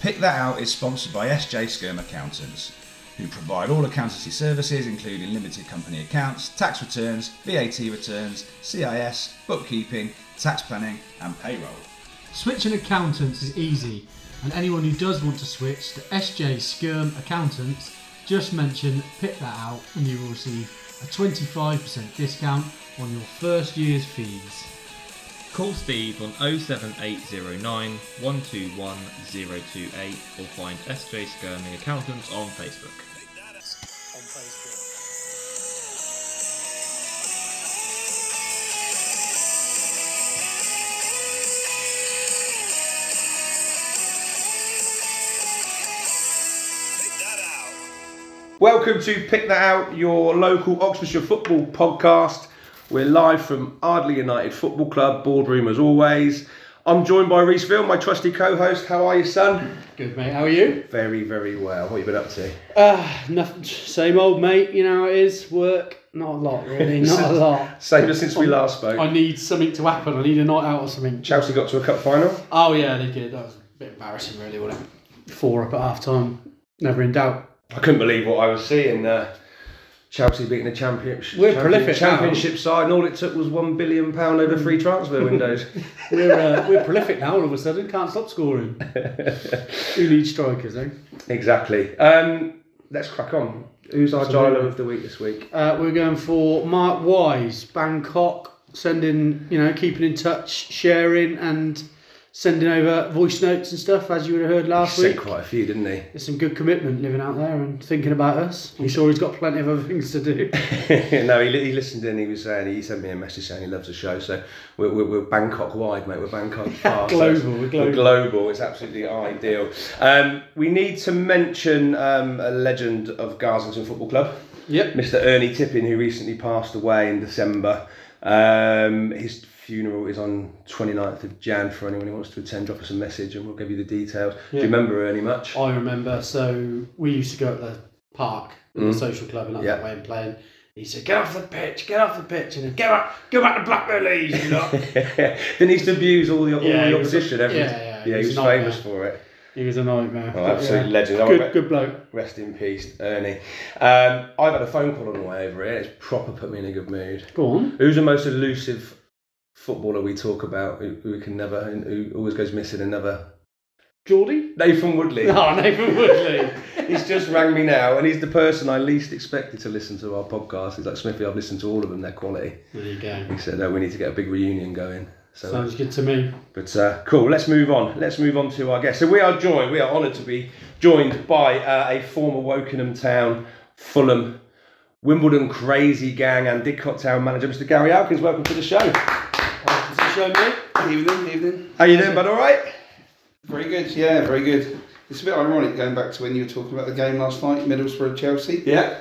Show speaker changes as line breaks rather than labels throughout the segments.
Pick That Out is sponsored by SJ Skirm Accountants, who provide all accountancy services including limited company accounts, tax returns, VAT returns, CIS, bookkeeping, tax planning, and payroll.
Switching accountants is easy, and anyone who does want to switch to SJ Skirm Accountants, just mention Pick That Out and you will receive a 25% discount on your first year's fees.
Call Steve on 07809 121 028 or find SJ Skirmy Accountants on Facebook.
Welcome to Pick That Out, your local Oxfordshire football podcast. We're live from Ardley United Football Club, boardroom as always. I'm joined by Reese Veal, my trusty co host. How are you, son?
Good mate, how are you?
Very, very well. What have you been up to?
Uh, nothing, same old mate, you know how it is, work, not a lot really, not a lot.
Same as since we last spoke.
I need something to happen, I need a night out or something.
Chelsea got to a cup final.
Oh yeah, they did, that was a bit embarrassing really, wasn't it? Four up at half time, never in doubt.
I couldn't believe what I was seeing. Uh, Chelsea beating the championship,
We're
champion-
prolific now.
championship side, and all it took was one billion pound over three transfer windows.
We're, uh, we're prolific now all of a sudden, can't stop scoring. Who needs strikers eh?
exactly. Um, let's crack on. Who's our Gilo of the week this week?
Uh, we're going for Mark Wise, Bangkok, sending, you know, keeping in touch, sharing and sending over voice notes and stuff as you would have heard last
He
week.
sent quite a few, didn't he?
There's some good commitment living out there and thinking about us. I'm sure he's got plenty of other things to do.
no, he, li- he listened in. He was saying he sent me a message saying he loves the show. So we're, we're, we're Bangkok wide, mate. We're Bangkok far. so it's-
Global, we're
We're
global.
global. It's absolutely ideal. Um, we need to mention um, a legend of Garsington Football Club,
Yep.
Mr. Ernie Tippin, who recently passed away in December. Um, his funeral is on 29th of Jan. For anyone who wants to attend, drop us a message and we'll give you the details. Do you
Yeah.
remember Ernie much?
I remember, so we used to go up the park with the social club and up
Mm. Yeah.
that way and playing. He said, "Get off the pitch, get off the pitch, and then get up, go back to Blackburn League." You know?
then he used to abuse all the, all
Yeah,
the
he was-
opposition. every-
yeah, yeah, he
he
was
was
a nightmare.
famous for it.
he was a nightmare.
Oh,
But
absolute
yeah.
legend. I re-
Good, good bloke.
Rest in peace, Ernie. Um, I've had a phone call on the way over here. It's proper put me in a good mood.
Go on.
Who's the most elusive footballer we talk about who, who we can never, who always goes missing and never?
Geordie?
Nathan Woodley.
No, Nathan Woodley.
He's just rang me now and he's the person I least expected to listen to our podcast. He's like, Smithy, I've listened to all of them, they're quality.
there you go.
He said, no, we need to get a big reunion going. So,
Sounds good to me.
But uh, cool, let's move on. Let's move on to our guest. So we are joined, we are honoured to be joined by uh, a former Wokingham Town, Fulham, Wimbledon crazy gang and Didcot Town manager, Mr Gary Alkins. Welcome to the show.
It's a show, mate.
Evening, evening.
How you doing, bud? All right?
Very good, yeah, very good. It's a bit ironic going back to when you were talking about the game last night, Middlesbrough Chelsea.
Yeah.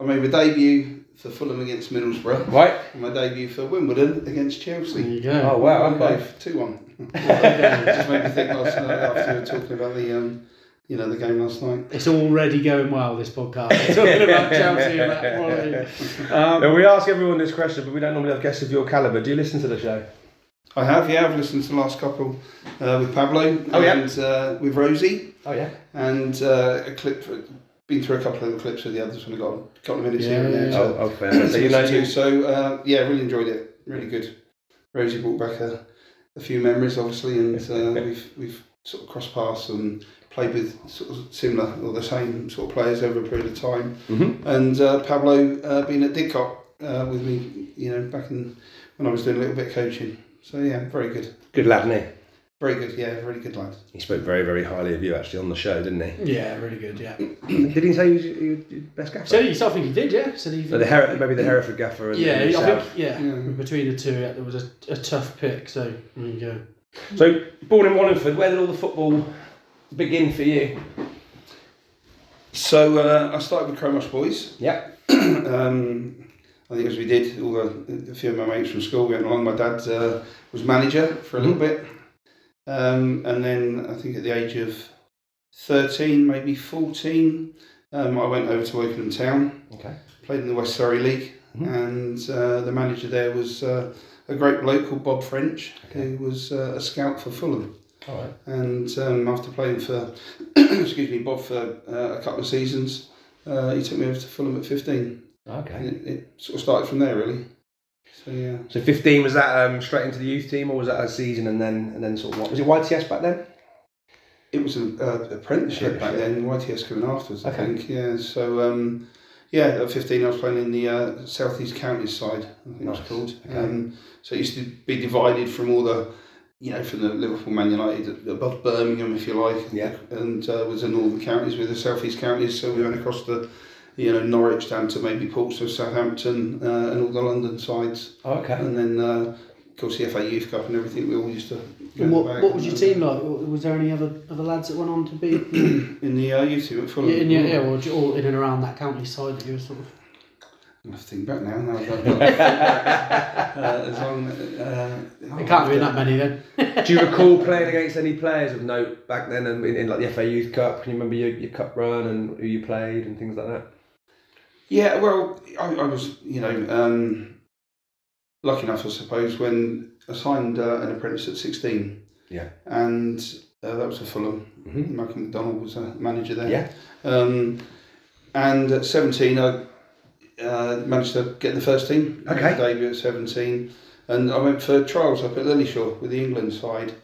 I made my debut for Fulham against Middlesbrough,
Right.
and my debut for Wimbledon against
There
Chelsea.
you go.
Oh wow. Okay.
Both two one. Just made me think last night after you were talking about the, um, you know, the game last night.
It's already going well, this podcast. We're talking about Chelsea and that quality. Um,
Now, we ask everyone this question, but we don't normally have guests of your calibre. Do you listen to the show?
I have, yeah, I've listened to the last couple uh, with Pablo
Oh, yeah.
and uh, with Rosie,
Oh yeah.
and uh, a clip. For, been through a couple of the clips with the others when I got a couple of minutes
Yeah,
here and there.
yeah,
so-
Oh, oh fair. so you know you.
So uh, yeah, really enjoyed it. Really good. Rosie brought back a, a few memories, obviously, and uh, we've we've sort of crossed paths and played with sort of similar or the same sort of players over a period of time.
Mhm.
And uh, Pablo uh, being at Didcot uh, with me, you know, back in when I was doing a little bit of coaching. So yeah, very good,
Good lad, isn't he?
very good. Yeah, very good lad.
He spoke very, very highly of you actually on the show, didn't he?
yeah, really good, yeah.
Did he say he was your- your best gaffer?
So yes, I think he did, yeah. So he,
Or the Her- maybe the Hereford gaffer. And
yeah,
and
I
yourself.
think, yeah,
Yeah.
between the two, yeah, there was a, a tough pick, so there you go.
So, born in Wallingford, where did all the football begin for you?
So uh, I started with Cromwell Boys.
Yeah.
um, I think as we did, all the, a few of my mates from school went along. My dad uh, was manager for a little bit. Um, and then I think at the age of 13, maybe 14, um, I went over to Wokingham Town,
Okay.
played in the West Surrey League. And uh, the manager there was uh, a great bloke called Bob French, who was uh, a scout for Fulham.
All right.
and um, after playing for excuse me Bob for uh, a couple of seasons, uh, he took me over to Fulham at fifteen, and
Okay.
it, it sort of started from there really. So yeah,
So 15 was that um, straight into the youth team, or was that a season and then and then sort of what was it YTS back then?
it was an uh, apprenticeship back then. YTS coming afterwards, I
Okay.
think. Yeah, so um, yeah, at fifteen I was playing in the uh, Southeast Counties side. I think it
Nice.
was called.
Okay.
Um, so it used to be divided from all the. You know, from the Liverpool Man United above Birmingham, if you like,
Yeah.
and uh, was the northern counties with the southeast counties. So we went across the, you know, Norwich down to maybe Portsmouth, Southampton, uh, and all the London sides,
Oh, okay.
and then uh, of course the FA Youth Cup and everything. We all used to. go
And what,
back. uh,
what was your team like? Or Was there any other other lads that went on to be in
in the uh, youth team at Fulham?
yeah, yeah, or, j- or in and around that county side that you were sort of?
I have to think back now. now I've got- uh, as long, uh,
Oh,
It can't be that many then.
Do you recall playing against any players of note back then, and in, in like the FA Youth Cup? Can you remember your, your cup run and who you played and things like that?
Yeah, well, I, I was, you know, um, lucky enough, I suppose, when I signed uh, an apprentice at 16.
Yeah.
And uh, that was for Fulham.
Mm-hmm.
Mhm.
Malcolm McDonald was a manager there.
Yeah.
Um, and at 17, I uh, managed to get in the first team.
Okay.
Made my Debut at 17. And I went for trials up at Lillyshaw with the England side.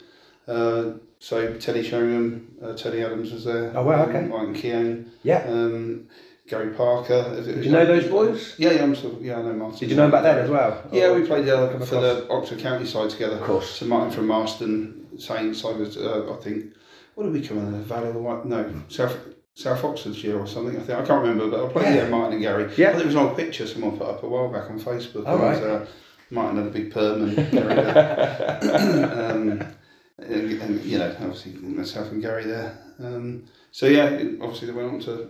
Uh, so Teddy Sheringham, uh, Teddy Adams was there.
Oh, wow, okay.
Um, Martin Keown,
Yeah.
um, Gary Parker.
Did you know those boys?
Yeah, yeah, I'm still, yeah, I know Martin.
Did you know them back then as well?
Yeah,
Or-
we played uh,
Come
for the Oxford County side together.
Of course.
So Martin from Marston, Saints, I was, uh, I think, what did we come in the Valley of the White? No, South South Oxfordshire or something. I think I can't remember, but I played
Yeah.
yeah. Martin and Gary.
Yeah.
I think it was an old picture someone put up a while back on Facebook.
All
It was,
right.
uh, Martin had a big perm and Gary had- um, and, and you know obviously myself and Gary there. Um, so yeah, obviously they went on to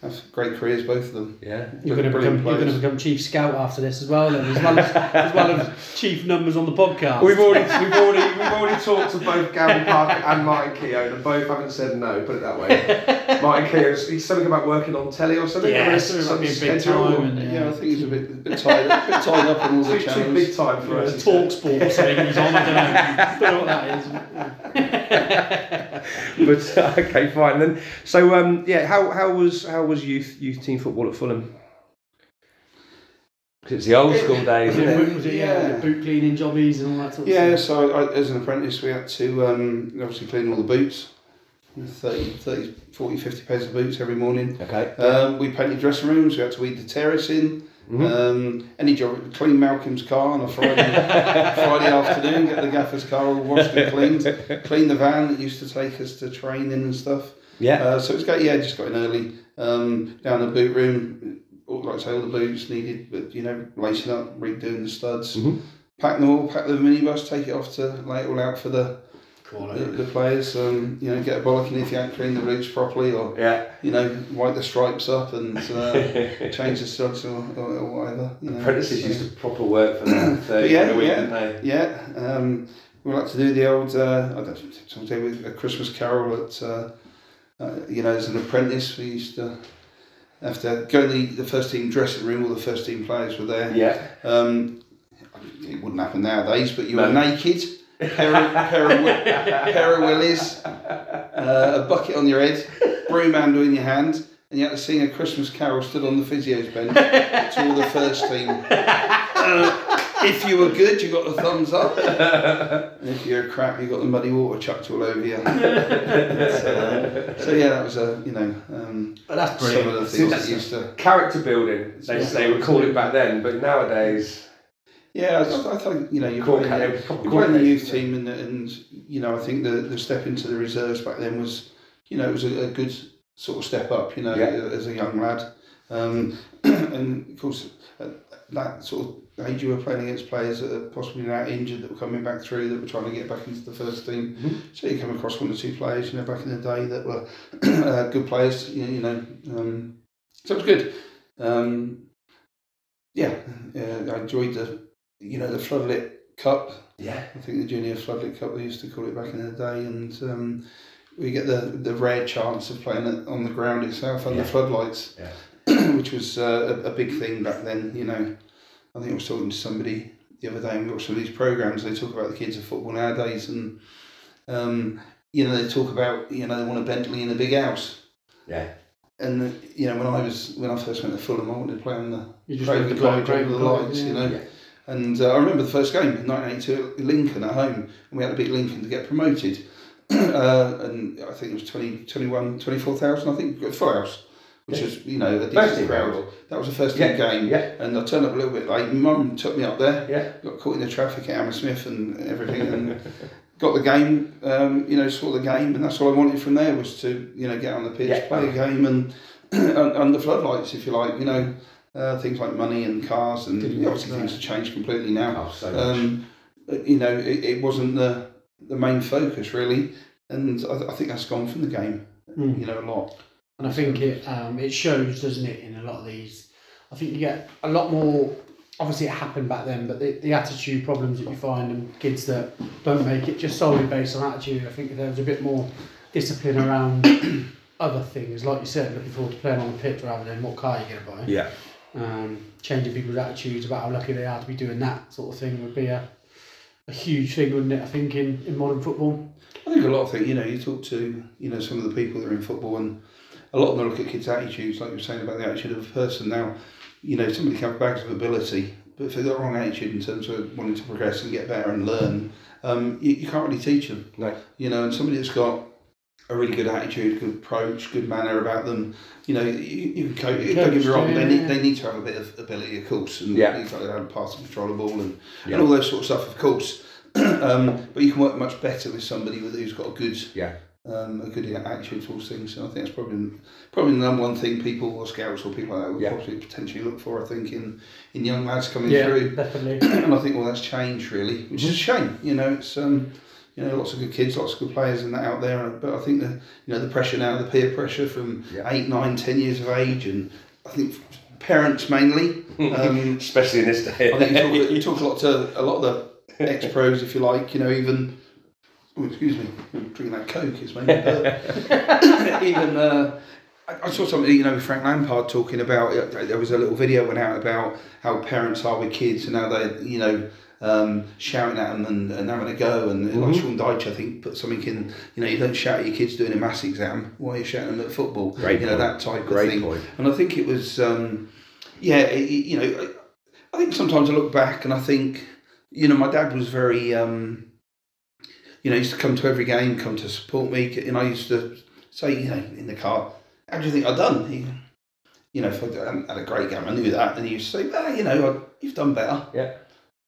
have great careers, both of them.
Yeah.
You're going to become you're going to
Brilliant players.
become chief scout after this as well, then, as well as, as well as chief numbers on the podcast.
We've already we've already we've already talked to both Gary Parker and Martin Keown, and both haven't said no. Put it that way. Martin Keown, he's something about working on telly or something.
Yeah,
I mean,
something
some
about being big
schedule.
time and-
Yeah, I think he's a bit, a bit tied, a bit tied up on all
Too,
the
too
channels.
big time for us.
talk sport or something. He's on. I don't know, don't know what that is.
But uh, okay, fine then. So um, yeah, how, how was how was youth youth team football at Fulham? 'Cause it's the old school days,
Was
isn't it?
it, was it, yeah,
Yeah.
the boot cleaning jobbies and all that sort of
Yeah,
stuff?
so I, as an apprentice, we had to um, obviously clean all the boots 30, 30, 40, 50 pairs of boots every morning.
Okay.
Um, we painted dressing rooms, we had to weed the terrace in. Um, any job, clean Malcolm's car on a Friday, Friday afternoon, get the gaffer's car all washed and cleaned, clean the van that used to take us to training and stuff.
Yeah.
Uh, so it's got yeah, just got in early um, down the boot room. All, like I say, all the boots needed, but you know, lacing up, redoing the studs,
Mhm.
pack them all, pack the minibus, take it off to lay it all out for the the,
eh?
the players. Um, you know, get a bollocking if you haven't cleaned the boots properly, or
yeah.
you know, wipe the stripes up and uh, change the studs or, or, or whatever. You know,
Apprentices
So-
used to proper work for that. Thirty
Yeah,
quid a week,
yeah.
didn't they?
yeah, um, we like to do the old. Uh, I don't something with a Christmas Carol at. Uh, uh, you know, as an apprentice, we used to have to go in the, the first team dressing room. All the first team players were there.
Yeah.
Um, it wouldn't happen nowadays, but you were
No.
naked, pair of, pair of, wi- pair of willies, uh, a bucket on your head, broom handle in your hand, and you had to sing a Christmas carol stood on the physio's bench to all the first team. Uh, if you were good, you got the thumbs up. And if you're crap, you got the muddy water chucked all over you. so, so yeah, that was a you know um,
But that's
some of
brilliant.
the things that used to.
Character building, they, they would call it back then, but nowadays
Yeah, I, just, I think you know you're
Cool,
playing,
Cal-
the-
proper
you're
cool
playing the
mate,
youth
isn't it?
team, and and you know I think the the step into the reserves back then was, you know, it was a, a good sort of step up, you know,
Yeah.
as a young lad, um, and of course at that sort of age you were playing against players that are possibly now injured that were coming back through that were trying to get back into the first team,
Mhm.
so you come across one or two players, you know, back in the day that were uh, good players, you, you know, um, so it was good. Um, yeah, uh, I enjoyed the you know the floodlit cup.
Yeah.
I think the junior floodlit cup they used to call it back in the day, and um, we get the the rare chance of playing it on the ground itself under
Yeah.
floodlights, which was uh, a, a big thing back then. You know, I think I was talking to somebody the other day, and we watched some of these programs. They talk about the kids of football nowadays, and Um, you know, they talk about you know they want a Bentley in a big house.
Yeah.
And uh, you know, when I was when I first went to Fulham, I wanted to play on the
You
Craven Cottage under the lights, you know.
Yeah.
And uh, I remember the first game in 1982 at Lincoln at home, and we had to beat Lincoln to get promoted. uh, and I think it was 20, 21, 24,000, I think, at full house, which
Yeah.
was, you know, a
First
decent
team
crowd.
round.
That was the first
Yeah,
team game.
yeah.
And I turned up a little bit late. My mum took me up there,
Yeah.
got caught in the traffic at Hammersmith and everything, and got the game, um, you know, saw the game. And that's all I wanted from there was to, you know, get on the pitch,
Yeah.
play a game, and un- under floodlights, if you like, you know. Uh, things like money and cars, and
Did you
yeah, obviously
watch
things have changed completely now
Oh, so much.
um, you know, it, it wasn't the the main focus really, and I, th- I think that's gone from the game,
Mm.
Hmm.
you know, a lot.
And I think it um, it shows, doesn't it, in a lot of these. I think you get a lot more. Obviously, it happened back then, but the, the attitude problems that you find and kids that don't make it just solely based on attitude. I think there was a bit more discipline around other things, like you said, looking forward to playing on the pitch rather than what car you're going to buy.
yeah.
um, changing people's attitudes about how lucky they are to be doing that sort of thing would be a, a huge thing, wouldn't it? I think in, in modern football.
I think a lot of things, you know, you talk to you know some of the people that are in football, and a lot of them look at kids' attitudes, like you were saying about the attitude of a person. Now, you know, somebody can have bags of ability, but if they've got the wrong attitude in terms of wanting to progress and get better and learn, um, you, you can't really teach them.
No.
you know, and somebody that's got a really good attitude, good approach, good manner about them, you know, you, you can coach. don't get me wrong, they need they need to have a bit of ability, of course, and
Yeah.
you've got to have passing control of ball and,
Yeah.
and all those sort of stuff, of course. um, but you can work much better with somebody with- who's got a good
Yeah.
um, a good attitude towards things. So I think that's probably probably the number one thing people or scouts or people like that would
Yeah.
probably potentially look for. I think in in young lads coming through
definitely.
and I think well that's changed really, which is a shame. You know, it's um, you know lots of good kids, lots of good players and that out there. uh, But I think the you know the pressure now, the peer pressure from
Yeah.
eight, nine, ten years of age, and I think parents mainly. Um,
Especially in this day.
I think you talk, you talk a lot to a lot of the ex pros, if you like. You know, even oh, excuse me, I'm drinking that coke, it's made me burp. even. Uh, I I saw something, you know, with Frank Lampard talking about. uh, There was a little video went out about how parents are with kids and how they, you know, um, shouting at them and, and having a go. And like
Mm-hmm.
Sean Dyche, I think, put something in. You know, you don't shout at your kids doing a maths exam. Why are you shouting at them at football?
Great
you know
point.
that type
Great
of thing.
point.
And I think it was, um, yeah, it, it- you know, I- I think sometimes I look back and I think, you know, my dad was very, um, you know, he used to come to every game, come to support me, and I used to say, you know, in the car, how do you think I done? He, you know, if I hadn't had a great game, I knew that, and he used to say, well, you know, I, you've done better.
Yeah.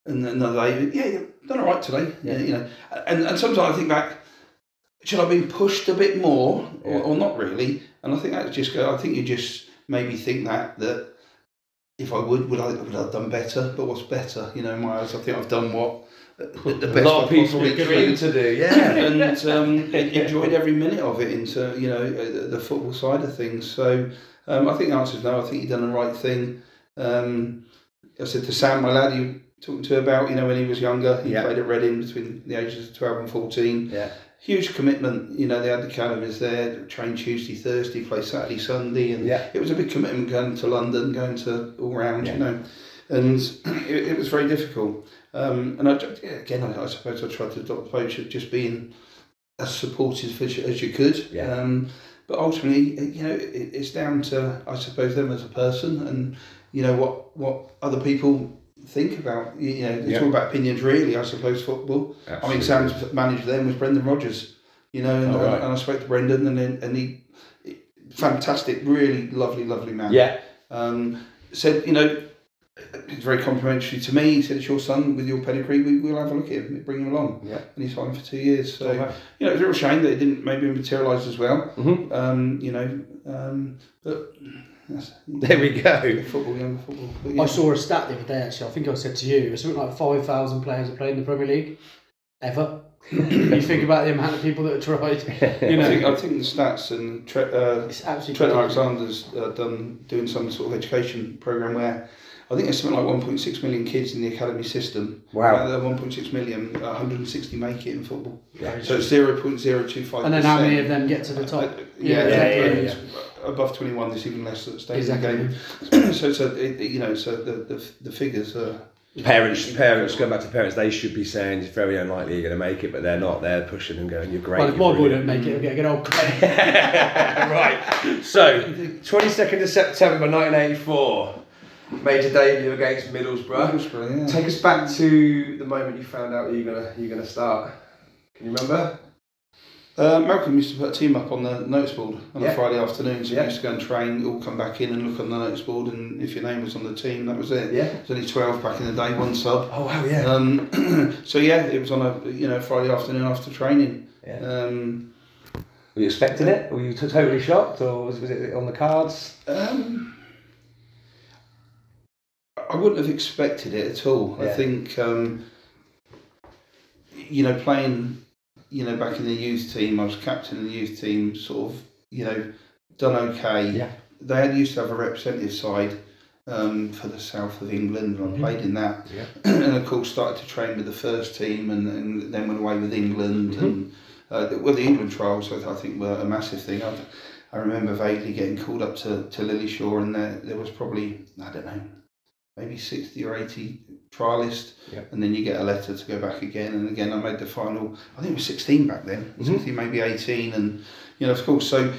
And then another day, yeah, you've done all right today.
Yeah.
You know, and and sometimes I think back, should I have been pushed a bit more or,
Yeah.
or not really? And I think that's just go. I think you just maybe think that that if I would, would I would I have done better? But what's better? You know, in my eyes, I think I've done what the best
a lot of
I
people
possibly
would dream to
could
do. Yeah.
and um, en- enjoyed every minute of it into you know uh, the- the football side of things. So um, I think the answer is no. I think you've done the right thing. Um, I said to Sam, my lad, you talking to about you know when he was younger, he
Yeah.
played at Reading between the ages of twelve and fourteen
yeah.
huge commitment. You know, they had the academies there, train Tuesday, Thursday, play Saturday, Sunday, and
Yeah.
it was a big commitment going to London, going to all round,
Yeah.
you know, and it, it was very difficult. Um, and I, tr- yeah, again, I, I suppose I tried to adopt the approach of just being as supportive as you, as you could.
Yeah.
Um, but ultimately, it- you know, it, it's down to I suppose them as a person, and you know what what other people think about. You you know, it's
Yeah.
all about opinions, really. I suppose football. I mean, Sam's manager then was Brendan Rodgers, you know, and,
Oh, right.
and I spoke to Brendan, and then- and he, fantastic, really lovely, lovely man.
Yeah.
Um, said, you know, he's very complimentary to me. He said, "It's your son with your pedigree. We, we'll have a look at him, bring him along."
Yeah.
And he's signed for two years. So
Oh, wow.
you know, it's a real shame that it didn't maybe materialise as well.
Mm-hmm.
Mhm.
Um, you know, um, but that's,
There we go.
football, young football. But,
I saw a stat the other day actually. I think I said to you, it was something like five thousand players have played in the Premier League ever. you think about the amount of people that have tried. You
I think,
know,
I think the stats and tre- uh,
it's absolutely
Trent
ridiculous.
Alexander's uh, done doing some sort of education program where I think there's something like 1.6 million kids in the academy system. Out
Wow.
of the 1.6 million, uh, 160 make it in football.
Yeah.
So it's 0.025.
And then how many of them get to the
Uh,
top?
yeah,
Yeah,
yeah,
exactly.
yeah,
Above 21, there's even less that stay in
Exactly.
the game. so it's a, it, you know, so the, the, the figures are
Parents, parents, going back to parents, they should be saying it's very unlikely you're going to make it, but they're not. They're pushing and going, you're great.
Well, if
you're
my boy
brilliant."
don't make it, he'll get a good old credit.
right. So, 22nd of September 1984, major debut against Middlesbrough.
Middlesbrough, yeah.
Take us back to the moment you found out you're gonna you're gonna start. Can you remember?
Uh, Malcolm used to put a team up on the notice board on
Yeah.
a Friday afternoon. So
Yeah.
you used to go and train, all come back in and look on the notice board, and if your name was on the team, that was it.
Yeah.
There's only 12 back in the day, one sub.
Oh wow, yeah.
Um, so yeah, it was on a you know Friday afternoon after training.
Yeah.
Um,
Were you expecting it? Were you t- totally shocked, or was, was it on the cards?
um, I wouldn't have expected it at all. I
Yeah.
think um, you know playing you know back in the youth team, I was captain of the youth team, sort of you know done okay.
Yeah.
They had used to have a representative side um, for the south of England, and I played in that.
Mm-hmm. Yeah.
and of course started to train with the first team and, and then went away with England
Mm-hmm.
and uh, the- well the England trials I think were a massive thing. I, I remember vaguely getting called up to, to Lily Shore and there, there was probably I don't know maybe 60 or 80 trialists
Yeah.
and then you get a letter to go back again and again I made the final I think it was 16 back then
Mhm.
16 maybe 18 and you know of course so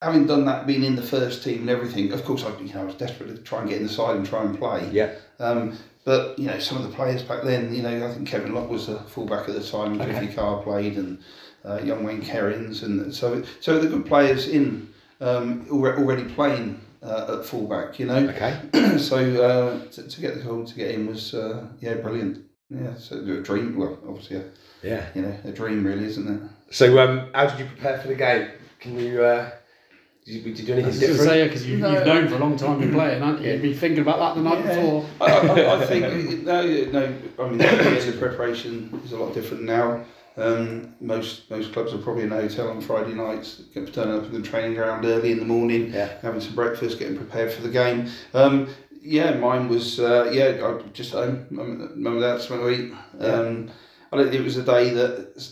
having done that being in the first team and everything of course I, you know, I was desperate to try and get in the side and try and play
Yeah.
um, but you know, some of the players back then, you know, I think Kevin Locke was the fullback at the time, and
Okay.
Griffey Carr played, and uh, young Wayne Kerrins, and so so the good players in um, alre- already playing uh, at fullback, you know.
Okay.
so uh, to, to get the call to get in was uh, yeah brilliant. Yeah, so a dream. Well, obviously, a,
Yeah.
you know, a dream really, isn't it?
So, um, how did you prepare for the game? Can you? Uh, did you, did you do
I was
anything
going to
different?
say, because you,
No.
you've known for a long time you're playing, aren't you? You'd be thinking about that the night
Yeah.
before.
I, I, I think no, no. I mean, the preparation is a lot different now. Um, most most clubs are probably in a hotel on Friday nights, get turning up in the training ground early in the morning,
Yeah.
having some breakfast, getting prepared for the game. Um, yeah, mine was uh, yeah, I was just at home. Mum mum and dad went to eat. Um, I don't, it was a day that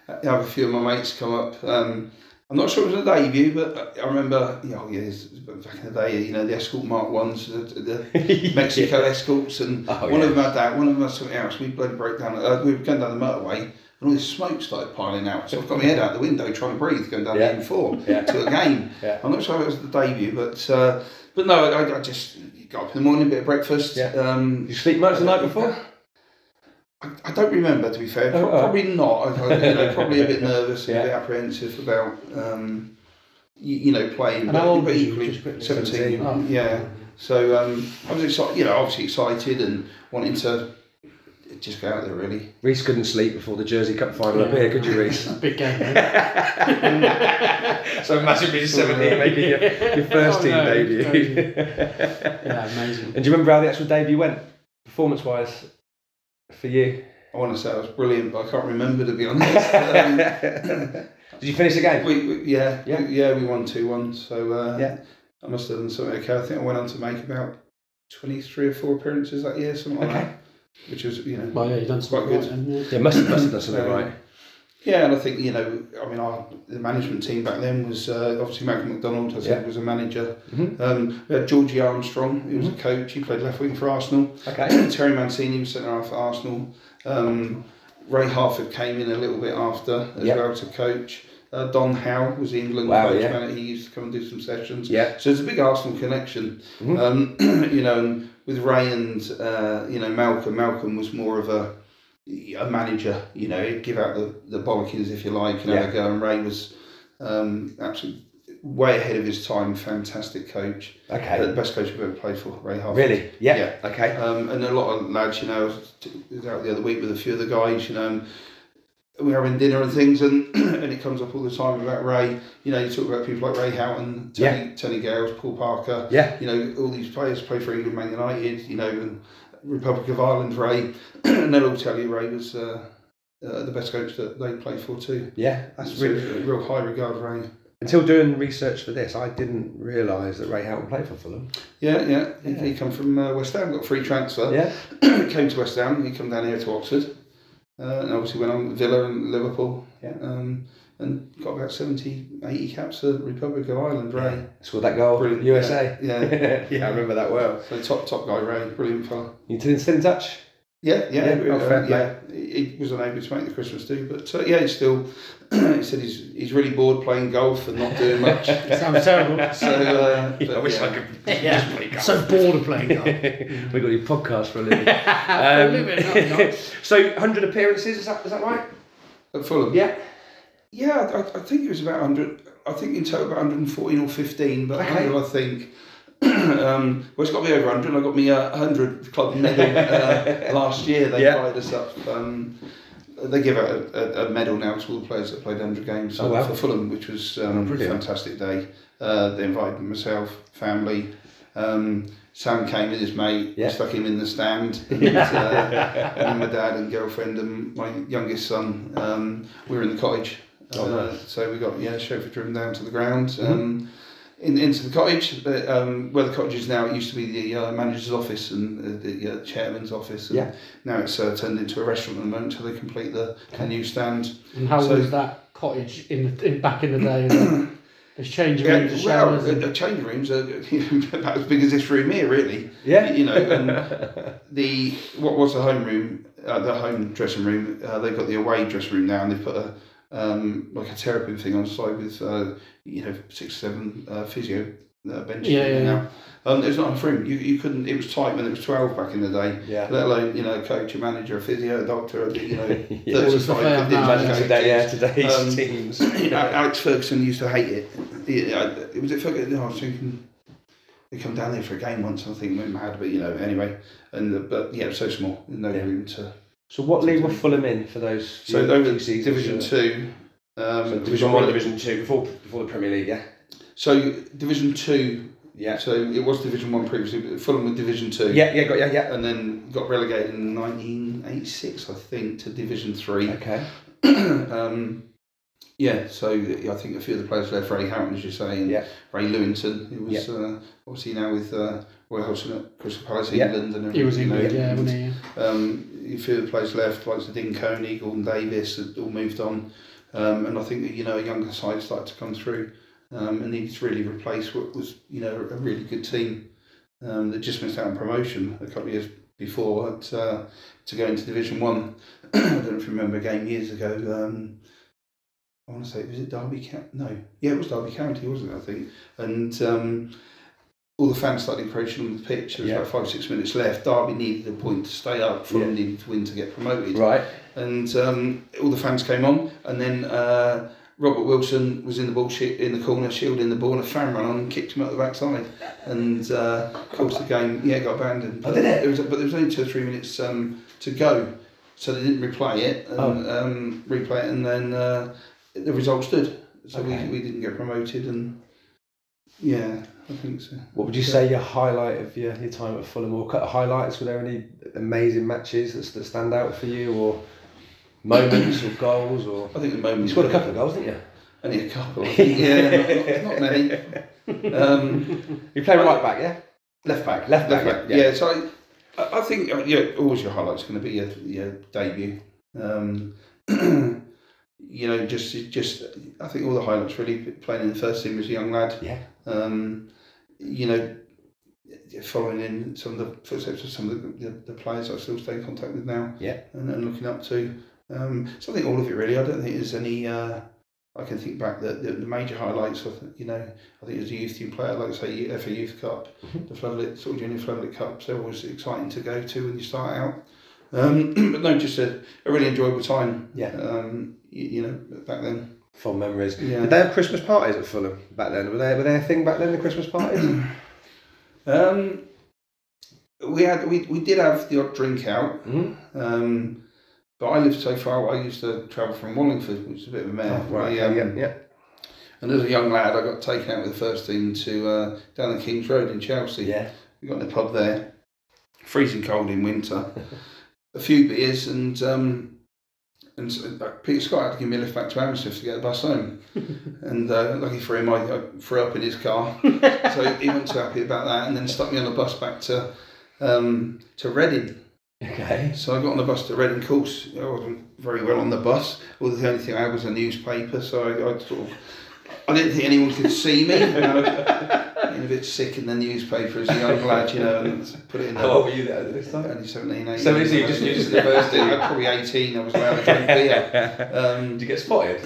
I have a few of my mates come up. Um, I'm not sure it was a debut, but I- I remember, you know, yeah, it's- back in the day, you know, the Escort Mark 1s, the, the Mexico escorts, and
Oh,
one
yeah.
of them had that, one of them had something else. We bloody broke down. Uh, we were going down the motorway, and all this smoke started piling out. So I've got my head out the window trying to breathe, going down
Yeah.
the M4
Yeah.
to a game.
Yeah.
I'm not sure if it was the debut, but uh, but no, I, I just got up in the morning, bit of breakfast.
Yeah.
Um,
Did you sleep much the night before?
I, I don't remember, to be fair.
Oh,
Pro-
alright.
probably not. I, I, you know, probably a bit nervous, and
Yeah.
a bit apprehensive about um, you, you know playing.
And
but-
how old
but
was you,
equally-
just quickly?
17.
Oh.
Yeah. So um, I was excited, you know, obviously excited and wanting to just go out there really.
Reese couldn't sleep before the Jersey Cup final up here, could you, Reese?
Big game, mate.
so imagine being 17 making your, your first
Oh,
team
no,
debut.
debut. yeah, amazing.
and do you remember how the actual debut went, performance wise, for you?
I want to say I was brilliant, but I can't remember to be honest. um,
Did you finish the game?
we, we, yeah,
Yeah.
we- yeah, we won two one. So uh,
Yeah.
I must have done something okay. I think I went on to make about twenty three or four appearances that year, something like
Okay.
that, which was you know
Well, yeah, you've done some
Quite
good.
good.
Yeah, must have, must have done something
Um,
right.
Yeah, and I think you know, I mean, our the management team back then was uh, obviously Malcolm McDonald. I think
Yeah.
was a manager.
Mhm.
Um, we had Georgie Armstrong, who was a coach. He played left wing for Arsenal.
Okay.
Terry Mancini was centre half for Arsenal. Um, Ray Harford came in a little bit after as
Yeah.
well to coach. Uh, Don Howe was the England
Wow,
coach.
yeah.
Man, he used to come and do some sessions.
Yeah.
So there's a big Arsenal connection,
Mhm.
um, you know, and with Ray and uh, you know Malcolm. Malcolm was more of a a manager, you know, he'd give out the, the bollockings if you like and have
Yeah.
a go. And Ray was um, absolutely way ahead of his time. Fantastic coach, the
Okay.
best coach I've ever played for. Ray Harford.
Really? Yeah.
Yeah.
Okay.
Um, and a lot of lads, you know, I was t- was out the other week with a few of the guys, you know, and we were having dinner and things, and and it comes up all the time about Ray. You know, you talk about people like Ray Houghton, Tony, Tony Gales, Paul Parker.
Yeah.
You know, all these players play for England, Man United. You know, and Republic of Ireland, Ray, and they'll all tell you Ray was uh, uh, the best coach that they played for too.
Yeah.
That's really real high regard, Ray.
Until doing research for this, I didn't realise that Ray Houghton played for Fulham.
Yeah, yeah. He, he come from uh, West Ham, got a free transfer.
Yeah.
came to West Ham. He come down here to Oxford, uh, and obviously went on Villa and Liverpool.
Yeah.
Um, and and got about 70, 80 caps for Republic of Ireland, Ray.
Scored that goal.
Brilliant.
USA.
Yeah.
Yeah. I remember that well.
So top top guy, Ray, brilliant fella.
You didn't still in touch?
Yeah, yeah,
Yeah,
uh,
oh, fair
yeah. He he was unable to make the Christmas do, but uh, yeah, he's still. he said he's he's really bored playing golf and not doing much. so
Sounds terrible.
uh, but,
I wish I
yeah.
could
Yeah, so bored of playing golf.
we got your podcast for a living.
A little bit, not- not-
so 100 appearances, is that, is that right?
At Fulham.
Yeah.
Yeah, I, I think it was about 100. I think in total about 114 or 15, but
Okay.
100, I think. um, well, it's got me over 100. I got me a 100 club medal uh, last year. They
Yeah.
fired us up. Um, they give out a, a, a medal now to all the players that played 100 games
Oh, wow. Oh,
for Fulham, which was um, a
Brilliant.
fantastic day. Uh, they invited myself, family. Um, Sam came with his mate,
Yeah.
stuck him in the stand, and, uh, and my dad and girlfriend and my youngest son. Um, we were in the cottage,
Oh, Mm-hmm.
uh, so we got yeah chauffeur driven down to the ground, um, in, into the cottage. But, um, where the cottage is now, it used to be the uh, manager's office and uh, the uh, chairman's office. And
Yeah.
Now it's uh, turned into a restaurant at the moment until they complete the, the new stand.
And how
So-
was that cottage in, the, in back in the day? There's There's changing rooms,
Yeah,
there's
well,
showers. and-
the change rooms are about as big as this room here, really.
Yeah.
You know, and the what was the home room, uh, the home dressing room. Uh, they've got the away dressing room now, and they've put a um, like a terrapin thing on side with uh, you know six seven uh, physio uh, benches
Yeah, yeah,
now. Um, there's not enough room. You, you couldn't. It was tight when it was twelve back in the day.
Yeah.
Let alone you know a coach, a manager, a physio, a doctor, a, you know
Yeah.
thirty
All the
five.
stuff
Imagine today, yeah, today's
Um,
teams.
you know, Alex Ferguson used to hate it. Yeah, I- was it Ferguson? No, I was thinking they come down there for a game once. and I think went mad, but you know, anyway. And the, but yeah, it was so small, no
Yeah.
room to.
So what league were Fulham in for those?
So
few-
they were
few seasons?
Division
So
Two. Um,
Division One, Division Two, before before the Premier League, yeah,
So Division Two.
yeah,
So it was Division One previously, but Fulham with Division Two.
yeah, yeah, got yeah, yeah.
And then got relegated in 1986, I think, to Division Three.
Okay,
um, yeah, so yeah, I think a few of the players left, Ray Houghton, as you say, and
Yeah.
Ray Lewington, who was uh, obviously now with uh, Roy Hodgson at Crystal Palace,
Yeah.
England. And
He was
everything,
England,
you know,
yeah, wasn't he?
Um, a few of the players left, like Dean Coney, Gordon Davis, had all moved on. Um, and I think that, you know, a younger side started to come through um, and needed to really replace what was, you know, a really good team um, that just missed out on promotion a couple of years before at, uh, to go into Division One. I don't know if you remember a game years ago. Um, I want to say, was it Derby County? No. Yeah, it was Derby County, wasn't it, I think? And um, all the fans started encroaching on the pitch. There was
Yeah.
about five, six minutes left. Derby needed a point to stay up. Fulham needed to win to get promoted
right,
and um, all the fans came on, and then uh, Robert Wilson was in the ball shi in the corner, shielding the ball, and a fan ran on and kicked him out the backside, and uh, caused the game. Yeah, got abandoned. But
Oh, did it?
There was, but there was only two or three minutes um, to go, so they didn't replay it. And,
Oh.
um, replay it, and then uh, the result stood. So
Okay.
we, we didn't get promoted, and yeah, I think so.
what would you say your highlight of your, your time at Fulham? Or cut highlights? Were there any amazing matches that, that stand out for you, or moments, or goals, or
I think the moment
you scored a couple of goals, didn't you?
Only a couple. yeah, not, not many. Um,
You played right back, yeah.
Left back,
Left back, yeah,
Yeah. so I- I, I think uh, yeah, always your highlight's going to be your your debut. Um, you know, just just I think all the highlights really playing in the first team as a young lad.
Yeah.
Um, you know, following in some of the footsteps of some of the, the, the players I still stay in contact with now.
Yeah.
And, and looking up to. Um, so I think all of it really. I don't think there's any. Uh, I can think back that the, the major highlights. I think you know. I think as a youth team player, like say FA Youth Cup, the floodlit sort of junior floodlit cups, they're always exciting to go to when you start out. Um, but no, just a, a really enjoyable time.
Yeah.
Um, you, you know, back then.
Fond memories.
Yeah.
Did they have Christmas parties at Fulham back then? Were they were they a thing back then? The Christmas parties?
Um, we had we, we did have the odd drink out.
Mhm.
Um, but I lived so far. away, I used to travel from Wallingford, which is a bit of a mare.
Oh, right.
I, um,
yeah, yeah.
And as a young lad, I got taken out with the first team to uh, down the King's Road in Chelsea.
Yeah.
We got in the pub there, freezing cold in winter. a few beers and um, and so, uh, Peter Scott had to give me a lift back to Hammersmith to get the bus home. and uh, lucky for him, I, I threw up in his car, so he wasn't too happy about that. And then stuck me on a bus back to um, to Reading.
Okay.
So I got on the bus to Reading Course. I wasn't very well on the bus. All the only thing I had was a newspaper, so I, I sort of. I didn't think anyone could see me. and I was getting a bit sick in the newspaper as a young lad, you know, and put it in the.
How old were you there at this time?
Only 17, 18.
So is he just-
It was the first day. I was probably 18, I was allowed to drink beer. Um,
Did you get spotted?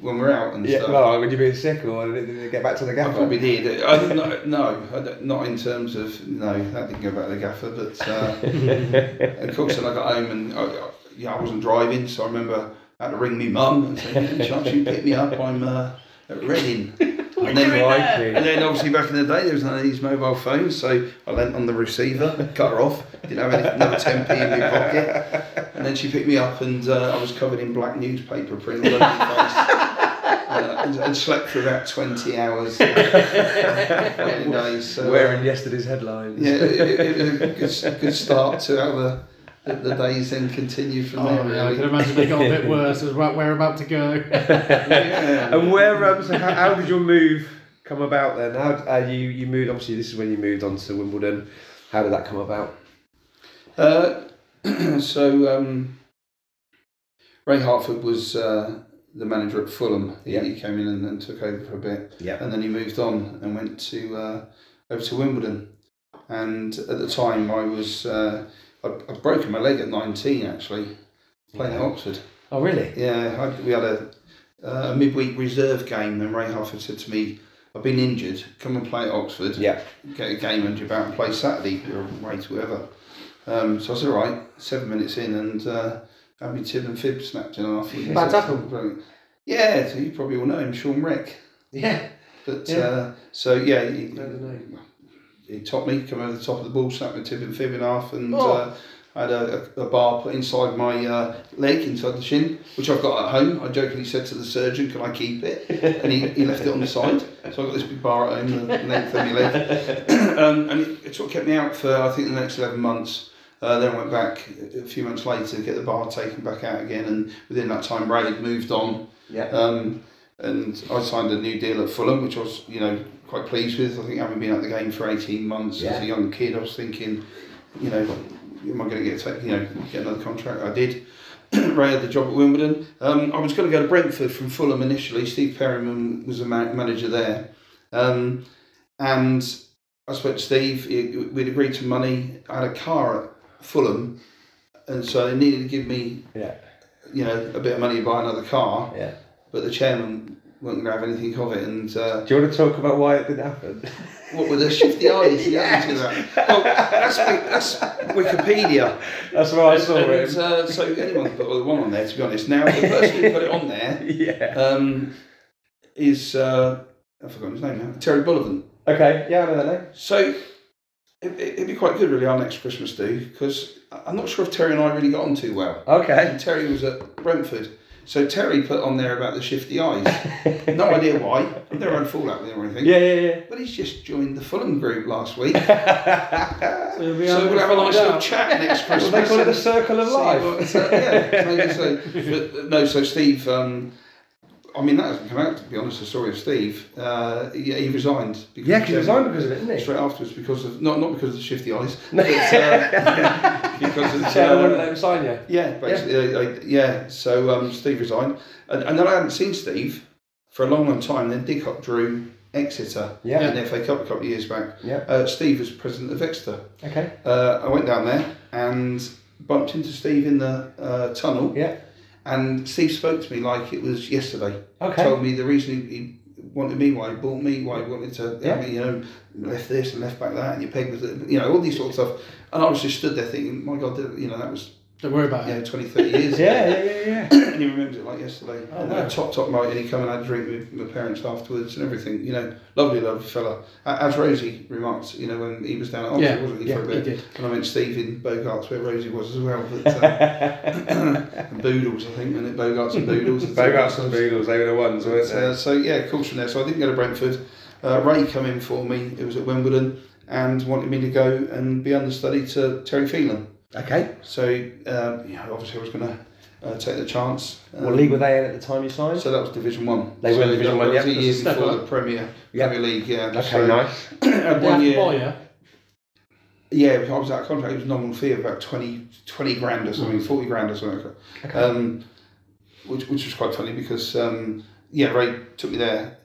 when we're out and
Yeah.
stuff.
Well, would you be sick or did did you get back to the
I
gaffer?
probably did. I, didn't- no, no, I don't- not in terms of no. That didn't go back to the gaffer, but uh, of course, then I got home and I, I, yeah, I wasn't driving, so I remember I had to ring my mum and say, "Any chance you pick me up? I'm uh, at Reading." And then, and then obviously back in the day there was none of these mobile phones, so I leant on the receiver, cut her off, didn't have any, another 10p in my pocket, and then she picked me up and uh, I was covered in black newspaper print all over my face. Uh, and, and slept for about 20 hours. Quite nice. So,
Wearing yesterday's headlines.
Yeah, it, it, it, it, was a good, good start to how the, the, the days then continue from there.
Oh, yeah, I
really.
can imagine they got a bit worse as well. We're about to go.
Yeah.
And where um, so how, how did your move come about then? How uh, you you moved obviously this is when you moved on to Wimbledon. How did that come about?
Uh, so um, Ray Hartford was uh, the manager at Fulham. He,
Yeah.
he came in and, and took over for a bit,
Yeah.
and then he moved on and went to uh, over to Wimbledon. And at the time, I was uh, I, I'd broken my leg at nineteen actually, playing at Oxford.
Oh really?
Yeah, I, we had a, uh, a midweek reserve game, and Ray Harford said to me, I've been injured, come and play at Oxford,
Yeah.
get a game under your belt and play Saturday, or away to whoever. Um, so I said, all right, seven minutes in, and uh, had my tib and fib snapped in half.
Bad tackle.
Brilliant. Yeah, so you probably all know him, Sean Rick.
yeah.
But
Yeah.
uh, so yeah, he,
Know the name.
he topped me, come over the top of the ball, snapped my tib and fib in half, and
Oh.
uh, I had a, a bar put inside my uh, leg, inside the shin, which I've got at home. I jokingly said to the surgeon, "Can I keep it?" And he, he left it on the side, so I got this big bar at home, the length of my leg, um, and it, it sort of kept me out for I think the next eleven months. Uh, then I went back a few months later to get the bar taken back out again, and within that time, Ray had moved on.
Yeah.
Um, and I signed a new deal at Fulham, which I was, you know, quite pleased with. I think having been at the game for 18 months as
Yeah.
a young kid, I was thinking, you know, am I going to get, a ta- you know, get another contract? I did. Ray had the job at Wimbledon. Um, I was going to go to Brentford from Fulham initially. Steve Perryman was the ma- manager there. Um, and I spoke to Steve. He- We'd agreed to money. I had a car at Fulham. And so they needed to give me,
Yeah.
you know, a bit of money to buy another car
Yeah.
but the chairman wasn't going to have anything of it. And uh,
Do you want to talk about why it didn't happen?
what were the shifty eyes? yes. to that? Well, that's, that's Wikipedia.
That's where I saw
And,
it.
uh, so anyone can put the one on there, to be honest. Now, the person who put it on there
Yeah.
um, is, uh, I've forgotten his name now, Terry Bullivant.
Okay. Yeah, I know that name.
So it, it'd be quite good, really, our next Christmas do, because I'm not sure if Terry and I really got on too well.
Okay.
And Terry was at Brentford. So Terry put on there about the shifty eyes. No idea why. I've never had a fallout with him or anything.
Yeah, yeah, yeah.
But he's just joined the Fulham group last week.
So we'll,
so we'll have a nice little chat next
Well,
Christmas.
they call it the
and
circle of
see
life.
what- so, yeah, maybe so. But, uh, no, so Steve, um, I mean, that hasn't come out, to be honest, the story of Steve. Uh, yeah, he resigned. Because
Yeah, because he
um,
resigned because of it, didn't he?
Straight afterwards, because of not not because of the shifty eyes, but, uh, because of
So I wouldn't
uh,
let him sign you.
yeah, basically, yeah. yeah. So um, Steve resigned, and, and then I hadn't seen Steve for a long, long time. Then Dick Hop drew Exeter
Yeah.
in the FA Cup a couple of years back.
Yeah.
Uh, Steve was president of Exeter.
Okay.
Uh, I went down there and bumped into Steve in the uh, tunnel,
Yeah.
and Steve spoke to me like it was yesterday.
Okay.
Told me the reason he, he wanted me, why he bought me, why he wanted to,
Yeah.
yeah. you know, left this and left back that, and your peg was, you know, all these sort of stuff. And I was just stood there thinking, my God, you know, that was
Don't worry about
you know,
it.
20, 30 years ago
Yeah, yeah, yeah, yeah.
and he remembers it like yesterday.
Oh,
and
wow.
I top top night, and he come and had a drink with my parents afterwards and everything. You know, lovely, lovely fella. A- As Rosie remarked, you know, when he was down at Oxford,
Yeah,
wasn't he, for a
Yeah, he
bit?
did.
And I met Steve in Bogarts, where Rosie was as well. But, uh, and Boodles, I think, and it Bogarts and Boodles.
Bogarts and Beagles, they were the ones,
But,
weren't
uh,
they?
so yeah, calls from there. So I didn't go to Brentford. Uh, Ray come in for me. It was at Wimbledon and wanted me to go and be understudy to Terry Phelan.
Okay.
So um, yeah, obviously I was going to uh, take the chance.
What
Um,
league were they in at the time you signed?
so that was Division One.
They
so
were in Division
that
One,
was
yeah.
the year
Step
before
up.
the Premier
Yeah.
Premier League. Yeah.
Okay,
so
nice.
had
They have
one
to
year.
buy you.
Yeah, it was- I was out of contract. It was nominal fee of about 20, 20 grand or
Hmm.
something, forty grand or something. Um, which which was quite funny because um, yeah, Ray took me there.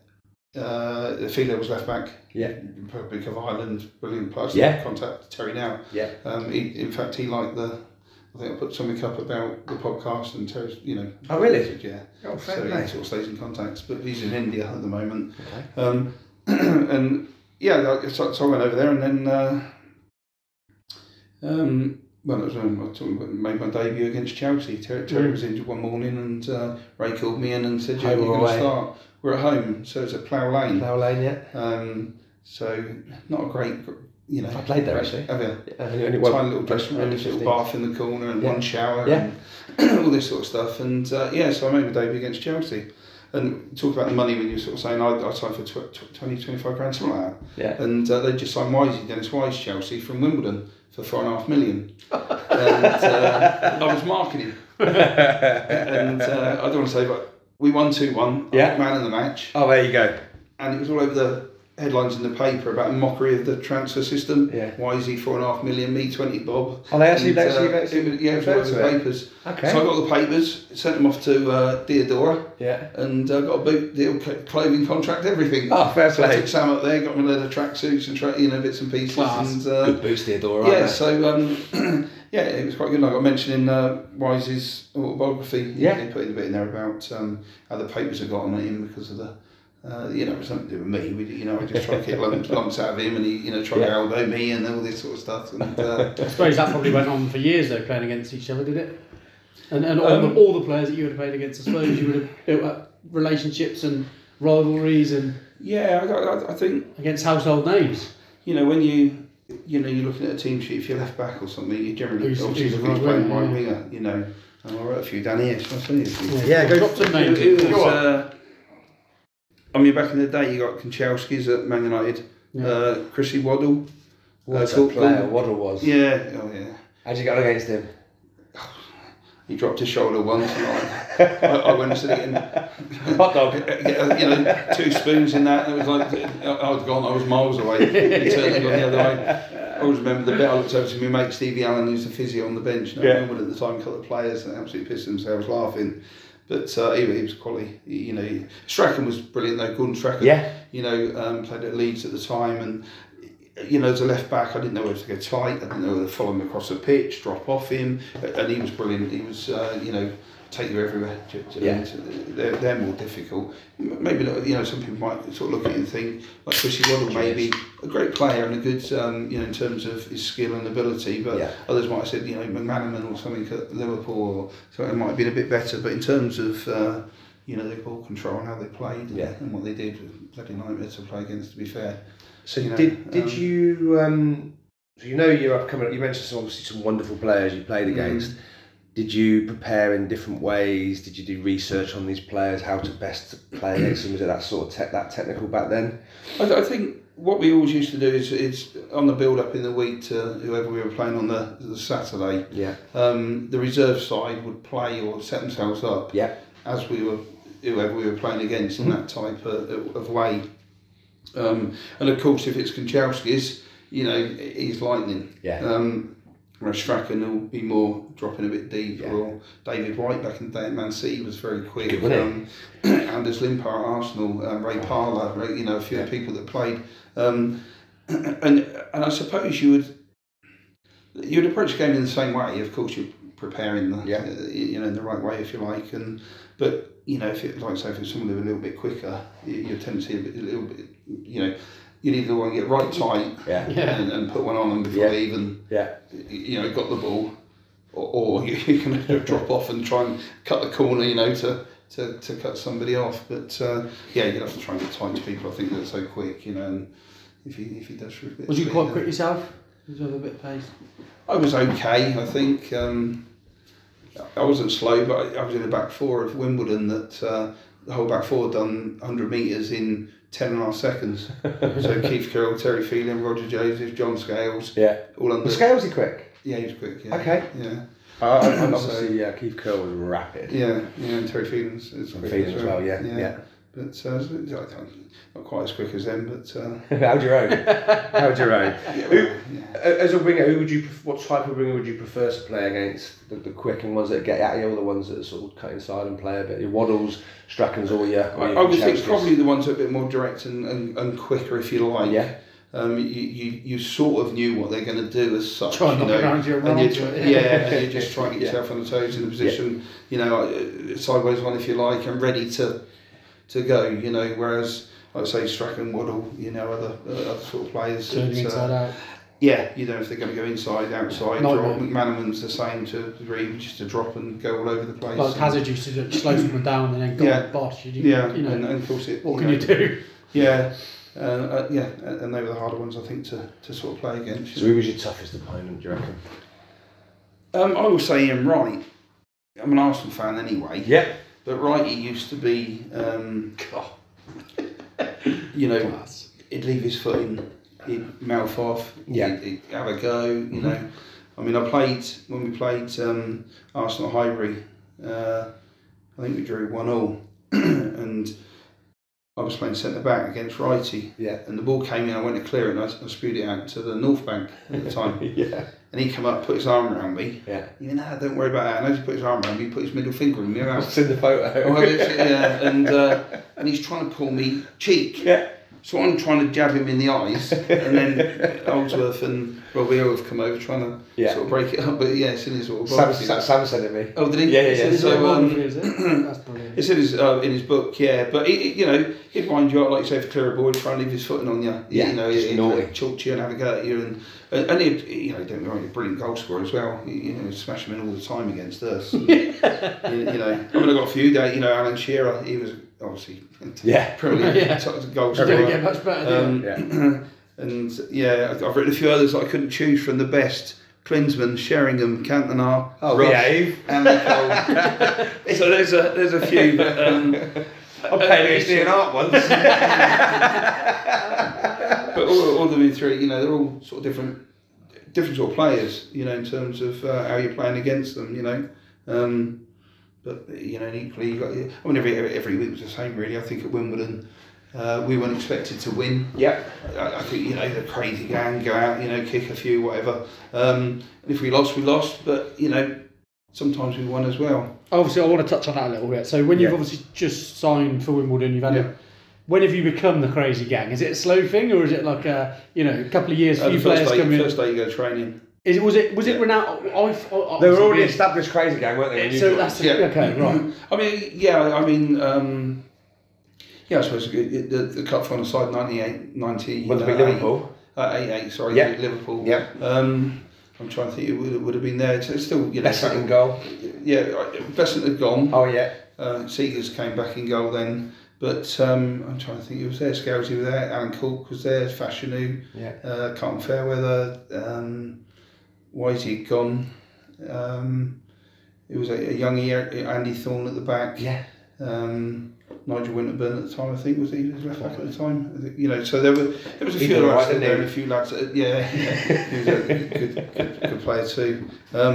Uh, Filo was left back.
Yeah.
Republic of Ireland, brilliant person.
Yeah.
Contact Terry now.
Yeah.
Um, he, in fact, he liked the. I think I put something up about the podcast and Terry's, you know.
Oh, really?
Yeah.
Oh,
So he sort of stays in contact, but he's in India at the moment.
Okay.
Um, and yeah, like, so, so I went over there and then, uh, um, well, it was when I took- made my debut against Chelsea. Terry, Terry was injured one morning and uh, Ray called me in and said, yeah,
Mm. Home
you're
or
going to
away?
start. We're at home, so it's at Plough Lane.
Now Lane, yeah.
Um, so not a great, you know.
I played there, actually.
Have you?
Yeah, only- only
tiny
one-
little dressing room,
only
this little
15.
bath in the corner, and
Yeah.
one shower,
Yeah.
and all this sort of stuff. And uh, yeah, so I made my debut against Chelsea. And talk about the money when you're sort of saying I, I signed for tw- tw- 20, 25 grand, something like that.
Yeah.
And uh, they just signed Wisey, Dennis Wise, Chelsea from Wimbledon for four and a half million. and uh, I was marketing. and uh, I don't want to say, but we won 2 1.
Yeah.
Man of the match
Oh, there you go.
and it was all over the headlines in the paper about the mockery of the transfer system.
Yeah.
Why is he four and a half million? Me twenty, Bob.
Oh, they actually-
And,
they actually-
uh,
they actually
it was- yeah, it was all
referred
over
to
the
it.
papers.
Okay.
So I got the papers, sent them off to uh, Deodora,
Yeah.
and uh, got a boot deal, cl- clothing contract, everything.
Oh, fair
So I
play.
took Sam up there, got me a load of tracksuits and tra- you know bits and pieces,
Class.
and uh,
boost the Adora,
yeah, so um, yeah, it was quite good. And I got mentioned in uh, Wise's autobiography.
Yeah.
they put in a bit in there about um, how the papers had got on him because of the. Uh, you know, it was something to do with me. We, you know, I just try to get lumps, lumps out of him, and he, you know, try to
Yeah.
elbow me and all this sort of stuff. And uh,
I suppose that probably went on for years though, playing against each other, did it? And and all,
Um,
the, all the players that you would have played against, I suppose you would have built up relationships and rivalries and
yeah, I, I, I think
against household names.
you know when you you know you're looking at a team sheet if you're left back or something, you generally
Who's-
obviously
who's
looking at
the right
playing
winger,
right winger. You know, and I wrote a few down here. Shall I tell you a few?
Yeah, go-
Drop some names.
It- it was,
Go on.
uh, I mean, back in the day, you got Konchalski's at Man United,
Yeah.
uh, Chrissy Waddle.
What
Uh,
a player
Gold-
Waddle was.
Yeah, oh yeah.
How'd you go against him?
He dropped his shoulder once, and I, I, I went and said it in,
Hot dog.
uh, you know, two spoons in that, and it was like I, I was gone. I was miles away. He turned and gone the other way. I always remember the bit I looked over to my mate Stevie Allen, who's a physio on the bench. And
Yeah.
I remember at the time, a couple of players that absolutely pissed themselves laughing. But uh, he, he was quality. He- you know, he- Strachan was brilliant though. Gordon Strachan.
Yeah.
You know, um, played at Leeds at the time, and you know, as a left back, I didn't know whether to go tight. I didn't know whether to follow him across the pitch, drop off him, and he was brilliant. He was, uh, you know, take you everywhere. Do you- do you know,
Yeah.
so They're, they're more difficult. M- Maybe not, you know, some people might sort of look at it and think like Chrissy Waddle, maybe a great player and a good, um, you know, in terms of his skill and ability. But
Yeah.
others might have said, you know, McManaman or something at Liverpool or something might have been a bit better. But in terms of uh, you know, their ball control and how they played
Yeah.
and, what they did was bloody nightmare to play against, to be fair.
So
You know,
did did
um,
you um, so you know you're upcoming you mentioned some, obviously some wonderful players you played against. Did you prepare in different ways? Did you do research on these players, how to best play against them? Was it that sort of te- that technical back then?
I, th- I think what we always used to do is, is on the build up in the week to whoever we were playing on the, the Saturday,
Yeah.
um, the reserve side would play or set themselves up
Yeah.
as we were whoever we were playing against in that type of, of way. Um, and of course, if it's Konchalski's, you know, he's lightning.
Yeah.
Um, whereas Strachan will be more dropping a bit deep. Or David White back in the day at Man City was very quick.
Good, wasn't he?
um, Anders Limpar at Arsenal, um, Ray Parler, Ray, you know, a few
Yeah.
people that played. Um, and and I suppose you would you'd approach the game in the same way. Of course, you're preparing the
Yeah.
uh, you know in the right way if you like. And but you know if it like I say for someone who's a little bit quicker, y- your tendency a, bit, a little bit you know you'd either want to get right tight
Yeah.
Yeah.
and, and put one on them before
Yeah.
they even
Yeah.
y- you know got the ball, or, or you, you can drop off and try and cut the corner. You know to. To, to cut somebody off, but uh, yeah, you'd have to try and get tight to people. I think they're so quick, you know. And if he if he does for a bit,
Was you
bit,
quite
uh,
quick yourself? Did you have a bit of pace?
I was okay, I think. Um, I wasn't slow, but I, I was in the back four of Wimbledon that uh, the whole back four done 100 metres in 10 and a half seconds. so Keith Carroll, Terry Phelan, Roger Joseph, John Scales,
Yeah.
all
The
under.
scales are quick.
yeah, he was quick. Yeah.
Okay.
Yeah,
I, I,
So-
obviously, yeah. Keith Curl was rapid.
yeah, yeah and Terry Phelan's. is
And
quick
Phelan as well, yeah,
yeah.
yeah.
But uh, not quite as quick as them, but uh,
How'd your own? How'd your own? Who,
yeah.
as a winger, who would you? pref- What type of winger would you prefer to play against? The, the quick and ones that get at you, or the ones that sort of cut inside and play a bit? Your Waddles, Strachan's, all your.
I, I would think probably the ones that are a bit more direct and, and, and quicker, if you like.
Yeah.
Um, you, you, you sort of knew what they're going to do as such.
Try and knock
you know,
it around your
and you're
arms,
try-
yeah.
yeah, and you're just trying to get yourself on the toes in a position, you know, uh, sideways one if you like, and ready to to go. You know, whereas I would say Strachan, Waddle, you know, other uh, other sort of players.
Turn
that,
them
uh,
inside out.
Yeah, you know, if they're going to go inside, outside,
Nightmare.
drop. McManaman's the same to a degree, just to drop and go all over the place.
Like
And-
Hazard used to do, slow someone down and then go,
Yeah.
bosh, you, do-
Yeah,
you know,
and, uh, and of course it.
what
know,
can you do?
Yeah, uh, uh, yeah, and and they were the harder ones I think to, to sort of play against.
So who was your toughest opponent? Do you reckon?
Um, I would say Ian Wright. I'm an Arsenal fan anyway,
Yeah.
but Wright he used to be, um,
God.
you know, he'd leave his foot in, he'd mouth off,
Yeah. Mm-hmm.
he'd, he'd have a go, you know. I mean, I played when we played um, Arsenal at Highbury. Uh, I think we drew one all, and I was playing centre back against Righty.
Yeah.
and the ball came in. I went to clear it, and I, I spewed it out to the north bank at the time.
Yeah.
and he come up, put his arm around me.
Yeah.
You know, "Nah, don't worry about that. And as he put his arm around me, he put his middle finger in me. And I was-
It's in the photo.
well, it's- yeah, and uh, and he's trying to pull me cheek.
Yeah.
So I'm trying to jab him in the eyes, and then Oldsworth and Robbie O have come over trying to
Yeah.
sort of break it up. But yeah, it's in his sort of
Sam,
biography.
Sam, Sam sent it me.
Oh, did he?
Yeah, yeah, yeah.
Is it
So,
one
um,
for you, is it? That's brilliant.
it's in his uh, in his book, yeah. But it, it- you know, he'd wind you up like you say for clear a ball, he'd try and leave his footing on you.
Yeah,
you know,
just
he'd
naughty.
chalk to you and have a go at you, and and and he'd you know don't be wrong, he's a brilliant goal scorer as well. You- You know, he'd smash him in all the time against us. And, you, you know, I mean, I got a few days. You know, Alan Shearer, he was obviously
Yeah.
Premier League
Yeah.
top goal
It's going to get
scorer.
much better. Um,
Um, and yeah, I've- I've written a few others that I couldn't choose from the best. Klinsman, Sheringham, Cantona,
Oh,
Rush,
behave.
and Nicole. so there's a there's a few, but um, uh,
I paid an art once.
But all, all of them in three, you know, they're all sort of different, different sort of players, you know, in terms of uh, how you're playing against them, you know. Um, but you know, and equally, you got. I mean, every every week was the same, really. I think at Wimbledon, uh, we weren't expected to win.
yep.
I, I think you know the crazy gang go out, you know, kick a few, whatever. Um, and if we lost, we lost. But you know, sometimes we won as well.
obviously, I want to touch on that a little bit. So, when you've
Yeah.
obviously just signed for Wimbledon, you've had
Yeah.
a, when have you become the crazy gang? Is it a slow thing, or is it like a you know a couple of years,
Uh, the
few
first
players
day,
coming? in?
first day you go training.
Is it was it was it
Yeah.
renowned? I, I, I,
They were already established crazy gang, weren't they? when you
So
joined?
that's
Yeah.
okay, right?
I mean, yeah, I mean, um, yeah, I suppose it- it- the, the cup final side 98, 90.
Went to beat
uh,
Liverpool.
eight- Uh, 88, sorry,
Yeah.
Liverpool.
Yeah.
Um, I'm trying to think who would, would have been there. So it's still, you know,
Best second goal.
Yeah, uh, Besant had gone.
Oh yeah.
Uh, Seegers came back in goal then. But um, I'm trying to think who was there. Scousy was there. Alan Cork was there. Fashionu.
Yeah.
Uh, Carlton Fairweather. Um, Whitey had gone. Um, it was a, a young year, Andy Thorne at the back.
Yeah.
Um, Nigel Winterburn at the time, I think, was he, he was left back at the time. I think- You know, so there were there was a
He
few
did alright,
lads that
didn't
there
he?
and a few lads that yeah, yeah. he was a good, good, good player too. Um,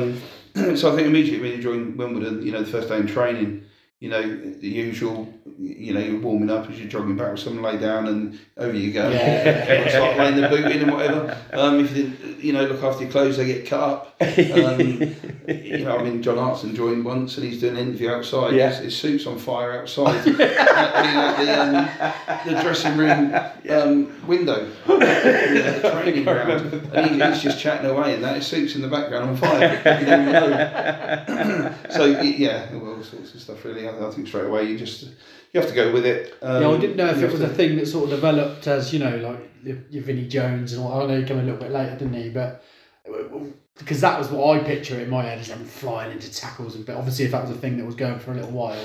so I think immediately when you join Wimbledon, you know, the first day in training, you know, the usual, you know, you're warming up as you're jogging back with someone lay down and over you go. Everyone start playing the boot in and whatever. Um, if you didn't, you know, look after your clothes, they get cut up. Um, you know, I mean, John Hartson joined once and he's doing an interview outside.
Yeah.
His, his suit's on fire outside. I mean, at the, um, the dressing room um, window, you know, the training ground. And he, he's just chatting away and that. His suit's in the background on fire. You never know. so, y- yeah, well, all sorts of stuff, really. I, I think straight away you just you have to go with it. Um,
yeah, I didn't know if
you
it was a
have to-
thing that sort of developed as you know, like your, your Vinnie Jones and all. I know he came a little bit later, didn't he? But because that was what I picture in my head is him flying into tackles, and but obviously if that was a thing that was going for a little while,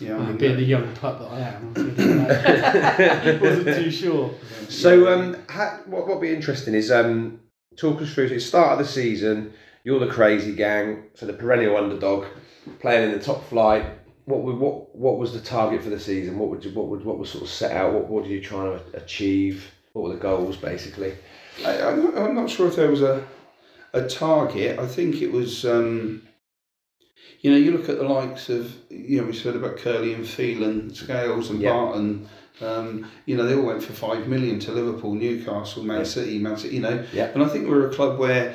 Yeah, I
uh,
mean,
being the young pup that I am, I didn't know. wasn't too sure.
So um, ha- what what would be interesting is um, talk us through. So it's start of the season. You're the crazy gang, so the perennial underdog, playing in the top flight. What would, what what was the target for the season? What would you, what would what was sort of set out? What what are you trying to achieve? What were the goals basically?
I, I'm, not, I'm not sure if there was a a target. I think it was um, You know, you look at the likes of, you know, we said about Curley and Phelan, Scales and
Yeah.
Barton. Um, you know, they all went for five million to Liverpool, Newcastle, Man
Yeah.
City, Man City, you know.
Yeah.
And I think we're a club where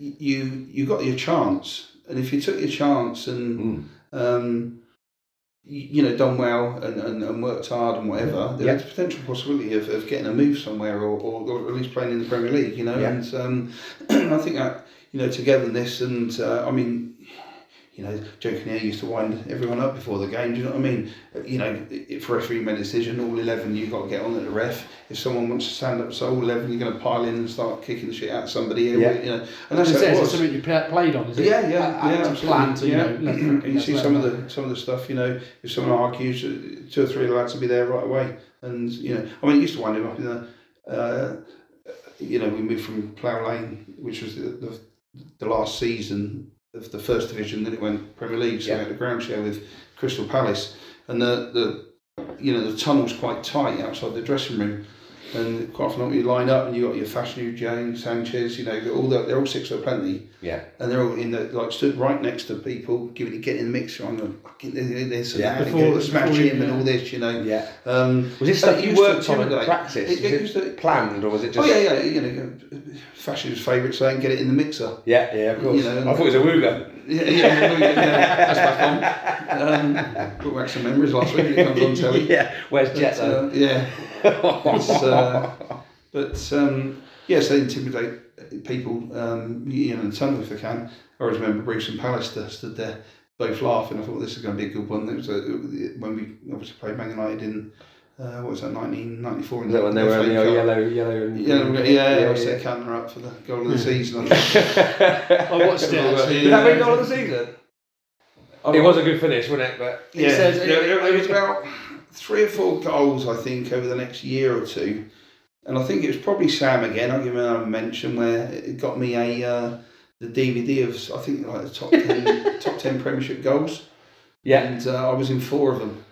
y- you you got your chance. And if you took your chance and,
Mm.
um, y- you know, done well and, and, and worked hard and whatever, there's
Yeah.
potential possibility of, of getting a move somewhere or, or, or at least playing in the Premier League, you know.
Yeah.
And um, I think that, you know, togetherness and, uh, I mean, you know, Joe Kinnear used to wind everyone up before the game. Do you know what I mean? Uh, You know, if referee made a decision, all 11, you've got to get on at the ref. If someone wants to stand up, so all 11, you're going to pile in and start kicking the shit out of somebody.
Yeah.
You know, and
As
that's
it
how
says,
it
it's
was.
something you pla- played on, is it?
Yeah, yeah,
A-
yeah,
act of plan to,
absolutely,
you
yeah.
know, let's
And
fucking
you see
let's
some of
let
the some of the stuff. You know, if someone argues, uh, two or three of the lads will be there right away. And you know, I mean, it used to wind him up in the. Uh, you know, we moved from Plough Lane, which was the, the, the last season of the first division. Then it went Premier League, so
Yeah.
we had a ground share with Crystal Palace, and the the you know the tunnel's quite tight outside the dressing room. And quite often, you line up and you got your Fashnu, James, Sanchez, you know, all the, they're all six foot plenty
Yeah.
and they're all in the like stood right next to people, giving it getting in the mixer on the fucking this and
Yeah.
that, and
Before-
get the smash
before you-
him and all this, you know.
Yeah.
Um,
Was this
and
stuff
it
you
used to
worked on in
intimidate.
practice?
It,
Was
it used to,
planned or was it just?
oh yeah, yeah, you know, fashion's favourite saying, get it in the mixer.
yeah, yeah, of course.
You know,
I thought it was a wooga.
Yeah, yeah, yeah, yeah, yeah, that's back on. Um, brought back some memories last week. It comes on telly.
Yeah, where's Jet
But,
though?
uh, yeah. It's, uh, but um, yes, they intimidate people, um, you know, in the tunnel if they can. I always remember Bruce and Pallister stood there, both laughing. I thought this is going to be a good one. It was a, when we obviously played Man United in uh, what was that, nineteen ninety four?
Is that when they were in the old yellow, yellow and
Yeah, yeah, yeah, I was
yeah.
their counter up for the goal of the season. I think.
I watched it. actually.
Did that make goal of the season? It was a good finish, wasn't it? But
He says-
yeah, there, there was about three or four goals, I think, over the next year or two. And I think it was probably Sam again, I'll give him another mention, where it got me a uh, the DVD of, I think, like the top 10, top 10 Premiership goals.
yeah,
And uh, I was in four of them.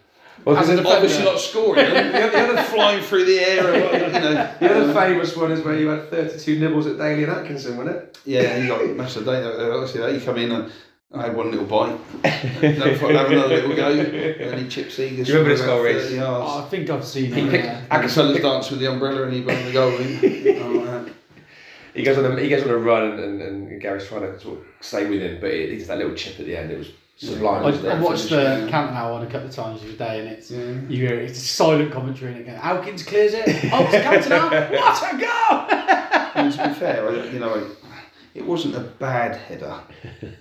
well,
As
there's
a
a-
defender.
Obviously not scoring. the other flying through the air. and what- You know,
the other
um,
famous one is where you had 32 nibbles at Daly and Atkinson, wasn't it?
Yeah, you got massive day. Obviously, that you come in and I had one little bite. And I thought I'd have another little go. And then he chip Seager.
Do you remember this goal, Reece?
Oh, I think I've seen uh, it. yeah.
Agassola's dance with the umbrella and he banged the goal in. Oh, man.
He goes on a he goes on a run, and, and, and Gary's trying to sort of stay with him, but it, it's that little chip at the end. It was
I,
sublime. wasn't it?
I watched the
Yeah.
Camp Now one a couple of times the other day, and it's
Yeah.
you hear it, it's a silent commentary, and it goes, Alkins clears it. Oh, it's Camp Now. What a goal!
And to be fair, I, you know, I, it wasn't a bad header.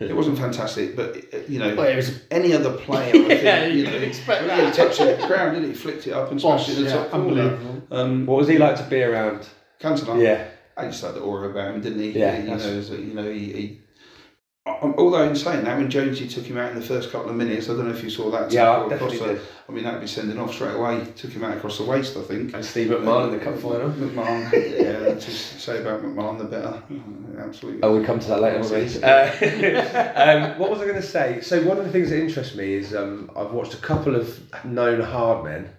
It wasn't fantastic, but uh, you know,
Well, it was-
any other player, I think,
Yeah,
you
you
know,
could expect
he
that.
touched it at the ground, didn't he? Flicked it up and smashed it in the
yeah,
top corner.
unbelievable.
Um,
What was he like to be around?
Cantona.
Yeah,
I just had the aura about him, didn't he?
Yeah,
you know,
that's-
as a- you know, he. he um, Although in saying that, when Jonesy took him out in the first couple of minutes, I don't know if you saw that.
yeah, I
tackle across
definitely
the-
did.
I mean, that'd be sending off straight away. Took him out across the waist, I think.
And Steve McMahon in the cup final.
McMahon, yeah, to say about McMahon, the better. Absolutely.
Oh, we'll come to that later. won't we? Uh, um, what was I going to say? So one of the things that interests me is um, I've watched a couple of known hard men.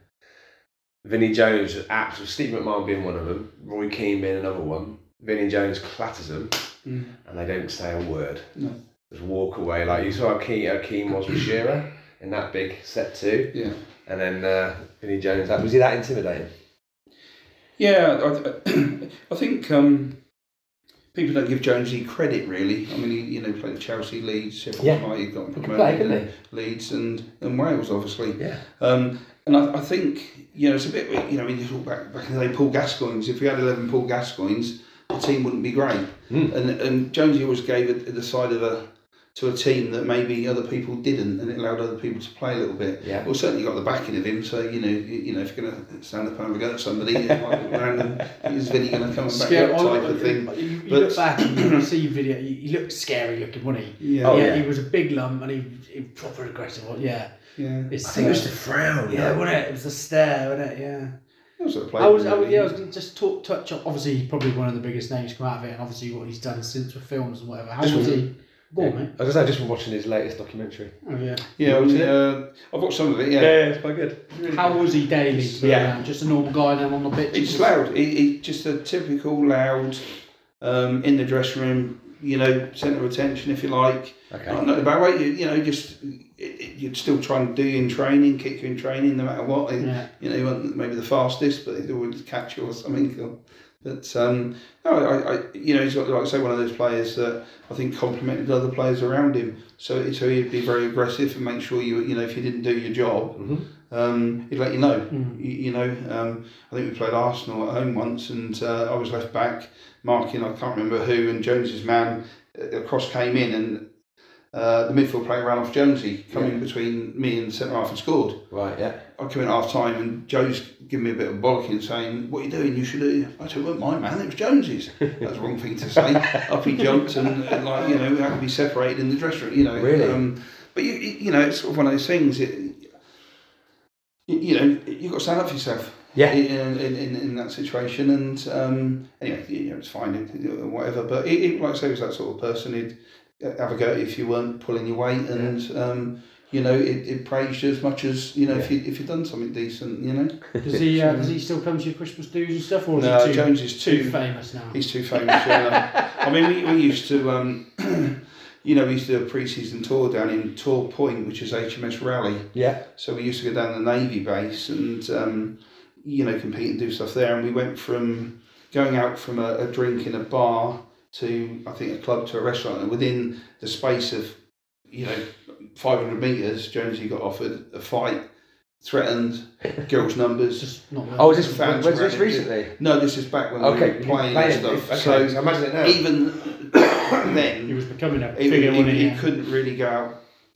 Vinnie Jones, absolutely. Steve McMahon being one of them. Roy Keane being another one. Vinnie Jones clatters them,
Mm.
and they don't say a word.
No.
Just walk away. Like you saw how Keane, how Keane was with Shearer in that big set two,
Yeah.
and then uh, Vinnie Jones. That was he that intimidating?
Yeah, I, I think um, people don't give Jonesy credit really. I mean, he you know played at Chelsea, Leeds, Sheffield
Yeah.
United, he got promoted,
play, couldn't
and Leeds and, and Wales obviously.
Yeah.
Um, and I, I think you know it's a bit you know when you talk back back in the day Paul Gascoigne's. If we had eleven Paul Gascoigne's, the team wouldn't be great.
Hmm.
Mm.
And and Jonesy always gave it the side of a to a team that maybe other people didn't, and it allowed other people to play a little bit.
Yeah.
Well, certainly got the backing of him, so you know, you, you know, if you're going to stand up and have a go at somebody, you might look around and is Vinny going to come back
Scary
up type of thing.
You, you
But-
look back and you see video. He, he looked scary looking, wasn't he?
Yeah,
Oh,
yeah,
yeah.
he was a big lump and he, he proper aggressive. wasn't he? Yeah,
yeah.
it's,
I think it was
uh,
the frown.
yeah, wasn't it? It was the stare, wasn't it? Yeah.
Also played,
I was, I was, yeah, I was gonna just talk, touch on. Obviously, he's probably one of the biggest names to come out of it, and obviously what he's done since with films and whatever. How
Just
was
one-
he? Go on, mate.
I was just been watching his latest documentary.
Oh, yeah.
yeah, I was, uh, I've watched some of it. Yeah,
it's quite good.
How was he daily?
Yeah.
Um, just a normal guy then on the pitch.
it's loud. It, it just a typical loud um, in the dressing room. you know, centre of attention, if you like.
Okay.
Not, not about weight, you, you know, just it, it, you'd still try and do you in training, kick you in training, no matter what. They-
Yeah.
You know, you weren't maybe the fastest, but they'd always catch you or something. Or, but um, no, I, I, you know, he's got like I say, one of those players that I think complimented other players around him. So, so he'd be very aggressive and make sure you, you know, if you didn't do your job,
Mhm.
um, he'd let you know.
Mm.
You, you know, um, I think we played Arsenal at home once, and uh, I was left back marking. I can't remember who, and Jones's man uh, across came in, and uh, the midfield player ran off Jonesy, coming between me and centre half and scored.
Right, yeah.
I come in at half time and Joe's giving me a bit of bollocking saying, What are you doing? You should do. I said, It wasn't my man, it was Jones's. That's the wrong thing to say. Up he jumped and, and, like, you know, how can be separated in the dressing room, you know.
Really?
Um, but, you, you you know, it's sort of one of those things. It, you- you know, you've got to stand up for yourself.
Yeah.
In, in, in, in that situation. And um, anyway, you know, it's fine and whatever. But it, it, like I say, it was that sort of person. He'd uh, have a go at you if you weren't pulling your weight and. Um, you know, it, it praised you as much as you know if you if you've done something decent, you know.
Does he uh, does he still come to your Christmas dues and stuff, or is
No,
he too,
Jones is
too,
too
famous now?
he's too famous. yeah. I mean, we, we used to, um, you know, we used to do a pre-season tour down in Tor Point, which is HMS Rally.
Yeah.
So we used to go down to the Navy base and um, you know compete and do stuff there. And we went from going out from a, a drink in a bar to I think a club to a restaurant, and within the space of you know five hundred meters, Jonesy got offered a fight, threatened, girls'
It's
numbers.
just not.
Oh, was this,
Fans
was this
around.
recently?
No, this is back when
Okay,
we
you
were
can
playing
play
and
it.
stuff.
Okay,
So
so imagine it now.
even
he
then,
was becoming a
he,
figure,
he,
wasn't
he
he?
couldn't really go out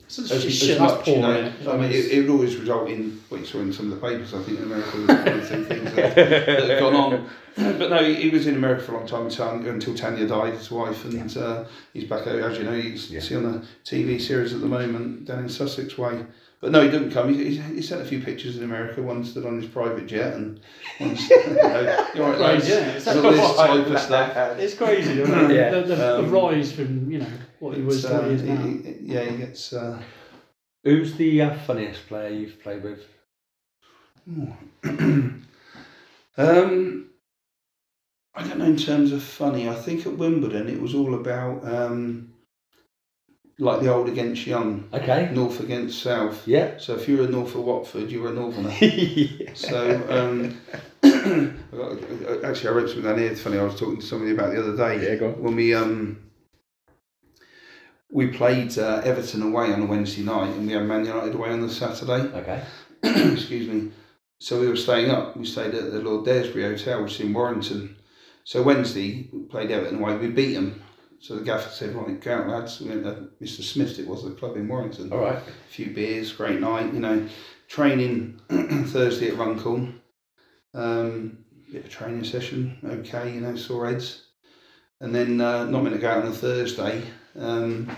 So
as, as
shit, that's
much.
poor.
you know.
innit?
I mean, it, it would always result in what you saw in some of the papers. I think in America was one of the things that, that had gone on. But no, he, he was in America for a long time until, until Tanya died, his wife, and uh, he's back out. As you know, he's see on a TV series at the moment down in Sussex Way. But no, he didn't come. He, he, he sent a few pictures in America. One stood on his private jet, and one stood, you know, you're right,
Right,
lads.
yeah. It's
There's all this type of stuff.
It's crazy, isn't it?
Yeah.
The, the,
Um,
the rise from you know what he was,
It's,
to what he is
uh,
now.
he- he- yeah, he gets. Uh,
Who's the uh, funniest player you've played with?
um, I don't know in terms of funny. I think at Wimbledon it was all about um, like the old against young,
Okay.
North against South.
Yeah.
So if you were a North of Watford, you were a Northerner. So um, I got- actually, I wrote something down here. It's funny. I was talking to somebody about the other day.
Yeah, go on.
When we um, we played uh, Everton away on a Wednesday night, and we had Man United away on the Saturday.
Okay.
excuse me. So we were staying up. We stayed at the Lord Daresbury Hotel, which is in Warrington. So Wednesday we played Everton away. We beat them. So the gaffer said, "Right, go out, lads." We went to Mr. Smith's. It was the club in Warrington.
All right.
A few beers, great night. You know, training Thursday at Runcorn. Um, bit of training session. Okay, you know, sore heads. And then uh, not meant to go out on a Thursday. Um,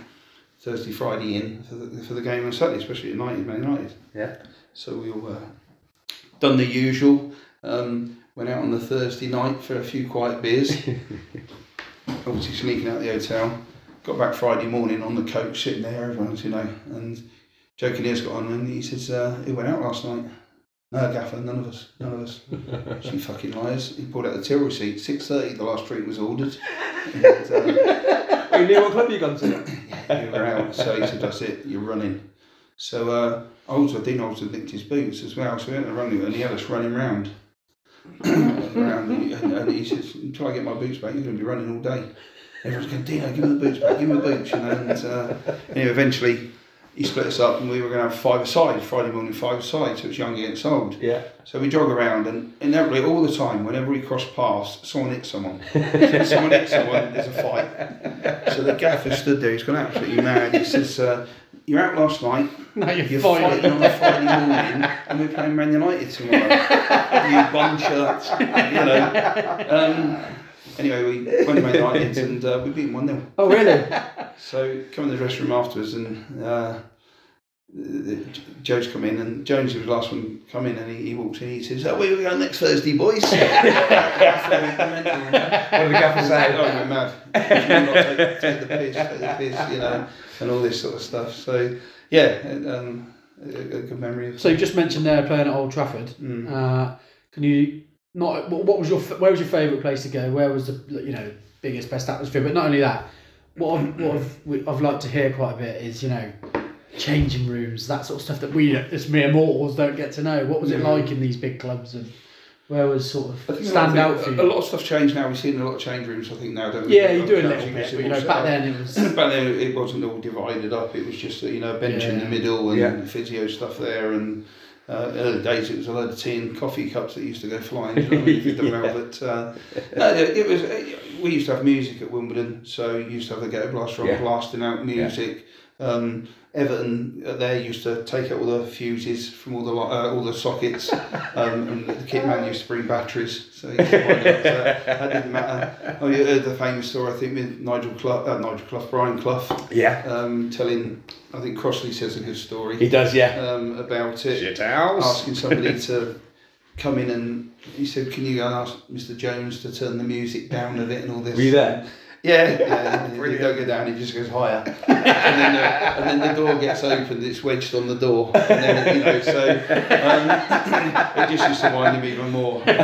Thursday, Friday in for the, for the game on Saturday, especially at United, Man United.
Yeah.
So we all uh, done the usual. Um, went out on the Thursday night for a few quiet beers. Obviously sneaking out the hotel. Got back Friday morning on the coach, sitting there, everyone's you know. And Joe Kinnear's got on and he says, uh, "Who went out last night?" No, Gaffer, none of us, none of us. she fucking liars. He pulled out the till receipt. Six thirty, the last drink was ordered. And, uh,
you knew what club you gone to?
you were out, so he said, that's it, you're running. So uh, I also, Dean also nicked his boots as well, so we had to run, and he had us running round. round and, he- and he says, until I get my boots back, you're going to be running all day. Everyone's going, Dino, give me the boots back, give me the boots, you know. And uh, anyway, eventually he split us up and we were going to have five aside, Friday morning five aside, so it's young against old.
Yeah.
So we jog around, and inevitably, all the time, whenever we cross paths, someone hits someone. someone hits someone, there's a fight. So the gaffer stood there, he's gone absolutely mad. He says, uh, You're out last night,
Now you're,
you're
fighting.
fighting on a Friday morning, and we're playing Man United tomorrow. you bum shirts, you know. Um, anyway, we went to Man United and uh, we beat 1 0.
Oh, really?
So come in the dressing room afterwards, and uh, the- the- Joe's come in, and Jones was the last one come in, and he, he walks in, he says, "Oh, where we going next Thursday, boys?" what did the
What did the gaffer say?
Oh, we're mad. Not take, take the piss, take the piss, you know, and all this sort of stuff. So yeah, it, um, a, a good memory. Of,
So you just mentioned there playing at Old Trafford.
Mm.
Uh, can you not? What what was your? f- Where was your favourite place to go? Where was the you know biggest best atmosphere? But not only that, what I've, what I've, we- I've liked to hear quite a bit is you know changing rooms that sort of stuff that we as mere mortals don't get to know. What was it
Yeah.
like in these big clubs and where was sort
I
of
think a lot of
stand out
thing-
for
A
you?
lot of stuff changed now. We're seeing a lot of change rooms. I think now. Don't we?
Yeah, you do a little
Changing
bit, but
rooms,
you know
so-
back then it was
But then it wasn't all divided up. It was just you know a bench in the
Yeah.
middle and
Yeah.
physio stuff there. And uh, in the early days it was a load of tea and coffee cups that used to go flying. do You know what I mean? With the velvet. Uh, no, it it was. uh, We used to have music at Wimbledon, so you used to have the ghetto blaster on
Yeah.
blasting out music. Um, Everton uh, there used to take out all the fuses from all the lo- uh, all the sockets, um, and the kit man used to bring batteries, so he could wind it up, so that didn't matter. Oh, you heard the famous story I think with Nigel Clough, uh, Nigel Clough, Brian Clough,
Yeah.
um, telling I think Crossley says a good
He
story
does, yeah.
um, about it
Shit house.
asking somebody to come in and he said, "Can you go and ask Mr. Jones to turn the music down a bit and all this?"
Oh, Were you there?
Yeah, yeah. he- he don't go down; he just goes higher, and then uh, and then the door gets opened. It's wedged on the door, and then you know, so um, it just used to wind him even more. Um,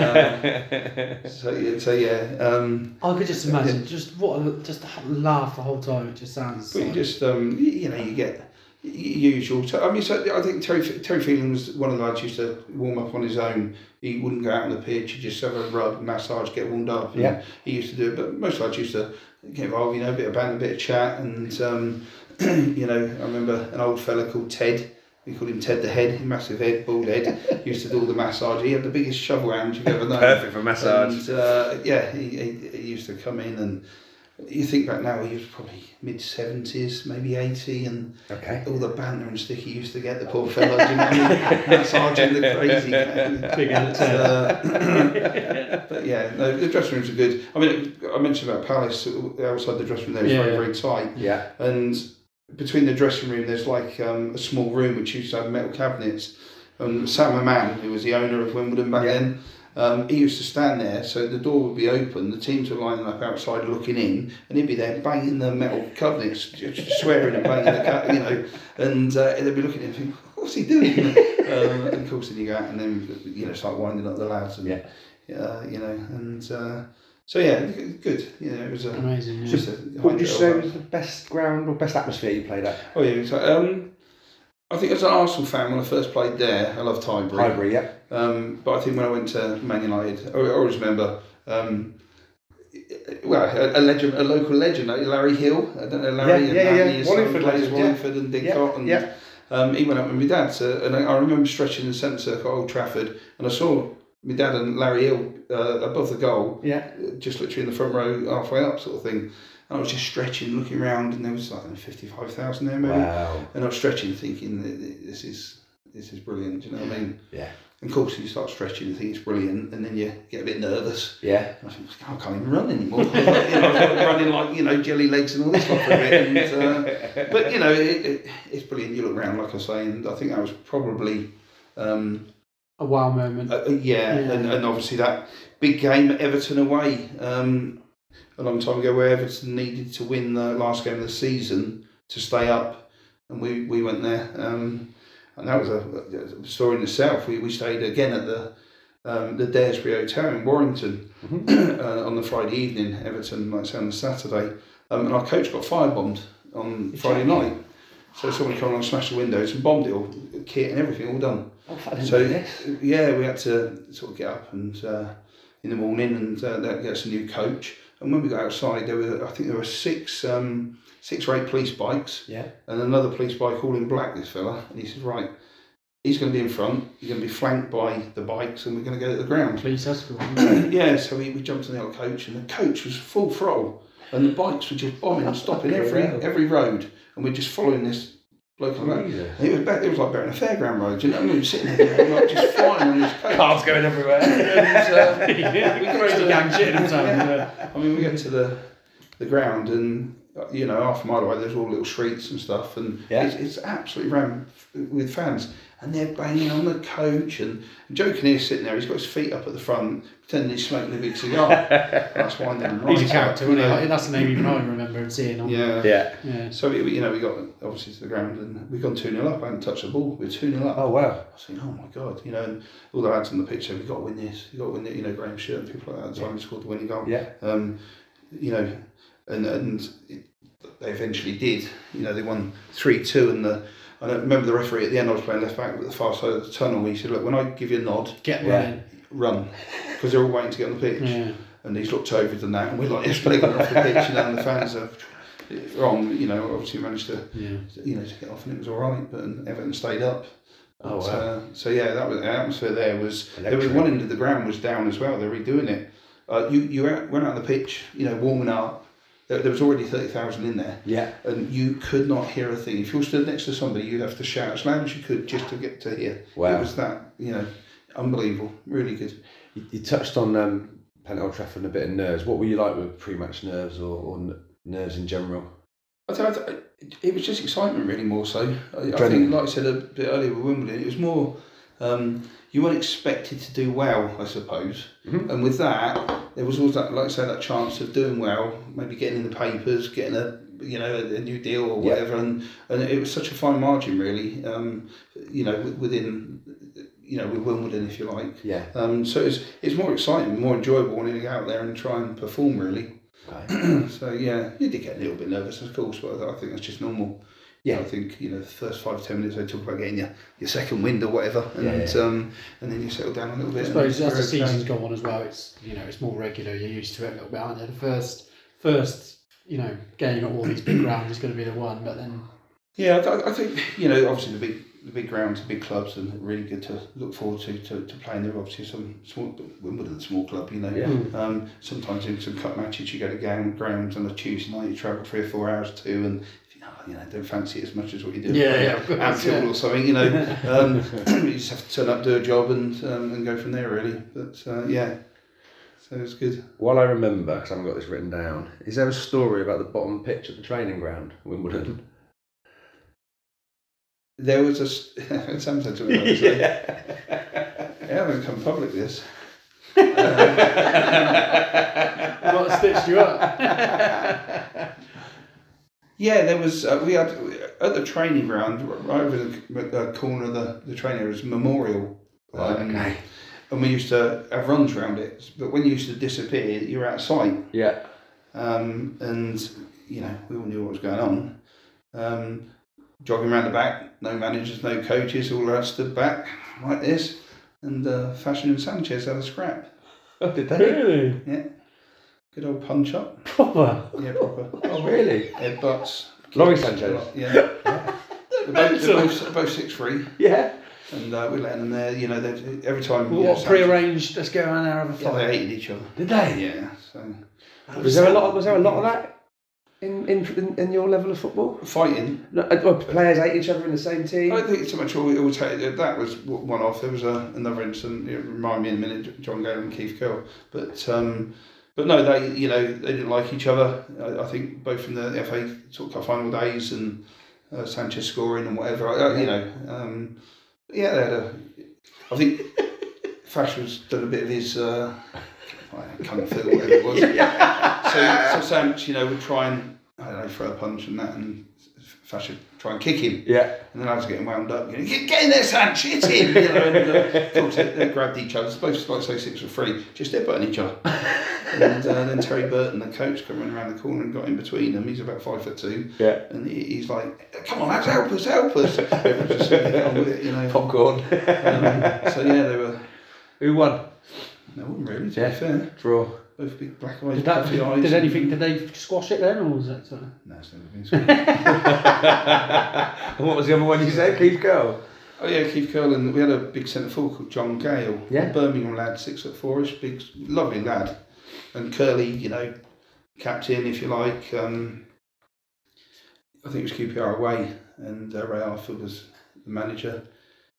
so yeah, so yeah. Um,
I could just imagine just what a, just have a laugh the whole time. It just sounds.
But you
like-
just, um, you, you know, you get y- usual. So, I mean, so I think Terry, Fe- Terry Phelan was one of the lads who used to warm up on his own. He wouldn't go out on the pitch, he'd just have a rub, massage, get warmed up. And
Yeah.
He used to do it, but most lads used to get involved, you know, a bit of band, a bit of chat. And, um, you know, I remember an old fella called Ted. We called him Ted the Head, massive head, bald head. He used to do all the massage. He had the biggest shovel hand you've ever known.
Perfect for massage.
And, uh, yeah, he, he, he used to come in and you think back now, he was probably mid 70s, maybe 80, and
Okay.
all the banter and stick he used to get, the poor fellow, do you know what I mean? Massaging the crazy. Big uh, But yeah, no, the dressing rooms are good. I mean, I mentioned about Palace, outside the dressing room there is
Yeah.
very, very tight.
Yeah.
And between the dressing room, there's like um, a small room which used to have metal cabinets. And Sam Mann, who was the owner of Wimbledon back then, um, he used to stand there, so the door would be open, the teams were lining up outside looking in, and he'd be there banging the metal cabinets, just swearing and banging the ca- you know, and uh, they'd be looking at him thinking, what's he doing? um, and of course, then you go out and then, you know, start winding up the lads, and,
Yeah.
uh, you know, and uh, so yeah, g- good, you know, it was a,
amazing. Yeah.
just a
What would you
high-
say was the best ground or best atmosphere you played at?
Oh yeah, so, um, I think as an Arsenal fan when I first played there, I loved Highbury.
Highbury, yeah.
Um, but I think when I went to Man United, I I always remember. Um, well, a, a legend, a local legend, like Larry Hill. I don't know Larry
Yeah, yeah,
and
yeah.
Andy, his son
Wallingford
plays
legend, yeah.
Wallingford and Dick
Yeah,
Cotton.
yeah.
Um, he went up with my dad, so, and I, I remember stretching the centre circle at Old Trafford, and I saw my dad and Larry Hill uh, above the goal,
Yeah.
just literally in the front row, halfway up, sort of thing. And I was just stretching, looking around, and there was like fifty-five thousand there, maybe
Wow.
and I'm stretching, thinking that th- this is this is brilliant. Do you know what I mean?
Yeah.
And of course, you start stretching and think it's brilliant, and then you get a bit nervous.
Yeah.
And I think I can't even run anymore. you know, I'm running like you know jelly legs and all this stuff for a bit. And, uh, but you know, it, it, it's brilliant. You look around, like I say, and I think that was probably. Um,
A wow moment.
uh, uh, yeah,
Yeah.
And, and obviously that big game at Everton away um, a long time ago, where Everton needed to win the last game of the season to stay up, and we, we went there, um, and that was a, a story in itself. We we stayed again at the um, the Daresbury Hotel in Warrington uh, on the Friday evening. Everton, like I say, on the Saturday, um, and our coach got firebombed on Friday night. So someone came along, smashed the windows, and bombed it all, kit and everything, all done.
Oh,
So yeah, we had to sort of get up and uh, in the morning and uh, that gets a new coach. And when we got outside, there were I think there were six um, six or eight police bikes.
Yeah.
And another police bike all in black. This fella, and he said, right, he's going to be in front. He's going to be flanked by the bikes, and we're going to go to the ground.
Police escort.
yeah. So we, we jumped on the old coach, and the coach was full throttle, and the bikes were just bombing and stopping every
hell.
every road, and we're just following this bloke around. And It was back, it was like better than a fairground road, you know what I mean? We were sitting there like, just flying on this coach.
Cars going everywhere.
And, uh,
Crazy gang shit in town.
I mean, we get to the the ground and, uh, you know, half a mile away, there's all little streets and stuff, and
Yeah.
it's, it's absolutely rammed f- with fans. And they're banging on the coach, and, and Joe Kinnear's sitting there, he's got his feet up at the front, pretending he's smoking a big cigar. That's winding right
He's a character,
up, you
isn't he?
know.
Like, that's the name you probably remember and seeing on.
Yeah.
Yeah.
Yeah.
So, we- we- you know, we got obviously to the ground and we've gone 2 0 up. I hadn't touched the ball. We're 2 0 up.
Oh wow.
I was thinking, oh my god, you know, and all the lads on the pitch said, we've got to win this, we've got to win it, you know, Graham Shirt Um, and people like that at the time who scored the winning goal.
Yeah.
Um, you know, and and it, they eventually did. You know, they won 3 2, and the I don't remember the referee at the end, I was playing left back at the far side of the tunnel. He said, Look, when I give you a nod,
Get
Yeah.
running.
run, because they're all waiting to get on the pitch.
Yeah.
And he's looked over than that, and we're like, Yes, play off the pitch, you know, and the fans are wrong. You know, obviously managed to,
Yeah.
you know, to get off, and it was all right, but and Everton stayed up.
Oh,
But,
wow.
uh, so yeah, that was the atmosphere. There was there was
Electric.
one end of the ground was down as well. They're redoing it. Uh, you you out, went out on the pitch, you know, warming up. There, there was already thirty thousand in there,
Yeah.
and you could not hear a thing. If you stood next to somebody, you'd have to shout as loud as you could just to get to hear.
Wow.
It was that you know, unbelievable, really good.
You, you touched on um, playing at Old Trafford and a bit of nerves. What were you like with pre-match nerves or, or n- nerves in general?
I th- I th- it was just excitement, really, more so. I, I
Adrenaline.
think, like I said a bit earlier with Wimbledon, it was more um, you weren't expected to do well, I suppose. And with that, there was always that, like I say, that chance of doing well, maybe getting in the papers, getting a you know a, a new deal or
Yeah.
whatever. And and it was such a fine margin, really. Um, you know, wi- within you know with Wimbledon, if you like.
Yeah.
Um, so it's it's more exciting, more enjoyable wanting to go out there and try and perform, really.
Okay.
So yeah, you did get a little bit nervous, of course, but I think that's just normal.
Yeah.
I think you know the first five ten minutes they talk about getting your, your second wind or whatever, and
Yeah, yeah.
um and then you settle down a little bit.
I
and
suppose as
you're
the season's
okay.
gone on as well, it's you know it's more regular. You're used to it a little bit, aren't you? The first first you know game at all these big grounds is going to be the one, but then
Yeah, I, th- I think you know obviously the big the big grounds, the big clubs, and really good to look forward to to, to playing there. Obviously, some small Wimbledon small club, you know.
Yeah.
hmm.
Um, sometimes in some cup matches you go to game grounds on a Tuesday night, you travel three or four hours to, and you know, you know don't fancy it as much as what you do.
Yeah, yeah, of course,
Anfield
yeah.
or something, you know. Um, you just have to turn up, do a job, and um, and go from there really. But uh, yeah, so it's good.
While I remember, because I haven't got this written down, is there a story about the bottom pitch at the training ground, Wimbledon?
There was a s- Sam's had to remember, so- eh? I haven't come public this. Um,
what stitched you up?
Yeah, there was. Uh, we had at the training ground, r- right over the, the corner of the, the trainer, was memorial. Um,
okay.
And we used to have runs around it, but when you used to disappear, you were out of sight.
Yeah.
Um, and you know, we all knew what was going on. Um, jogging around the back, no managers, no coaches, all out stood back like this. And uh, Fashion and Sanchez had a scrap.
Oh, did they?
really
Good old punch up.
proper.
Yeah, proper.
Oh, really?
Headbutts.
Laurie Sanchez.
Yeah. They're both, they're both, both six three,
Yeah.
and uh, we're letting them there. You know, they'd- every time. you know,
What
Sam-
prearranged? Let's go around there and have a
Yeah,
fight.
they hated each other.
Did they?
Yeah. So
Was there a lot? was there a lot of that in in, in, in your level of football?
fighting.
No, uh, well, players hate each other in the same
I
team.
don't think it's so much. All, all ta- that was w- one off. There was a, another incident. It remind me in a minute. John Gale and Keith Curl, but. Um, but no, they you know they didn't like each other. I, I think both from the FA sort of cup final days and uh, Sanchez scoring and whatever. I, I- you know, um, yeah, they had a. I think Fasher's done a bit of his uh, I kung fu or whatever it was. So, so Sanch, you know, would try and I don't know throw a punch and that, and Fasher try and kick him.
Yeah.
And then I was getting wound up, you know, get get in there, Sanch, hit him. You know, and, uh, of course, they, they grabbed each other. Supposed like say six or three, just headbutting each other. and uh, then Terry Burton, the coach, come running around the corner and got in between them. He's about five foot two.
Yeah.
And he, he's like, "Come on, lads, help us, help us!" Everyone's just sort of get on with it, you know.
Popcorn.
Um, so yeah, they were.
Who won?
No one really. To
Yeah.
be fair,
Draw.
both big black eyes,
Did that?
puffy eyes.
Did anything? Did they squash it then, or was that something?
No, it's never been. scored.
And what was the other one you said? Keith Girl.
oh yeah, Keith Curlin. We had a big centre forward called John Gale.
Yeah.
Birmingham lad, six foot fourish, big, lovely lad, and Curly, you know, captain if you like. Um, I think it was QPR away, and uh, Ray Arthur was the manager.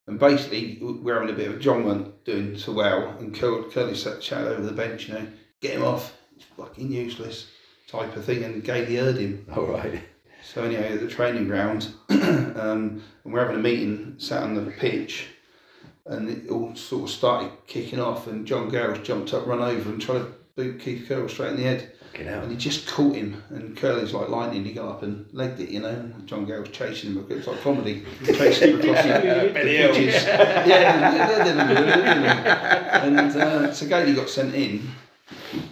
And basically, we- we're having a bit of John weren't doing so well, and Cur- Curly sat shouted over the bench, you know, get him off, it's fucking useless, type of thing, and Gailey heard him.
All right.
So anyway, at the training ground, um, and we're having a meeting, sat on the pitch, and it all sort of started kicking off, and John Garrett jumped up, run over, and tried to boot Keith Curl straight in the head,
Fucking
and
hell.
he just caught him, and Curly's like lightning, he got up and legged it, you know, and John Gale's chasing him, it was like comedy, chasing him across the, the pitches. Yeah, yeah, yeah, yeah, yeah, yeah, yeah, yeah. and uh, so Gailey got sent in,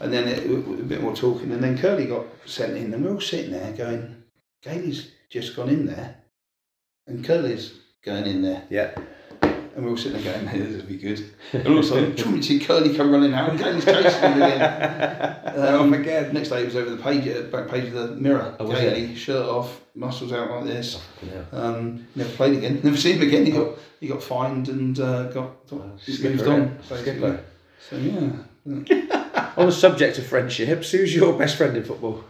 And then it, a bit more talking, and then Curly got sent in, and we're all sitting there going, Gailey's just gone in there, and Curly's going in there.
Yeah.
And we all sit there going, hey, this will be good. And all of a sudden, chum, see Curly come running out, and Gailey's chasing him again. Um, again. Next day, it was over the page, uh, back page of the mirror.
Oh, was it?
Gailey, shirt off, muscles out like this.
Yeah.
Um, never played again. Never seen him again. He got he got fined and uh, got got moved on. Basically.
eh? Skipper.
So yeah.
On the subject of friendships, who's your best friend in football?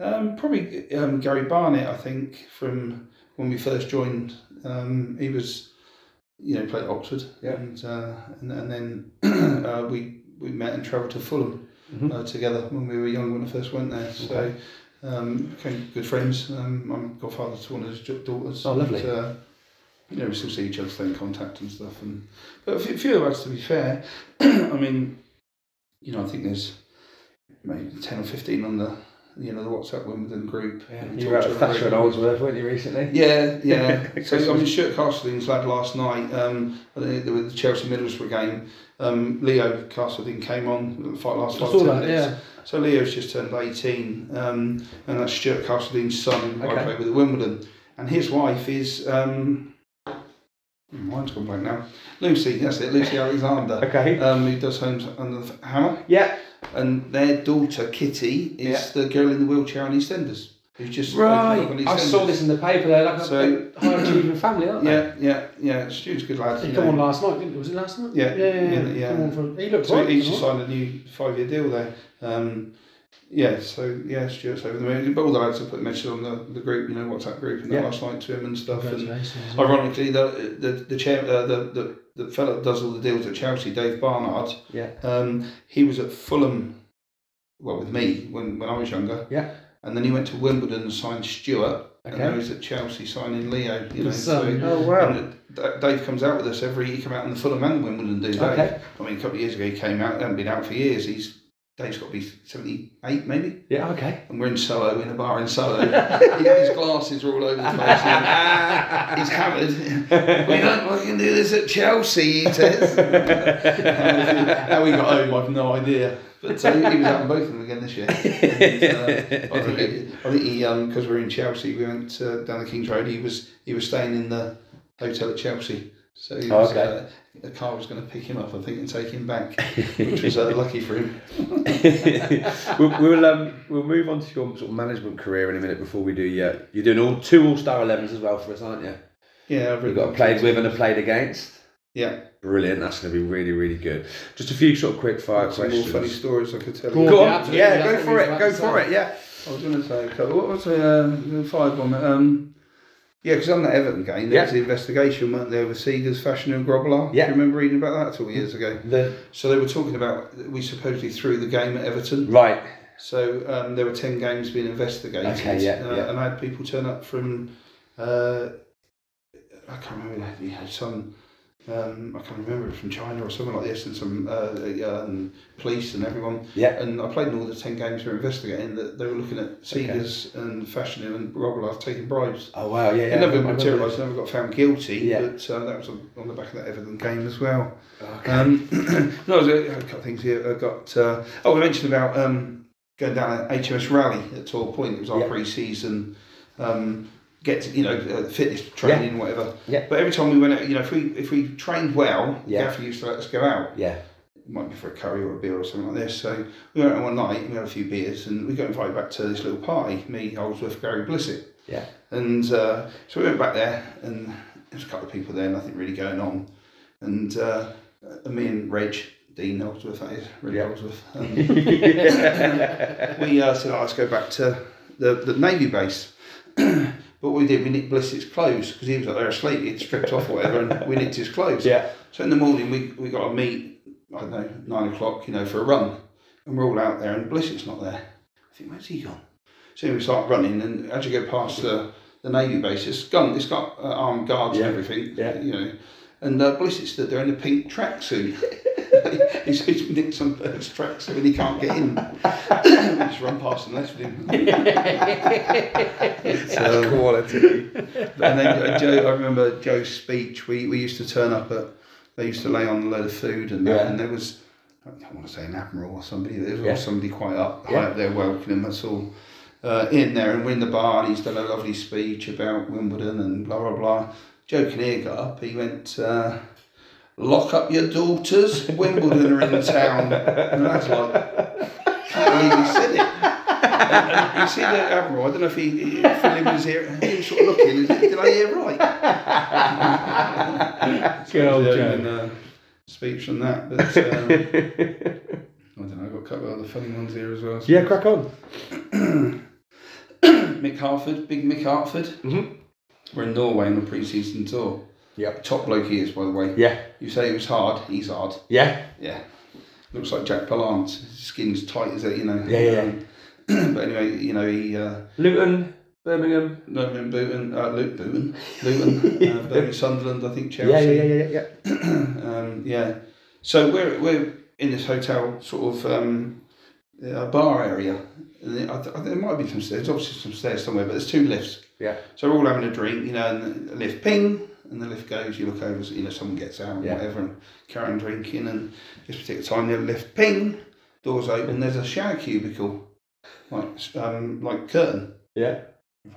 Um, probably um, Gary Barnett. I think from when we first joined, um, he was, you know, played at Oxford,
Yeah.
and, uh, and and then uh, we we met and travelled to Fulham
Mm-hmm.
uh, together when we were young when I first went there. So um, became good friends. Um, I'm godfather to one of his da- daughters.
Oh, lovely.
And, uh, you know, we still see each other, stay in contact and stuff. And but a few, few of us, to be fair, I mean, you know, I think there's maybe ten or fifteen on the you know the WhatsApp Wimbledon group. We
You
talk
were
to
at Thatcher and
everybody.
Oldsworth, weren't you, recently?
Yeah, yeah. so I mean, Stuart Castling's lad last night. Um, I think there was the Chelsea Middlesbrough game. Um, Leo Castleton came on fight last
I
five
saw
ten
that,
minutes.
yeah.
So Leo's just turned eighteen, um, and that's Stuart Castleton's son. who I
Okay.
played with at Wimbledon, and his wife is. Um, hmm, mine's gone blank now. Lucy, that's it. Lucy Alexander.
Okay.
Um, who does homes under the hammer,
Yeah.
and their daughter Kitty is the girl in the wheelchair on EastEnders. Who's just opened
Right.
up on
I saw
EastEnders.
this in the paper. They're like a
So-
big high achieving family, aren't they?
Yeah, yeah, yeah. Stu's a good lad.
He
you
come
know.
on last night, didn't he? Was it last night?
Yeah,
yeah, yeah.
yeah,
yeah.
yeah.
Come on from, he looked
So
right.
he's
didn't
just
he?
signed a new five-year deal there. Um, yeah, so yeah, Stuart's over the moon. But all the lads have put messages on the, the group, you know, WhatsApp group, and
Yeah.
that last night to him and stuff. And
Congratulations.
ironically, the the the chair, uh, the, the the fella that does all the deals at Chelsea, Dave Barnard.
Yeah.
Um, he was at Fulham, well, with me when when I was younger.
Yeah.
And then he went to Wimbledon and signed Stuart, and now
Okay.
he's at Chelsea signing Leo. You know,
His son, yeah.
Oh, wow.
and D- Dave comes out with us every. He came out in the Fulham and Wimbledon do Dave.
Okay.
I mean, a couple of years ago he came out. Hadn't been out for years. He's Dave's got to be seventy eight maybe.
Yeah, okay.
And we're in Soho in a bar in Soho. His glasses are all over the place. and He's hammered. we don't fucking do this at Chelsea. He says. How we got home, I've no idea. But uh, he was out on both of them again this year. And, uh, I think he, I think he um because we were in Chelsea, we went uh, down the King's Road. He was he was staying in the hotel at Chelsea, so he
Oh,
was,
okay.
uh, the car was going to pick him up, I think, and take him back, which was uh, lucky for him.
we'll we'll, um, we'll move on to your sort of management career in a minute before we do. Yeah, you're doing all two All Star 11s as well for us, aren't you?
Yeah, I've
We've
really
got a played with and a played against.
Yeah,
Brilliant. That's going to be really, really good. Just a few sort of quick fire
some more funny
questions.
stories I could tell.
Go
you.
Go
Yeah,
on.
absolutely,
Yeah,
that's
go
what
for
he's
it.
about
Go
to
for
say.
it. Yeah.
I was going to say, a couple- what was the um, five bomb? Um, yeah, because on that Everton game, there was the investigation, weren't there, with Seegers, Fashion, and Grobbelaar?
Yeah.
Do you remember reading about that two years ago?
The,
So they were talking about we supposedly threw the game at Everton.
right.
So um, there were ten games being investigated.
Okay, yeah,
uh,
yeah.
And I had people turn up from, uh, I can't remember. You had some. Um, I can't remember from China or something like this, and some uh, um, police and everyone.
Yeah.
And I played in all the ten games we were investigating. That they were looking at Seegers and Fashioning and Robillard taking bribes.
Oh wow. Yeah. yeah.
it never
I remember
materialised. Never got found guilty.
Yeah.
But uh, that was on, on the back of that Everton game as well.
that. Okay.
Um, no, there's a a couple of things here. I got. Uh, oh, we mentioned about um, going down an HMS rally at Tor Point. It was our
Yeah.
pre-season. Um, get to, you know uh, fitness training whatever.
Yeah.
But every time we went, out, you know, if we if we trained well,
Yeah.
yeah. Gaffer used to let us go out.
yeah.
It might be for a curry or a beer or something like this. So we went out one night. We had a few beers and we got invited back to this little party. Me, Oldsworth, Gary Blissett.
Yeah.
And uh, so we went back there, and there was a couple of people there, nothing really going on. And uh, uh, me and Reg, Dean Ellsworth, that is, Reg
Yeah.
Ellsworth, um, we uh, said, oh, let's go back to the, the Navy base. but what we did, we nicked Blissett's clothes because he was up there asleep, he'd stripped off or whatever, and we nicked his clothes.
Yeah.
So in the morning, we, we got to meet, I don't know, nine o'clock, you know, for a run. And we're all out there, and Blissett's not there. I think, where's he gone? So we start running, and as you go past the, the Navy base, it's, gun, it's got uh, armed guards
Yeah,
and everything,
yeah.
you know. And uh, Blissett stood there in a pink tracksuit. he's, he's nicked some bird's tracksuit and he can't get in. we just run past and left him.
That's quality.
and then uh, Joe, I remember Joe's speech. We, we used to turn up at. They used to lay on a load of food and that,
Yeah.
and there was. I don't want to say an admiral or somebody, there was
Yeah.
somebody quite up, high
Yeah.
up there welcoming us all uh, in there. And we're in the bar, and he's done a lovely speech about Wimbledon and blah, blah, blah. Joe Kinnear got up, he went, uh, Lock up your daughters, Wimbledon are in town. And that's like, can't believe he said it. And you see the admiral, I don't know if he, he Philip was here, he was sort of looking, did I hear right?
Good old
Yeah,
Joe.
and, uh, speech from that. But um, I don't know. I've got a couple of other funny ones here as well.
Yeah, crack on.
Mick Hartford, big Mick Hartford.
Mhm.
We're in Norway on the pre-season tour.
Yep.
Top bloke he is, by the way.
Yeah,
You say he was hard. He's hard.
yeah,
Yeah. Looks like Jack Palance. His skin's tight as it, you know.
Yeah, yeah,
Um, but anyway, you know he. Uh,
Luton, Birmingham.
Luton, Luton, uh, Luke Booton, Luton, uh, Birmingham, Sunderland, I think Chelsea.
Yeah, yeah, yeah, yeah, yeah.
um, yeah. So we're we're in this hotel sort of um, uh, bar area. And there- I th- there might be some stairs, obviously some stairs somewhere, but there's two lifts.
Yeah.
So we're all having a drink, you know, and the lift ping, and the lift goes. You look over, you know, someone gets out, and
Yeah.
whatever, and carry on drinking. And this particular time, the lift ping, doors open. There's a shower cubicle, like um, like curtain.
Yeah.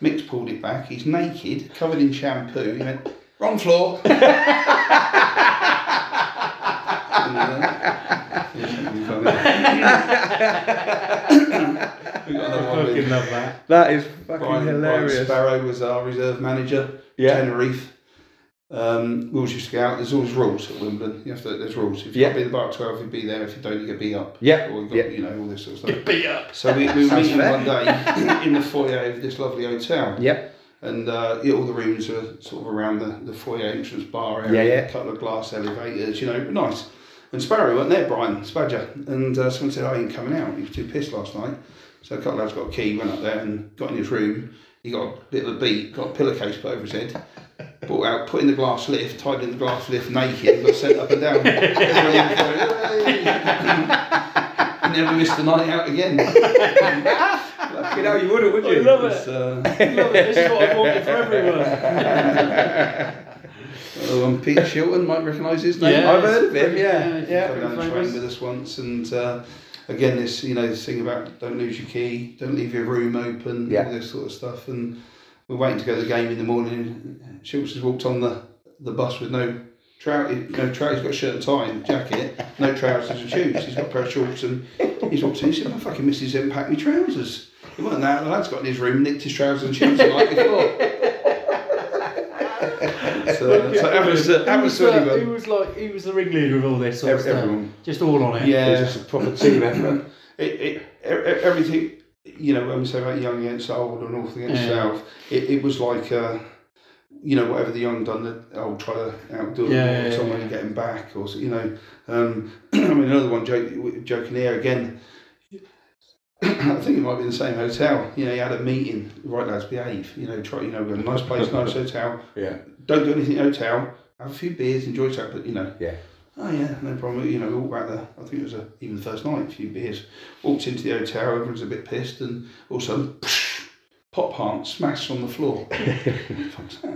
Mick's pulled it back. He's naked, covered in shampoo. He went wrong floor. And, uh, yeah, you got it. We got another one with-
love that. That is fucking
Brian, Brian
hilarious.
Sparrow was our reserve manager,
yeah.
Tenerife. Um, rules you scout. There's always rules at Wimbledon. You have to. There's rules. If you
Yeah.
be the bar at twelve, you be there. If you don't, you get beat up.
Yeah.
Or you got,
Yeah.
you know all this sort of stuff. Get beat up. So we, we were
Sounds
meeting
fair.
one day in the foyer of this lovely hotel
Yep.
and uh, yeah, all the rooms are sort of around the, the foyer entrance bar area.
Yeah, yeah.
A couple of glass elevators, you know, nice. And Sparrow went there, Brian Spadger, and uh, someone said, "Oh, he ain't coming out. He was too pissed last night." So a couple of lads got a key, went up there, and got in his room. He got a bit of a beat, got a pillowcase put over his head, brought out, put in the glass lift, tied in the glass lift naked, and got sent up and down. Everyone going, "Hey!" Never missed a night out again. Lucky hell, you wouldn't, would you?
I love it.
It's, uh,
Look, this is what I wanted for everyone.
Oh, and Peter Shilton might recognise his name.
Yeah,
I've heard of him, yeah.
Yeah,
He came
yeah.
down the train with us once, and uh, again, this you know this thing about don't lose your key, don't leave your room open,
Yeah.
all this sort of stuff. And we're waiting to go to the game in the morning. Shilton's has walked on the, the bus with no trout, no trout. He's got a shirt and tie and jacket, no trousers and shoes. He's got a pair of shorts, and he's walked in. He said, "My fucking missus didn't pack me trousers." It wasn't that. The lad's got in his room, nicked his trousers and shoes the night before. so, so that was, that was really
He
good.
was like, he was the ringleader of all this sort of
Ev-
stuff.
Everyone.
Just all on it.
Yeah,
It's just a proper team effort.
it, it, e- e- everything. You know, when we say about young against old and north against
Yeah.
south, it, it was like, uh, you know, whatever the young done, the old try to outdo them,
Yeah,
or
yeah, yeah,
someone
yeah.
get him back, or so- you know. Um, I mean, another one joke, joking here again. I think it might be in the same hotel. You know, he had a meeting. Right, lads, behave. You know, try. You know, we've got a nice place, nice hotel.
Yeah.
Don't do anything in the hotel. Have a few beers, enjoy yourself, but you know.
Yeah.
Oh yeah, no problem. You know, we walked back there. I think it was a, even the first night, a few beers. Walked into the hotel, everyone's a bit pissed, and all of a sudden, pop heart smashed on the floor. What the fuck's that?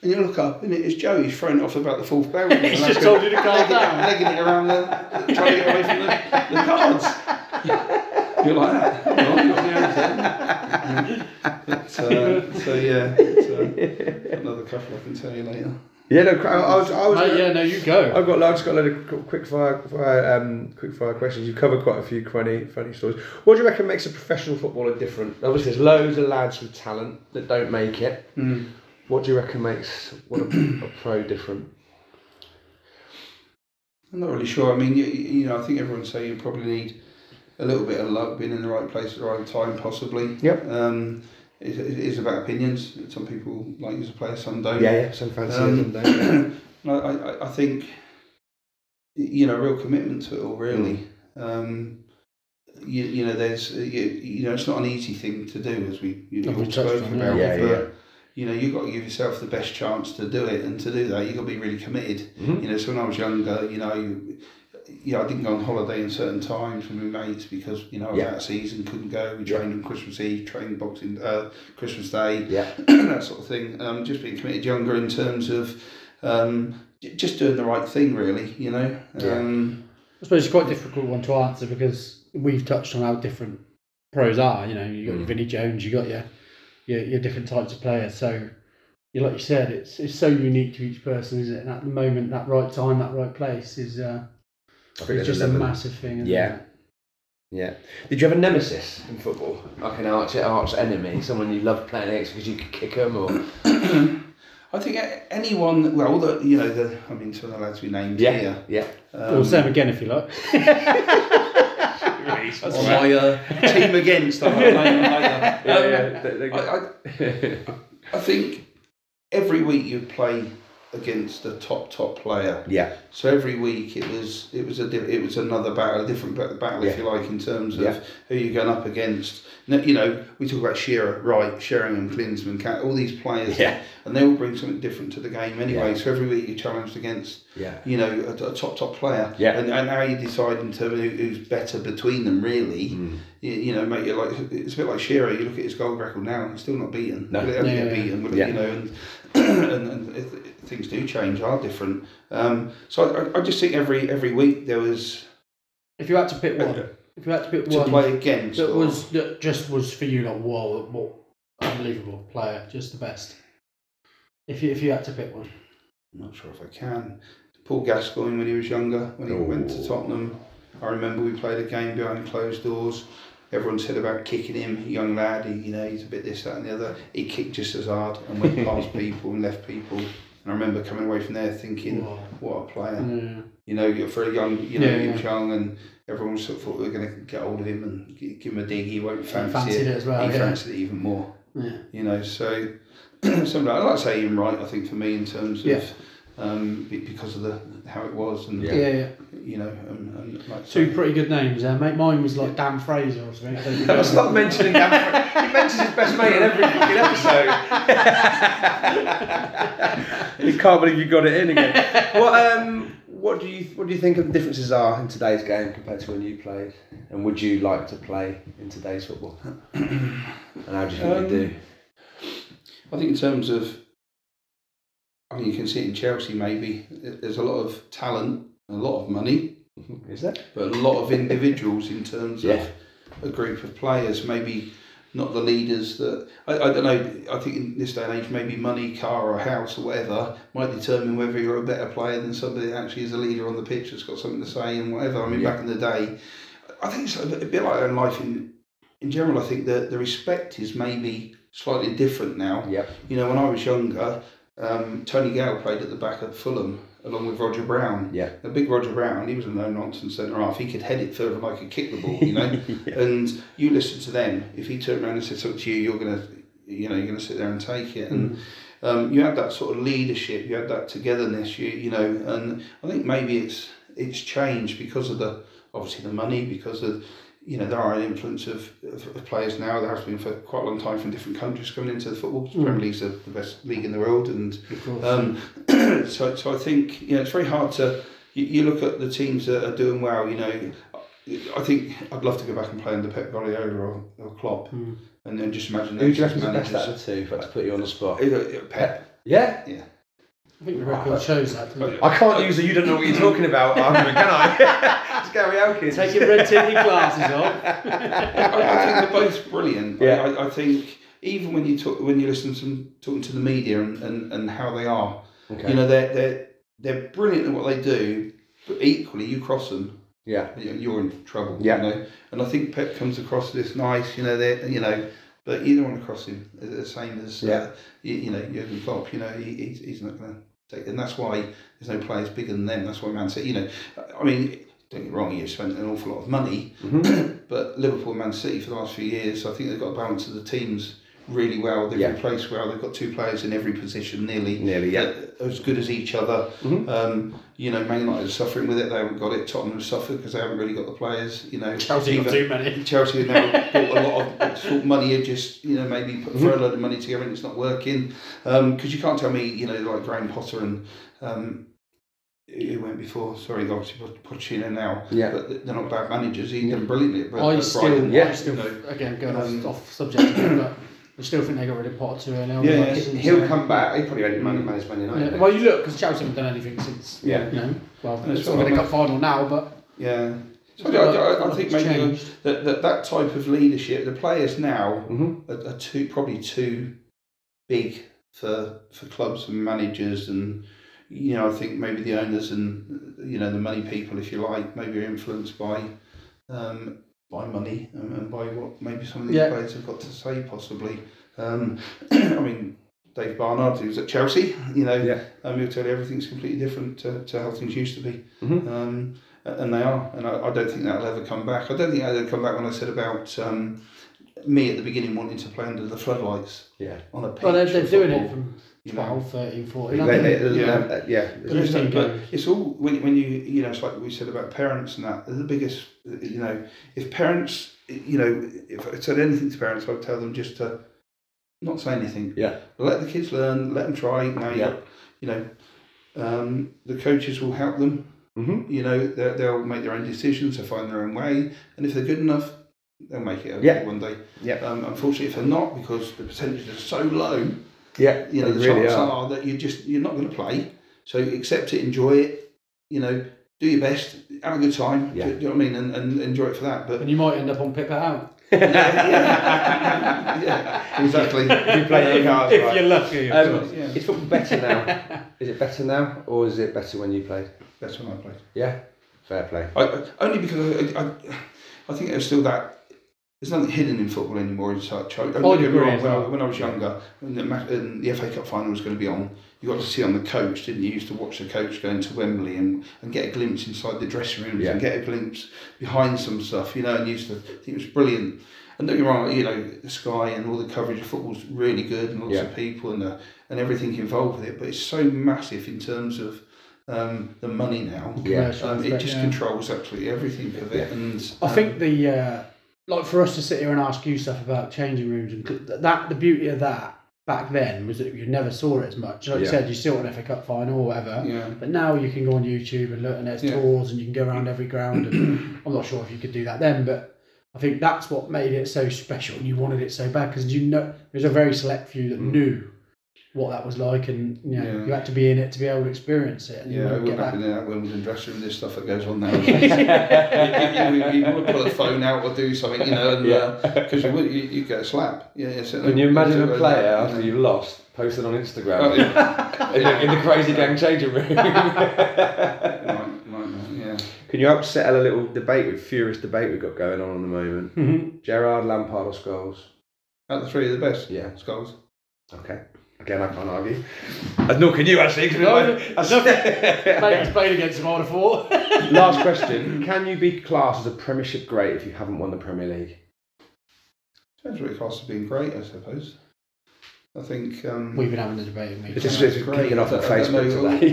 And you look up, and it's Joe. He's thrown it off about the fourth barrel. He's
just told you to calm down.
Legging it around the, trying to get away from the, the cards. You're like that. Well, you're the answer. but, uh, so yeah, it's, uh, another couple I can tell you later.
Yeah, no, cra- I was, I was.
Mate, yeah, no, you go.
I've got. I've just got a load of qu- quick fire, fire, um, quick fire questions. You've covered quite a few funny, funny stories. What do you reckon makes a professional footballer different? Obviously, there's loads of lads with talent that don't make it.
Hmm.
What do you reckon makes what a, a pro different?
I'm not really sure. I mean, you, you know, I think everyone say you probably need a little bit of luck, being in the right place at the right time, possibly.
Yep.
Um, it, it is about opinions. Some people like you as a player, some don't.
Yeah, yeah, some fancy
Um,
them, don't they?
I, I, I think, you know, real commitment to it all, really.
Mm.
Um, you, you know, there's, uh, you, you know, it's not an easy thing to do, as we you
Oh, we
know, all
touched
spoke
on it.
about.
Yeah,
but,
yeah.
you know, you've got to give yourself the best chance to do it. And to do that, you've got to be really committed.
Mhm.
You know, so when I was younger, you know, you, you know, I didn't go on holiday in certain times with my mates because, you know, I was
Yeah.
out of season, couldn't go. We
Yeah.
trained on Christmas Eve, trained boxing, uh, Christmas Day
Yeah,
that sort of thing. Um, just being committed younger in terms of um, j- just doing the right thing, really. You know.
Yeah.
Um,
I suppose it's quite a difficult one to answer because we've touched on how different pros are. You know, you got your Vinnie Jones, you got your, your your different types of players. So, you like you said, it's it's so unique to each person, isn't it? And at the moment, that right time, that right place is uh,
I think
is
there's
just a
11.
massive thing. Isn't
Yeah.
It?
Yeah. Did you have a nemesis in football? Like an arch arch enemy, someone you loved playing against because you could kick them or
I think a- anyone. Well, all the you know the. I mean, some of the lads we named here.
yeah.
Um,
Well, same again if you like.
That's my uh, team against. I might name them later.
Yeah,
Um,
yeah, they- they-
I, I, I think every week you play against a top top player.
yeah.
So every week it was it was a di- it was another battle, a different ba- battle if
Yeah.
you like in terms of
Yeah.
who you're going up against. No- You know, we talk about Shearer, Wright, Sheringham, Klinsman, Cat, all these players,
Yeah.
and they all bring something different to the game anyway. So every week you're challenged against
Yeah.
you know a, a top top player,
Yeah.
and and how you decide in terms of who- who's better between them really.
Hmm.
You, you know, mate, you're like it's a bit like Shearer. You look at his goal record now, and he's still not beaten.
No.
Will it ever
Yeah,
get
yeah.
beaten? Will it,
Yeah.
You know, and and, and if, if things do change, are different. Um, so I, I just think every every week there was
If you had to pick one, if you had to pick
to
one
play against.
that
or-
was that just was for you like whoa, what unbelievable player, just the best. If you if you had to pick one,
I'm not sure if I can. Paul Gascoigne when he was younger, when he went to
Ooh.
Tottenham. I remember we played a game behind closed doors. Everyone said about kicking him, young lad, he, you know, he's a bit this, that, and the other. He kicked just as hard and went past people and left people. And I remember coming away from there thinking,
Whoa.
what a player.
Yeah.
You know, you're very young, you know,
Mm. Yeah,
he
yeah.
was young, and everyone sort of thought we were going to get hold of him and gi- give him a dig. He won't fancy
fancied it as well,
He
yeah.
fancied it even more
yeah.
you know. So something I'd like to say Ian Wright. I think for me in terms of
Yeah.
um, be- because of the how it was and
Yeah.
Yeah, yeah.
you know and, and like
Two pretty good names there, mate. Mine was like Dan Fraser or something. I don't
But
know.
stop mentioning that. he mentions his best mate in every fucking episode. you can't believe you got it in again. What um, what do you what do you think of the differences are in today's game compared to when you played, and would you like to play in today's football? And how do you think
Um,
you do?
I think in terms of I mean you can see it in Chelsea maybe there's a lot of talent, a lot of money,
Is that
but a lot of individuals in terms
Yeah.
of a group of players maybe. Not the leaders that I, I don't know. I think in this day and age, maybe money, car, or house, or whatever, might determine whether you're a better player than somebody that actually is a leader on the pitch that's got something to say and whatever. I mean, back in the day, I think it's a bit a bit like in life in in general. I think that the respect is maybe slightly different now.
Yep.
You know, when I was younger, um, Tony Gale played at the back at Fulham along with Roger Brown.
Yeah.
The big Roger Brown, he was a no nonsense centre half. He could head it further than I could kick the ball. You know, and you listen to them. If he turned around and said something to you, you're gonna, you know, you're gonna sit there and take it. And um, you had that sort of leadership. You had that togetherness. You you know, and I think maybe it's it's changed because of the obviously the money because of you know there are an influence of, of, of players now there has been for quite a long time from different countries coming into the football Premier League's the, the best league in the world and um, so, so I think you know it's very hard to you, you look at the teams that are doing well you know I think I'd love to go back and play under Pep Guardiola or, or Klopp and then just imagine
Hmm. Who do
those
you reckon's the best
managers.
out of the two? If I had to put you on the spot.
Uh, uh, Pep
Yeah.
I think the record shows that. Doesn't it?
I can't use a you don't know what you're talking about argument, can I? it's Gary Elkins.
Take your red tinted glasses off.
I, I think they're both brilliant.
Yeah.
I, I think even when you talk, when you listen to them talking to the media and, and, and how they are,
Okay.
you know, they're they're they're brilliant at what they do, but equally you cross them,
Yeah.
you- you're in trouble.
Yeah.
You know, and I think Pep comes across as this nice, you know, they you know. But you don't want to cross him. It's The same as
Yeah.
uh, you, you know Jurgen Klopp. You know he, he's, he's not going to take, and that's why there's no players bigger than them. That's why Man City. You know, I mean, don't get me wrong. You've spent an awful lot of money,
Mm-hmm.
but Liverpool and Man City for the last few years, I think they've got a balance of the teams really well. They've
Yeah.
replaced well. They've got two players in every position nearly.
Nearly, yeah.
that are As good as each other.
Mm-hmm.
Um, you know, Man United are suffering with it. They haven't got it. Tottenham have suffered because they haven't really got the players. You know,
Chelsea got
Even-
too many.
Chelsea have now bought a lot of uh, sort of money and just you know maybe put
Mm-hmm.
throw a load of money together and it's not working because you can't tell me you know like Graham Potter and um, who went before sorry obviously Po- Pochettino now
Yeah.
but they're not bad managers he's done brilliantly at Bri-
I
at
still,
Brighton
I
you
still
know.
again going off,
Um,
off subject, but I still think they got rid of Potter too early. on.
Yeah,
Like,
yeah.
Kitson,
he'll
so-
come back. He probably only man- managed Man United.
Yeah, Well, you look because Chelsea haven't done anything since.
Yeah.
You know, well,
And it's
it's not going to
sort
got
of-
final now, but
yeah. So
It's
I,
not
I-
like-
I- I
it's
think maybe
changed.
that, that that type of leadership, the players now
Mhm.
are, are too probably too big for for clubs and managers and you know I think maybe the owners and you know the money people, if you like, maybe are influenced by um, by money and, and by what maybe some of these
Yeah.
players have got to say possibly. Um, I mean. Dave Barnard, who was at Chelsea, you know,
Yeah.
um, he'll tell you everything's completely different to, to how things used to be.
Mhm.
Um, a- and they are, and I, I don't think that'll ever come back. I don't think that'll ever come back when I said about um, me at the beginning wanting to play under the floodlights
Yeah.
on a pitch.
well, they're,
of
they're doing it
football,
from
you know.
12, 13, 14.
They-
I think-
they- they-
Yeah.
uh, yeah.
But it's,
Everything
but
goes.
it's all when, when you you know it's like we said about parents and that the biggest you know if parents you know if I said anything to parents I'd tell them just to not say anything
Yeah.
let the kids learn let them try now
Yeah.
you know um, the coaches will help them
Mhm.
you know they- they'll make their own decisions they'll find their own way and if they're good enough they'll make it okay
Yeah.
one day
Yeah.
um, unfortunately if they're not because the percentages are so low
Yeah,
you know,
they
the
really
chances
are.
are. that you just you're not going to play. So accept it, enjoy it. You know, do your best, have a good time.
Yeah.
Do, do you know what I mean? And, and enjoy it for that. But
And you might end up on Pip It Out.
yeah, yeah, exactly.
you play your cards right.
lucky.
Um,
Yeah.
Is football better now? is it better now, or is it better when you played?
That's when I played.
Yeah, fair play.
I, I- only because I, I, I think there's still that. There's nothing hidden in football anymore. It's like, don't get me
I'd agree
wrong,
as
when, I,
well.
when I was younger, and the, ma- and the FA Cup final was going to be on, you got to see on the coach, didn't you? You used to watch the coach going to Wembley and, and get a glimpse inside the dressing rooms
Yeah.
and get a glimpse behind some stuff, you know, and you used to think it was brilliant. And don't get me wrong, you know, Sky and all the coverage of football's really good and lots
Yeah.
of people and, the, and everything involved with it, but it's so massive in terms of um, the money now.
Yeah.
Um, it just
yeah.
controls absolutely everything of it, and
I
um,
think the uh, like for us to sit here and ask you stuff about changing rooms and cl- that the beauty of that back then was that you never saw it as much. Like you
Yeah.
said, you still an FA Cup final or whatever.
um, yeah,
But now you can go on YouTube and look, and there's
Yeah.
tours, and you can go around every ground. And I'm not sure if you could do that then, but I think that's what made it so special, and you wanted it so bad because you know there's a very select few that knew what that was like, and you know
Mm. Yeah.
you had to be in it to be able to experience it. And you
yeah, it
won't
wouldn't
get
happen
that.
in that Wimbledon dressing room. This stuff that goes on now, you, you, you, want to pull a phone out or do something, you know, and because you would you, you get a slap. Yeah, yeah, so-
Can you imagine a
so-
player after you've lost posted on Instagram
uh, Oh, yeah.
in, the, in the crazy gang changing room?
Right, right, yeah.
Can you help settle a little debate with furious debate we've got going on at the moment? Gerard, Lampard, or Scholes?
Out of the three, the best.
Yeah.
Skulls.
Okay. Again, I can't argue. And nor can you actually. 'cause we
No,
both-
Mate, he's played against him on a four.
Last question: Can you be classed as a Premiership great if you haven't won the Premier League?
Depends what it costs to being great, I suppose. I think um,
We've been having the debate. haven't we?
It's just- it's kicking off on Facebook today.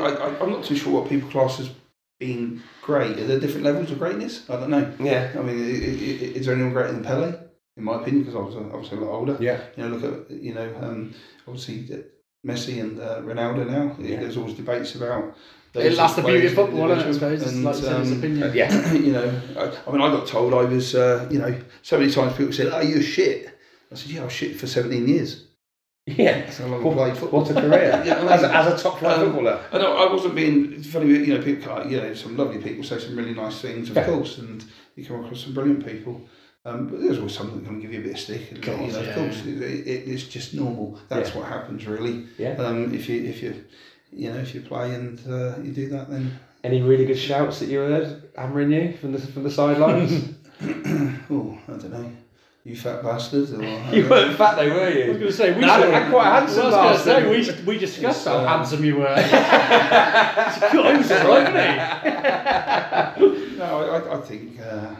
I, I, I, I'm not too sure what people class as being great. Are there different levels of greatness? I don't know.
Yeah.
I mean, i- i- i- is there anyone greater than Pele? In my opinion, because I was uh, obviously a lot older.
Yeah.
You know, look at you know, um, obviously uh, Messi and uh, Ronaldo now.
Yeah.
There's always debates about.
It,
those
that's the beauty of
players as
football, isn't it? I suppose. It's
individuals.
like you said, it's
um,
opinion.
Uh, Yeah.
you know, I, I mean, I got told I was, uh, you know, so many times people said, "Oh, you're shit." I said, "Yeah, I was shit for 17 years.
Yeah.
That's how long I played football."
What a career
Yeah, I mean-
as, a, as a top flight
Um,
footballer.
I know I wasn't being it's funny. You know, people, can't- you know, some lovely people say some really nice things, of
Yeah.
course, and you come across some brilliant people. Um, but there's always something that's going to give you a bit of stick. And,
Course,
you know,
yeah.
Of course, it, it, it's just normal. That's what happens, really.
Yeah.
Um, if you if you you know if you play and uh, you do that, then
Any really good shouts that you heard hammering you from the from the sidelines?
oh, I don't know, you fat bastard. Or, uh,
you weren't fat, though, were
I
you?
was going to say, we
No,
saw-
I'm quite
I
handsome,
was going to
bastard.
say, we, we discussed how
uh,
handsome you were. God, he was right, wasn't
No, I, I, I think uh,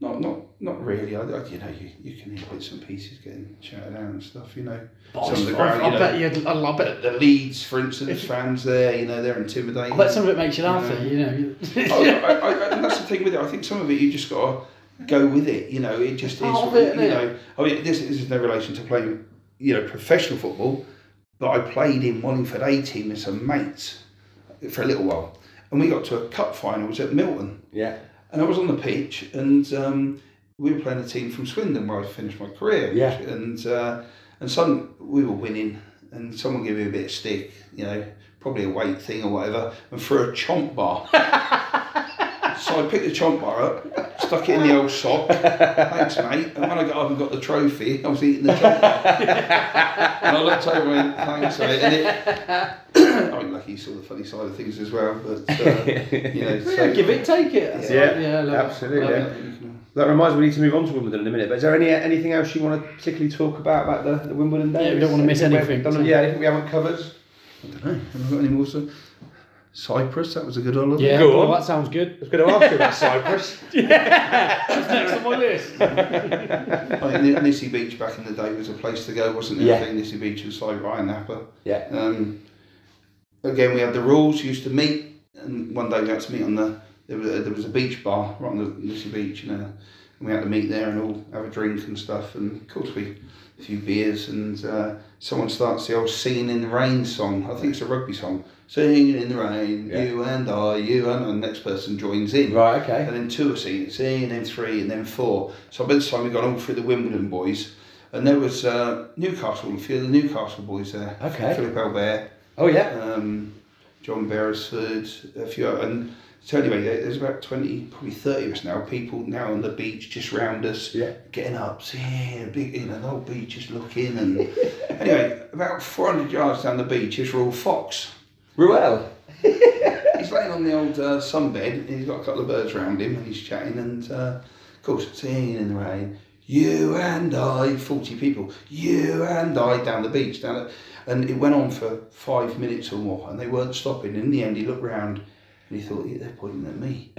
not not not really. I, I, you know, you, you can hear bits and pieces getting shouted out and stuff. You know,
he?
some of the
I,
ground, you
I
know,
bet you, had- I, I bet
the Leeds, for instance, fans there, you know, they're intimidating.
I bet some of it makes you laugh,
Yeah.
though, you know.
Oh, I, I, I, and that's the thing with it. I think some of it you just got to go with it. You know, it just is.
Part of
what-
it,
you
innit?
know, I mean, this, this is no relation to playing, you know, professional football, but I played in Wallingford A team with some mates for a little while, and we got to a cup finals at Milton.
Yeah.
And I was on the pitch, and um, we were playing a team from Swindon where I finished my career.
Yeah.
And uh, and some we were winning, and someone gave me a bit of stick, you know, probably a weight thing or whatever, and threw a chomp bar. so I picked the chomp bar up, stuck it in the old sock. Thanks, mate. And when I got up and got the trophy, I was eating the chomp bar. and I looked over and went, thanks, mate. And it, I'm lucky you saw the funny side of things as well, but uh, you know,
Yeah,
so,
give it, take it. That's
Yeah,
right. yeah, love it.
absolutely.
Love it.
That reminds me, we need to move on to Wimbledon in a minute. But is there any uh, anything else you want to particularly talk about about the, the Wimbledon days?
Yeah, we don't wanna miss
Anything we
anything,
haven't done-
so-
yeah, anything we haven't covered?
Hey, have I got any more to Cyprus? That was a good holiday.
Yeah,
Go
well,
on.
that sounds good.
I was going to ask you about Cyprus.
That's next on my list.
I think Ni- Nissi Beach back in the day was a place to go, wasn't it?
Yeah.
I think Nissi Beach was like Ryan Napa.
Yeah.
Um, again, we had the rules. Used to meet, and one day we had to meet on the there was a, there was a beach bar right on the Nissi Beach, you know, and we had to meet there and all have a drink and stuff, and of course we a few beers, and uh, someone starts the old "Singing in the Rain" song. I think it's a rugby song. Singing in the rain,
Yeah.
you and I, you and I, and the next person joins in.
Right. Okay.
And then two are singing, singing, and then three, and then four. So by this time we've gone all through the Wimbledon boys, and there was uh, Newcastle, a few of the Newcastle boys there.
Okay.
Philip Albert,
Oh yeah.
um, John Beresford, a few, and so anyway, there- there's about 20, probably 30 of us now, people now on the beach just round us,
Yeah.
getting up, singing, big, you know, the whole beach just looking. And anyway, about 400 yards down the beach is Royal Fox.
Ruel.
He's laying on the old uh, sunbed and he's got a couple of birds round him and he's chatting and uh, of course singing in the rain. You and I, forty people. You and I down the beach down, the, and it went on for five minutes or more and they weren't stopping. In the end, he looked round and he thought, yeah, they're pointing at me.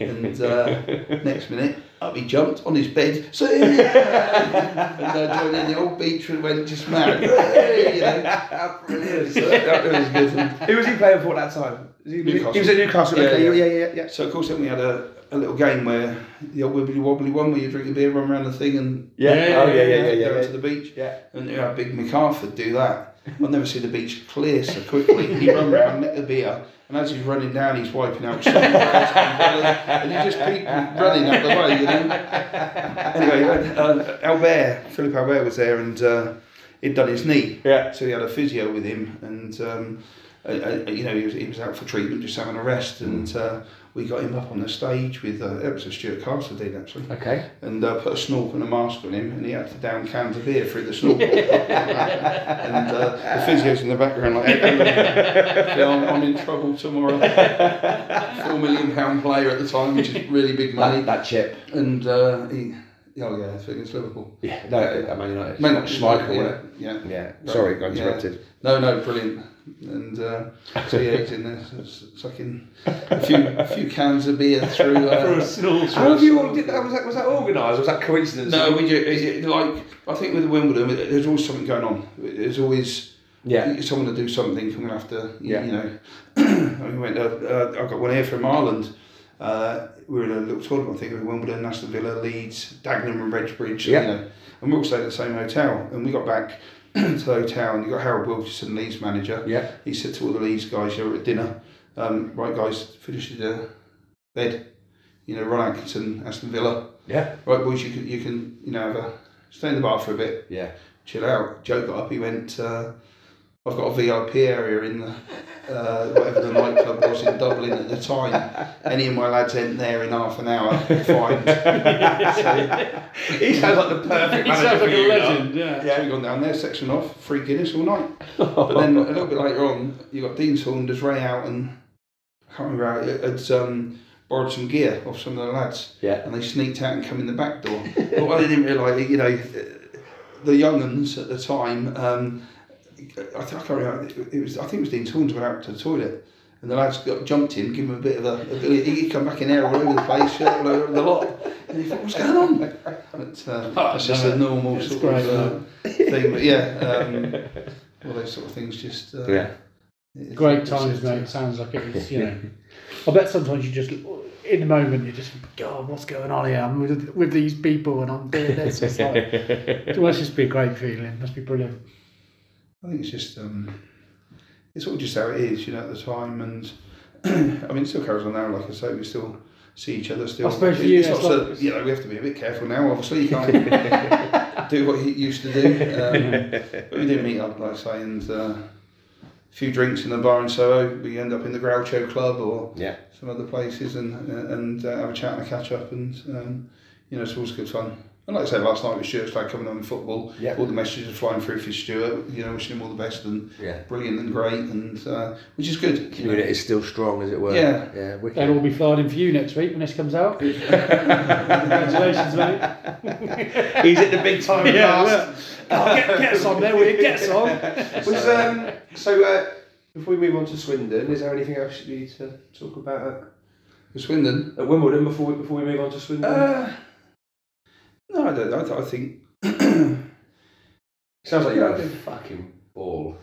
and uh, next minute, up he jumped on his bed. So and I joined in the old beach and went just mad. Hey, you know. Brilliant. So that was good. And
Who was he playing for at that time? Was He,
Newcastle.
he was at Newcastle.
Yeah,
okay,
yeah.
yeah, yeah, yeah, yeah.
So of course then we had a, a little game where the old wibbly wobbly one where you drink a beer, run around the thing and
Yeah. Oh yeah, yeah, yeah,
go
yeah.
to the beach.
Yeah.
And you had Big MacArthur do that. I've never seen the beach clear so quickly. He run round, nicked the beer, and as he's running down, he's wiping out someone else's umbrella, and he just keep running out the way, you know. Anyway, uh, Albert, Philip Albert was there, and uh, he'd done his knee.
Yeah.
So he had a physio with him, and um, uh, uh, you know he was, he was out for treatment, just having a rest, and uh, we got him up on the stage with uh, it was a Stuart Carter did actually,
Okay.
and uh, put a snorkel and a mask on him, and he had to down cans of beer through the snorkel, and uh, the physio's in the background like, "Yeah, I'm, I'm in trouble tomorrow. Four million pound player at the time, which is really big money,
That, that chip.
and uh, he, oh yeah, I think it's Liverpool.
Yeah. No, uh, Man United.
Man,
Schmeichel.
yeah,
wasn't
yeah.
it? Yeah. Sorry, I interrupted.
No, no, brilliant. And uh, so yeah, he's in there s- s- sucking a few, a few cans of beer through. Uh,
How have you all did that? Was that was that organised? or Was that coincidence?
no, we do. Is it like I think with Wimbledon, it- there's always something going on. There's always
Yeah.
someone to do something. I'm gonna have to, you,
Yeah.
you know. I went. Uh, uh, I got one here from Ireland. Uh, we were in a little tournament, I think, with Wimbledon, Aston Villa, Leeds, Dagenham, and Redbridge.
Yeah.
You know, and we all stayed at the same hotel. And we got back to the hotel, and you got Harold Wilkerson, Leeds manager.
Yeah.
He said to all the Leeds guys, you know, at dinner, um, right guys, finish your bed. You know, Ron Atkinson, Aston Villa.
Yeah.
Right boys, you can you can you know have a stay in the bar for a bit,
Yeah.
chill out. Joe got up, he went. Uh, I've got a VIP area in the uh, whatever the nightclub was in Dublin at the time. Any of my lads in there in half an hour, fine.
He sounds like the perfect
He sounds like a legend, yeah.
Yeah, we've gone down there, section off, free Guinness all night. But then a little bit later on, you got Dean Saunders, Ray out, and I can't remember how it had um, borrowed some gear off some of the lads.
Yeah.
And they sneaked out and come in the back door. but what I didn't realise, you know, the young uns at the time, um, I, think, I can't remember, it was, I think it was Dean Saunders went out to the toilet. And the lads got jumped him, give him a bit of a, a bit, he'd come back in there all over the place, shirt all over the lot. And he thought, what's going on? But, uh, that's just a normal
Ah, It's
sort
great,
of uh, thing. But yeah, um, all those sort of things just. Uh,
Yeah.
it-
Great
it's-
times,
it's-
mate. Sounds like it was, you know. I bet sometimes you just, in the moment, you're just, God, what's going on here? I'm with, with these people and I'm doing this. It's like, it must just be a great feeling. Must be brilliant.
I think it's just um, it's all just how it is, you know, at the time, and I mean, it still carries on now. Like I say, we still see each other still.
I suppose for
It's-
you,
it's
it's
not so-
like-
you know, we have to be a bit careful now. Obviously, you can't do what you used to do. Um, but we do meet up, like I say, and uh, a few drinks in the bar in Soho. We end up in the Groucho Club or
Yeah.
some other places, and and uh, have a chat and a catch up, and um, you know, it's always good fun. And like I said last night with Stuart's like coming on in football,
Yeah.
all the messages are flying through for Stuart. You know, wishing him all the best and
Yeah.
brilliant and great, and uh, which is good. you know.
Community is still strong, as it were.
Yeah.
Yeah.
They'll all
Wicked.
be flying in for you next week when this comes out. Congratulations, mate.
He's at the big time.
Yeah, look. Oh, get, get us on there, will you? Get us on.
Was, um, so, uh, if we move on to Swindon, is there anything else you need to talk about
For Swindon.
at, at Wimbledon before we, before we move on to Swindon?
Uh, no, I don't. know. I, th- I think.
Sounds like you're having a fucking ball.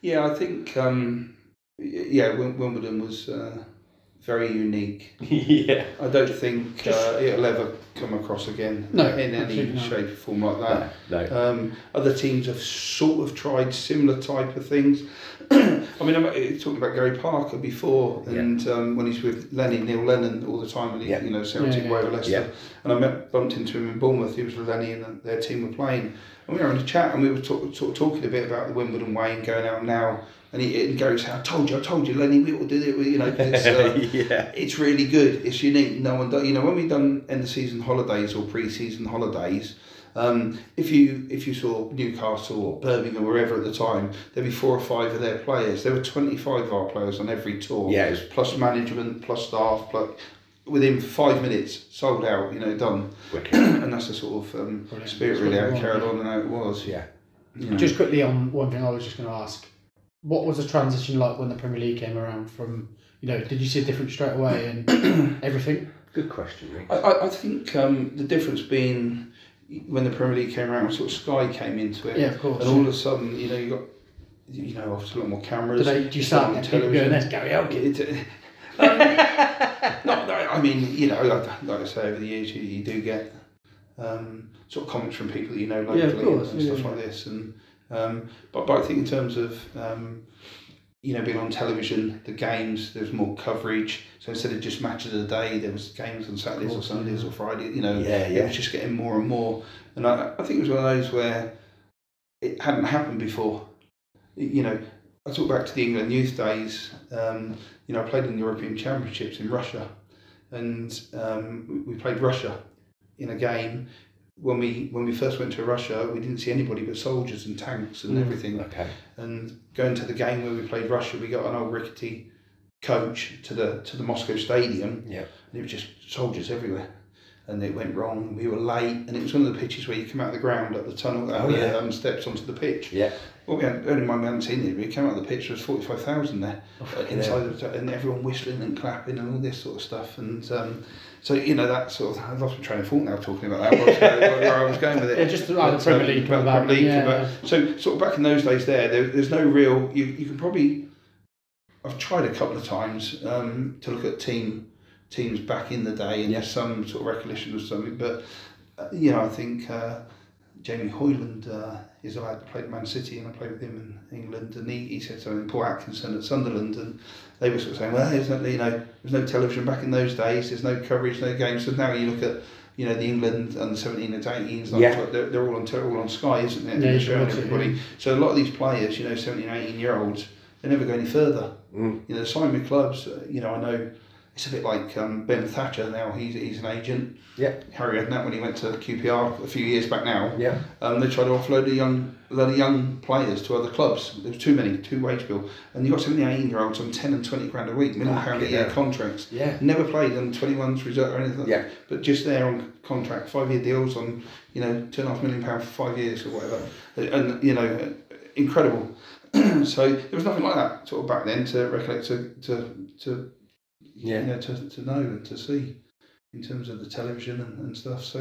yeah, I think. Um, y- yeah, Wim- Wimbledon was uh, very unique.
yeah.
I don't think uh, it'll ever come across again
No,
in any
absolutely not.
shape or form like that.
No.
Um, other teams have sort of tried similar type of things. I mean, I'm uh, talking about Gary Parker before,
Yeah.
and um, when he's with Lenny, Neil Lennon all the time, when he,
Yeah.
you know, Celtic
Yeah,
way or
Yeah.
Leicester. And I met, bumped into him in Bournemouth. He was with Lenny, and uh, their team were playing. And we were in a chat, and we were talk, talk, talking a bit about the Wimbledon way and going out now. And, he, and Gary said, "I told you, I told you, Lenny, we all did it. We, you know, it's, uh,
yeah.
it's really good. It's unique. No one, do, you know, when we done end of season holidays or pre season holidays, um, if you if you saw Newcastle or Birmingham or wherever at the time, there'd be four or five of their players. There were twenty five of our players on every tour.
Yeah, it was-
plus management, plus staff, plus within five minutes, sold out. You know, done.
Wicked.
and that's the sort of um,
Brilliant.
spirit
That's what
really
we
how it
want.
carried on and how it was.
Yeah.
You know.
Just quickly on one thing I was just going to ask. What was the transition like when the Premier League came around from, you know, did you see a difference straight away and everything?
Good question, Rick.
I, I, I think um, the difference being when the Premier League came around, sort of Sky came into it.
Yeah, of course.
And all of a sudden, you know, you got, you know, obviously a lot more
Did
cameras.
they, do you
it's
start
on
getting people going,
television.
there's Gary Elkin?
It, no, no, I mean, you know, like, like I say, over the years, you, you do get um, sort of comments from people that you know locally
Yeah, of course,
and
yeah,
stuff
yeah.
like this. And um, but, but I think in terms of um, you know being on television, the games there's more coverage. So instead of just match of the day, there was games on Saturdays or
course,
Sundays
yeah.
or Friday. You know,
Yeah,
it
yeah.
was just getting more and more. And I, I think it was one of those where it hadn't happened before. You know, I talk back to the England youth days. Um, you know, I played in the European Championships in Russia, and um, we we played Russia in a game. When we when we first went to Russia, we didn't see anybody but soldiers and tanks and
Mm.
everything.
Okay.
And going to the game where we played Russia, we got an old rickety coach to the to the Moscow stadium.
Yeah.
And it was just soldiers everywhere. And it went wrong. We were late, and it was one of the pitches where you come out of the ground at the tunnel,
Oh,
oh, yeah,
yeah.
um, steps onto the pitch.
Yeah.
Well, we had, only mind we hadn't seen it. We came out of the pitch. There was forty five thousand there uh, inside, of the, and everyone whistling and clapping and all this sort of stuff. And um, so you know that sort of I've lost my train of thought now talking about that. Where I was going, where I was going with it.
Yeah, just about the
But,
Premier
um,
League
about the
come
Premier
back,
League come back. So sort of back in those days, there, there there's no real. You you can probably. I've tried a couple of times um, to look at team teams back in the day and there's some sort of recollection of something, but uh, you know I think. Uh, Jamie Hoyland uh, is a lad that played at Man City and I played with him in England and he, he said something, Paul Atkinson at Sunderland and they were sort of saying, well, there's no, you know, there's no television back in those days, there's no coverage, no games. So now you look at, you know, the England and the 17 and 18s, like,
Yeah.
they're, they're all on te- all on Sky, isn't it?
Yeah,
They're
you can
showing
watch it,
everybody. So a lot of these players, you know, 17, 18 year olds, they never go any further.
Mm.
You know, they sign with clubs, uh, you know, I know it's a bit like um, Ben Thatcher now, he's, he's an agent.
Yeah.
Harry Redknapp when he went to QPR a few years back now.
Yeah.
Um, they tried to offload the young, a lot of young players to other clubs. There was too many, too wage bill, and you got so many eighteen year olds on ten and twenty grand a week, million pound a
Fucking
year
hell.
contracts.
Yeah.
Never played on twenty ones reserve or anything. like
Yeah.
that, But just there on contract, five year deals on you know two and a half million pound for five years or whatever, Uh, and you know incredible. so there was nothing like that sort of back then to recollect to to to
Yeah.
you know to, to know and to see in terms of the television and, and stuff. So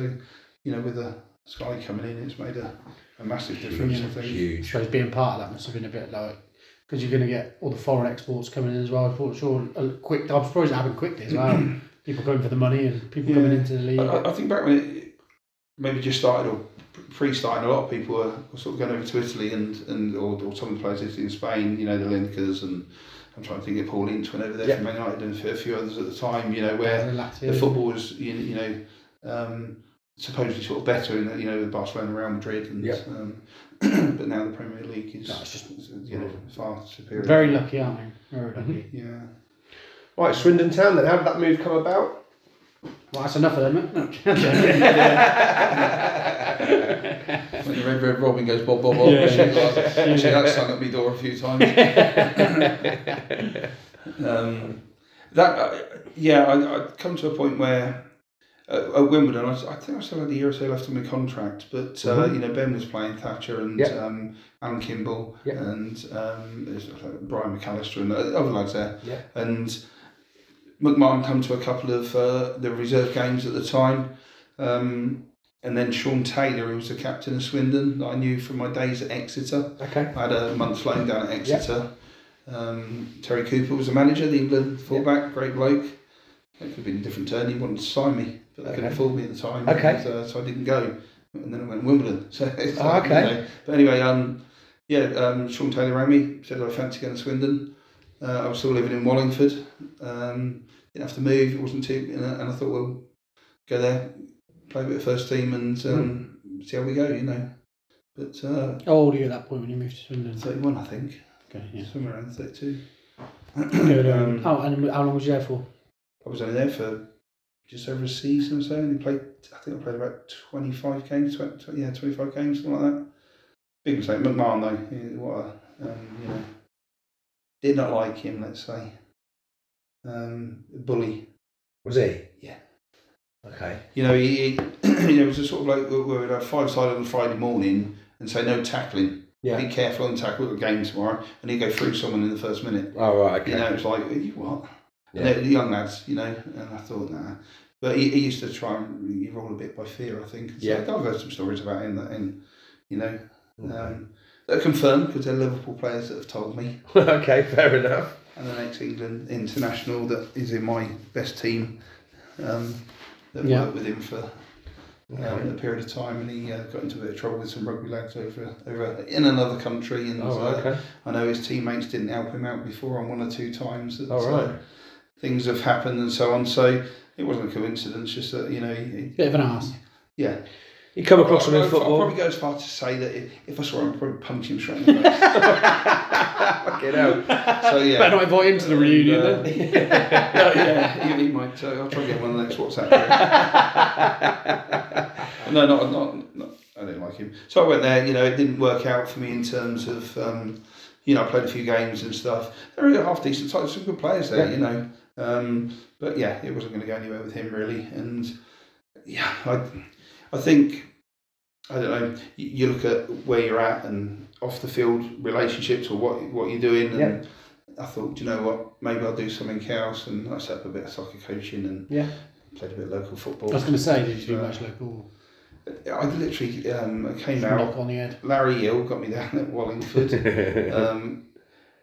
you know with the Sky coming in, it's made a, a massive difference. I think.
I
Huge.
suppose being part of that must have been a bit like, because you're going to get all the foreign exports coming in as well. I thought, sure, a quick, I'm surprised it happened quickly as well. people going for the money and people coming
Yeah.
into the league.
I, I- I think back when it maybe just started or pre-starting, a lot of people were, were sort of going over to Italy and, and or, or some of the players in Spain, you know, the Linkers and I'm trying to think of Paul Ince went over there from Man United and a few others at the time, you know, where the football was, you, you know, um, supposedly sort of better in, the- you know, with Barcelona, Real Madrid, and
Yeah.
um, but now the Premier League is,
No, it's just-
you know, far superior.
Very lucky, aren't they? Very
Mm-hmm.
lucky.
yeah.
Right, Swindon Town. Then how did that move come about?
Well, that's enough of them. isn't it?
When the Red Red Robin goes bob bob bob, yeah. actually that sung at me door a few times. um, that uh, yeah, I I come to a point where uh, at Wimbledon, I, s- I think I still had a year or so left on my contract, but uh, you know Ben was playing Thatcher and
Yeah.
um, Alan Kimball
Yeah.
and um, there's, uh, Brian McAllister and uh, other lads there,
Yeah.
and McMahon come to a couple of uh, the reserve games at the time. Um, and then Sean Taylor, who was the captain of Swindon, that I knew from my days at Exeter.
Okay.
I had a month's loan down at Exeter. Um, Terry Cooper was the manager, the England fullback, great bloke. It could have been a different turn. He wanted to sign me, but they couldn't
Okay.
afford me at the time.
Okay.
and, uh, so I didn't go. And then I went to Wimbledon. So it's
Oh,
like, you
okay.
know. But anyway, um, yeah, um, Sean Taylor rang me, said I fancy going to Swindon. Uh, I was still living in Wallingford. Um, didn't have to move. It wasn't too, you know, and I thought, well, go there, play a bit of first team, and um,
Hmm.
see how we go. You know, but uh,
How old were you at that point when you moved to Swindon?
thirty-one, I think,
Okay, yeah.
somewhere around thirty-two.
Um,
um,
oh, and how long was you there for?
I was only there for just over a season or so, and he played. I think I played about twenty-five games. 20, yeah, twenty-five games, something like that. Big mistake, McMahon though. he- What a, um, you know, did not like him. Let's say, um, bully.
Was he?
Yeah.
Okay.
You know, he, he you know, it was a sort of like we we would have five side on a Friday morning and say no tackling.
Yeah.
Be careful on tackle. We've got a game tomorrow, and he'd go through someone in the first minute.
Oh right. Okay.
You know, it's like "Are you what?
Yeah.
And the young lads, you know, and I thought nah. But he, he used to try and he roll a bit by fear, I think. So
Yeah.
I've heard some stories about him that, and you know,
Okay.
um, that are confirmed because they're Liverpool players that have told me,
okay. Fair enough.
and the next England international that is in my best team, um, that
Yeah.
worked with him for um, a period of time, and he uh, got into a bit of trouble with some rugby lads over over in another country. And
Oh,
uh,
okay.
I know his teammates didn't help him out before on one or two times. That,
All right.
uh, things have happened and so on. So it wasn't a coincidence. Just that you know, he, he-
Bit of an ass.
yeah.
You come
I'll,
across him in
I'll
football.
probably go as far to say that if, if I saw him, I'd probably punch him straight in the face.
Fucking hell.
so yeah.
Better not invite him to the reunion
And, uh,
then.
yeah, yeah, you, you might. So I'll try and get one of the next WhatsApp. group. no, not, not, not. I don't like him. So I went there. You know, it didn't work out for me in terms of, um, you know, I played a few games and stuff. They were half decent. Types, some good players there. You know, um, but yeah, it wasn't going to go anywhere with him really. And yeah, I, I think. I don't know. You, you look at where you're at and off the field relationships or what what you're doing, and
Yeah.
I thought, do you know what? Maybe I'll do something else, and I set up a bit of soccer coaching and
Yeah.
played a bit of local
I
football.
was going to say, did you do
Uh,
much local?
I literally um, I came
Knock
out.
on the head.
Larry Hill got me down at Wallingford,
Uh,
um,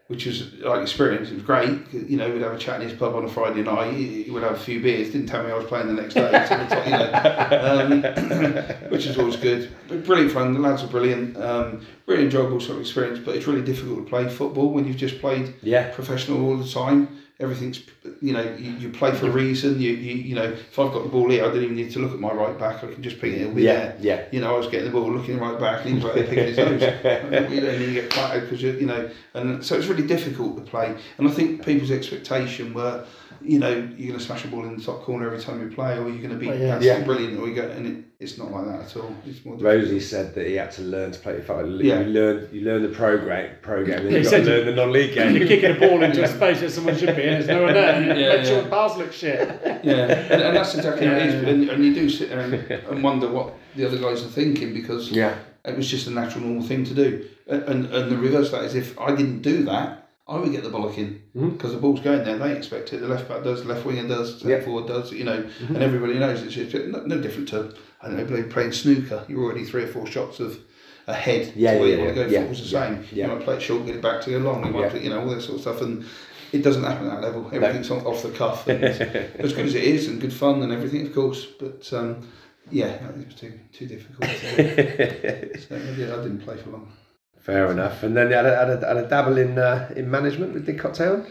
which was like experience. It was great. 'cause, You know, we'd have a chat in his pub on a Friday night. He, he would have a few beers. Didn't tell me I was playing the next day. so it's like, you know, um, which is always good. But brilliant fun. The lads were brilliant. Um, really enjoyable sort of experience. But it's really difficult to play football when you've just played
Yeah.
professional all the time. Everything's, you know, you, you play for a reason. You, you you know, if I've got the ball here, I don't even need to look at my right back. I can just pick it. It'll be
Yeah.
there.
Yeah.
You know, I was getting the ball, looking right back, and he was like, they're picking his nose. And you don't need to get flattered because you, you know, and so it's really difficult to play. And I think people's expectation were, you know, you're going to smash a ball in the top corner every time you play, or you're going to be
Oh, yeah.
that's
Yeah.
brilliant, or you go, and it, it's not like that at all. It's more difficult.
Rosie said that he had to learn to play.
Yeah.
Yeah. You learn. You learn the pro game. Pro game. Then
He
you got to
said you-
learn the non-league game.
You're kicking a ball into a space that someone should be in, there's no one there. and
Yeah,
Make
yeah.
sure the bars look shit.
Yeah, and, and that's exactly how it is.
Yeah.
But then, and you do sit there and, and wonder what the other guys are thinking because
Yeah.
it was just a natural, normal thing to do. And, and, and the reverse of that is if I didn't do that, I would get the bollocking
Mm-hmm.
because the ball's going there. They expect it. The left back does, the left winger does, the
Yep.
forward does, you know,
Mm-hmm.
and everybody knows it's just no, no different to, I don't know, playing snooker. You're already three or four shots of ahead
Yeah,
to where
yeah,
you want
yeah,
to go.
yeah,
Football's the
yeah,
same.
yeah.
You might play it short, get it back to go long, you might
Yeah.
play, you know, all that sort of stuff. And it doesn't happen at that level. Everything's on off the cuff. And as good as it is and good fun and everything, of course. But um, yeah, it was too, too difficult. so maybe I didn't play for long.
Fair enough. And then you had a, had a, had a dabble in uh, in management with Didcot Town.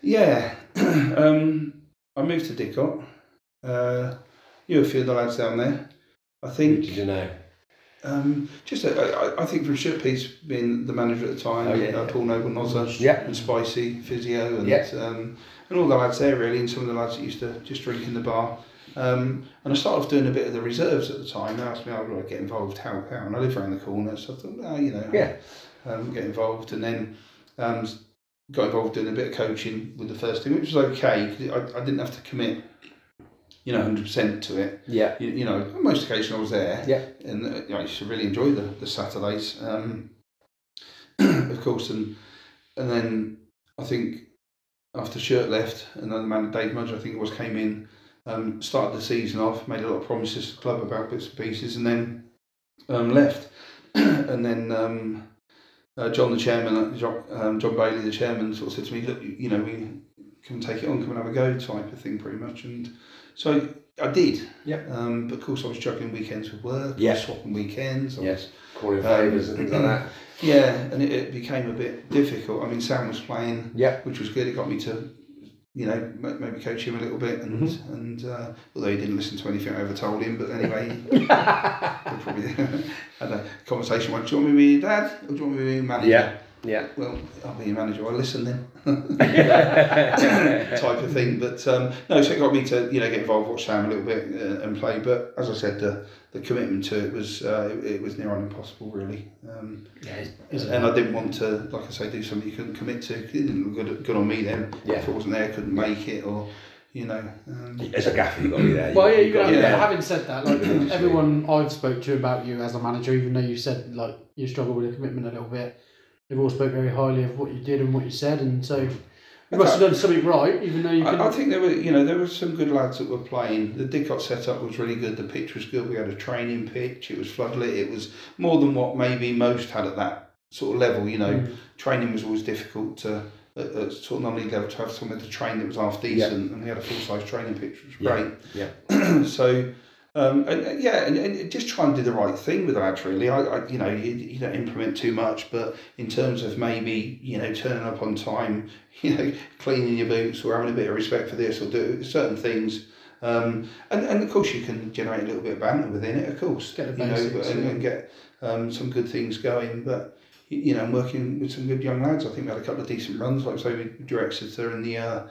Yeah, um, I moved to Didcot. Uh, knew a few of the lads down there. I
Who
think
did you know?
um, just uh, I, I think from Shirt Piece being the manager at the time,
Oh, yeah,
uh,
yeah. Mm-hmm.
Paul Noble Nozza
Yeah.
and Spicy Physio and
Yeah.
um, and all the lads there really, and some of the lads that used to just drink in the bar. Um, and I started off doing a bit of the reserves at the time. They asked me, "Oh, would I get involved? How? How?" And I live around the corner, so I thought, "Oh, you know,
Yeah.
um, get involved." And then um, got involved doing a bit of coaching with the first team, which was okay. 'cause I, I didn't have to commit, you know, hundred percent to it
Yeah.
you, you know, on most occasion I was there.
Yeah.
And uh, you know, I used to really enjoy the, the Saturdays, um, of course. And and then I think after Shirt left, another man, Dave Mudge, I think it was, came in, um, started the season off, made a lot of promises to the club about bits and pieces, and then um, left. and then um, uh, John, the chairman, uh, John, um, John Bailey, the chairman, sort of said to me, look, you, you know, we come and take it on, come and have a go type of thing, pretty much. And so I did.
Yep.
Um, but of course, I was juggling weekends with work. I
Yeah.
was swapping weekends. I was-
Yes. Calling
Um,
favours and things like that.
yeah, and it, it became a bit difficult. I mean, Sam was playing,
Yeah.
which was good. It got me to, you know, ma- maybe coach him a little bit. And
Mm-hmm.
and uh, although he didn't listen to anything I ever told him, but anyway, we probably had a conversation. Well, do you want me to be your dad or do you want me to be your manager?
Yeah. Yeah.
Well, I'll be your manager. Well, listen then. type of thing. But um, no, so it got me to you know get involved, watch Sam a little bit, uh, and play. But as I said, the, the commitment to it was uh, it, it was near on impossible, really. Um, and I didn't want to, like I say, do something you couldn't commit to. 'cause It didn't look good, good on me then.
Yeah.
If I wasn't there, I couldn't make it, or you know. Um,
As a gaffer, you've got to be there.
Well, yeah, you got,
yeah.
yeah. Having said that, like everyone I've spoke to about you as a manager, even though you said like you struggle with your commitment a little bit, they've all spoke very highly of what you did and what you said, and so you must have done something right, even though you couldn't.
I, I think there were, you know, there were some good lads that were playing. The Didcot setup was really good. The pitch was good. We had a training pitch. It was floodlit. It was more than what maybe most had at that sort of level. You know, training was always difficult to at, at sort of non-league level to have somewhere to train that was half decent, and we had a full-size training pitch, which was
Yeah.
great. so um, and, and yeah, and, and just try and do the right thing with the lads. Really, I, I you know you, you don't implement too much, but in terms of maybe you know turning up on time, you know cleaning your boots or having a bit of respect for this or do certain things. Um, and, and of course you can generate a little bit of banter within it, of course,
Get the
you know,
basics,
and,
yeah.
and get um, some good things going. But y- you know, I'm working with some good young lads. I think we had a couple of decent runs, like say with Drexeter in the uh,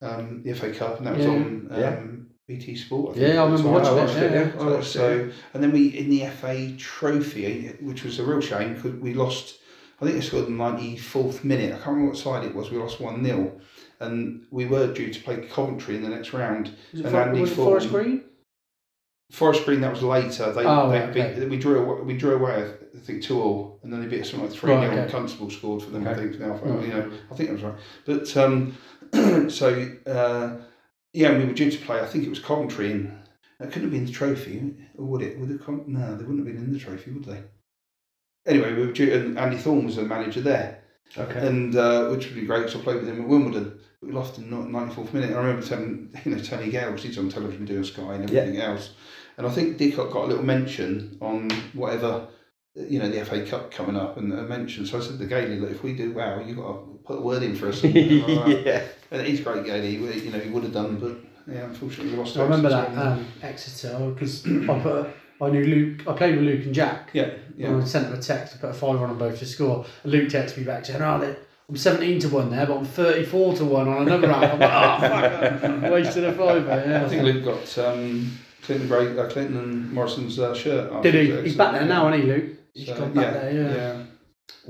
um, the FA Cup, and that was
Yeah.
on um,
Yeah.
BT Sport. I
Yeah, I remember
So
watching
I
it,
watched it.
yeah.
yeah.
I watched
so,
it,
and then we in the FA Trophy, which was a real shame because we lost. I think it scored the ninety fourth minute. I can't remember what side it was. We lost one 0 and we were due to play Coventry in the next round.
was it,
and
for,
Andy
was it Forest
Fulton.
Green?
Forest Green that was later. They,
Oh,
they
right, okay.
beat, we drew away, we drew away I think two all, and then they beat us something like three 0
Right,
and
okay.
Constable scored for them. I
Okay. Hmm.
think now, you know, I think that was right. But um, so uh, yeah, we were due to play. I think it was Coventry, and it couldn't have been the trophy, or would it? Would it con- no, they wouldn't have been in the trophy, would they? Anyway, we were due, and Andy Thorne was the manager there,
Okay.
and uh, which would be great because I played with him at Wimbledon. But we lost in the ninety fourth minute. I remember telling you know Tony Gales, he's on television doing Sky and
Yeah.
everything else, and I think Dickock got a little mention on whatever you know the FA Cup coming up and a mention. So I said to Gailey, look, if we do well, you have got to put a word in for us. And, uh,
yeah.
and he's great, Gailey. He- You know, he would have done, but yeah, unfortunately, we lost.
I remember
Exeter.
that um, Exeter because I put a, I knew Luke. I played with Luke and Jack.
Yeah, yeah.
And I sent him a text. I put a fiver on them both to score. And Luke texted me back saying, "Oh, they- I'm 17 to one there, but I'm 34 to one on another round." I'm like, "Oh, fuck, I wasted a fiver." Yeah.
I think Luke got um, Clinton, Gray, uh, Clinton and Morrison's uh, shirt. after
Did
his
he? He's
exit.
back there now,
Yeah.
isn't he, Luke? He's
So,
gone back there. Yeah.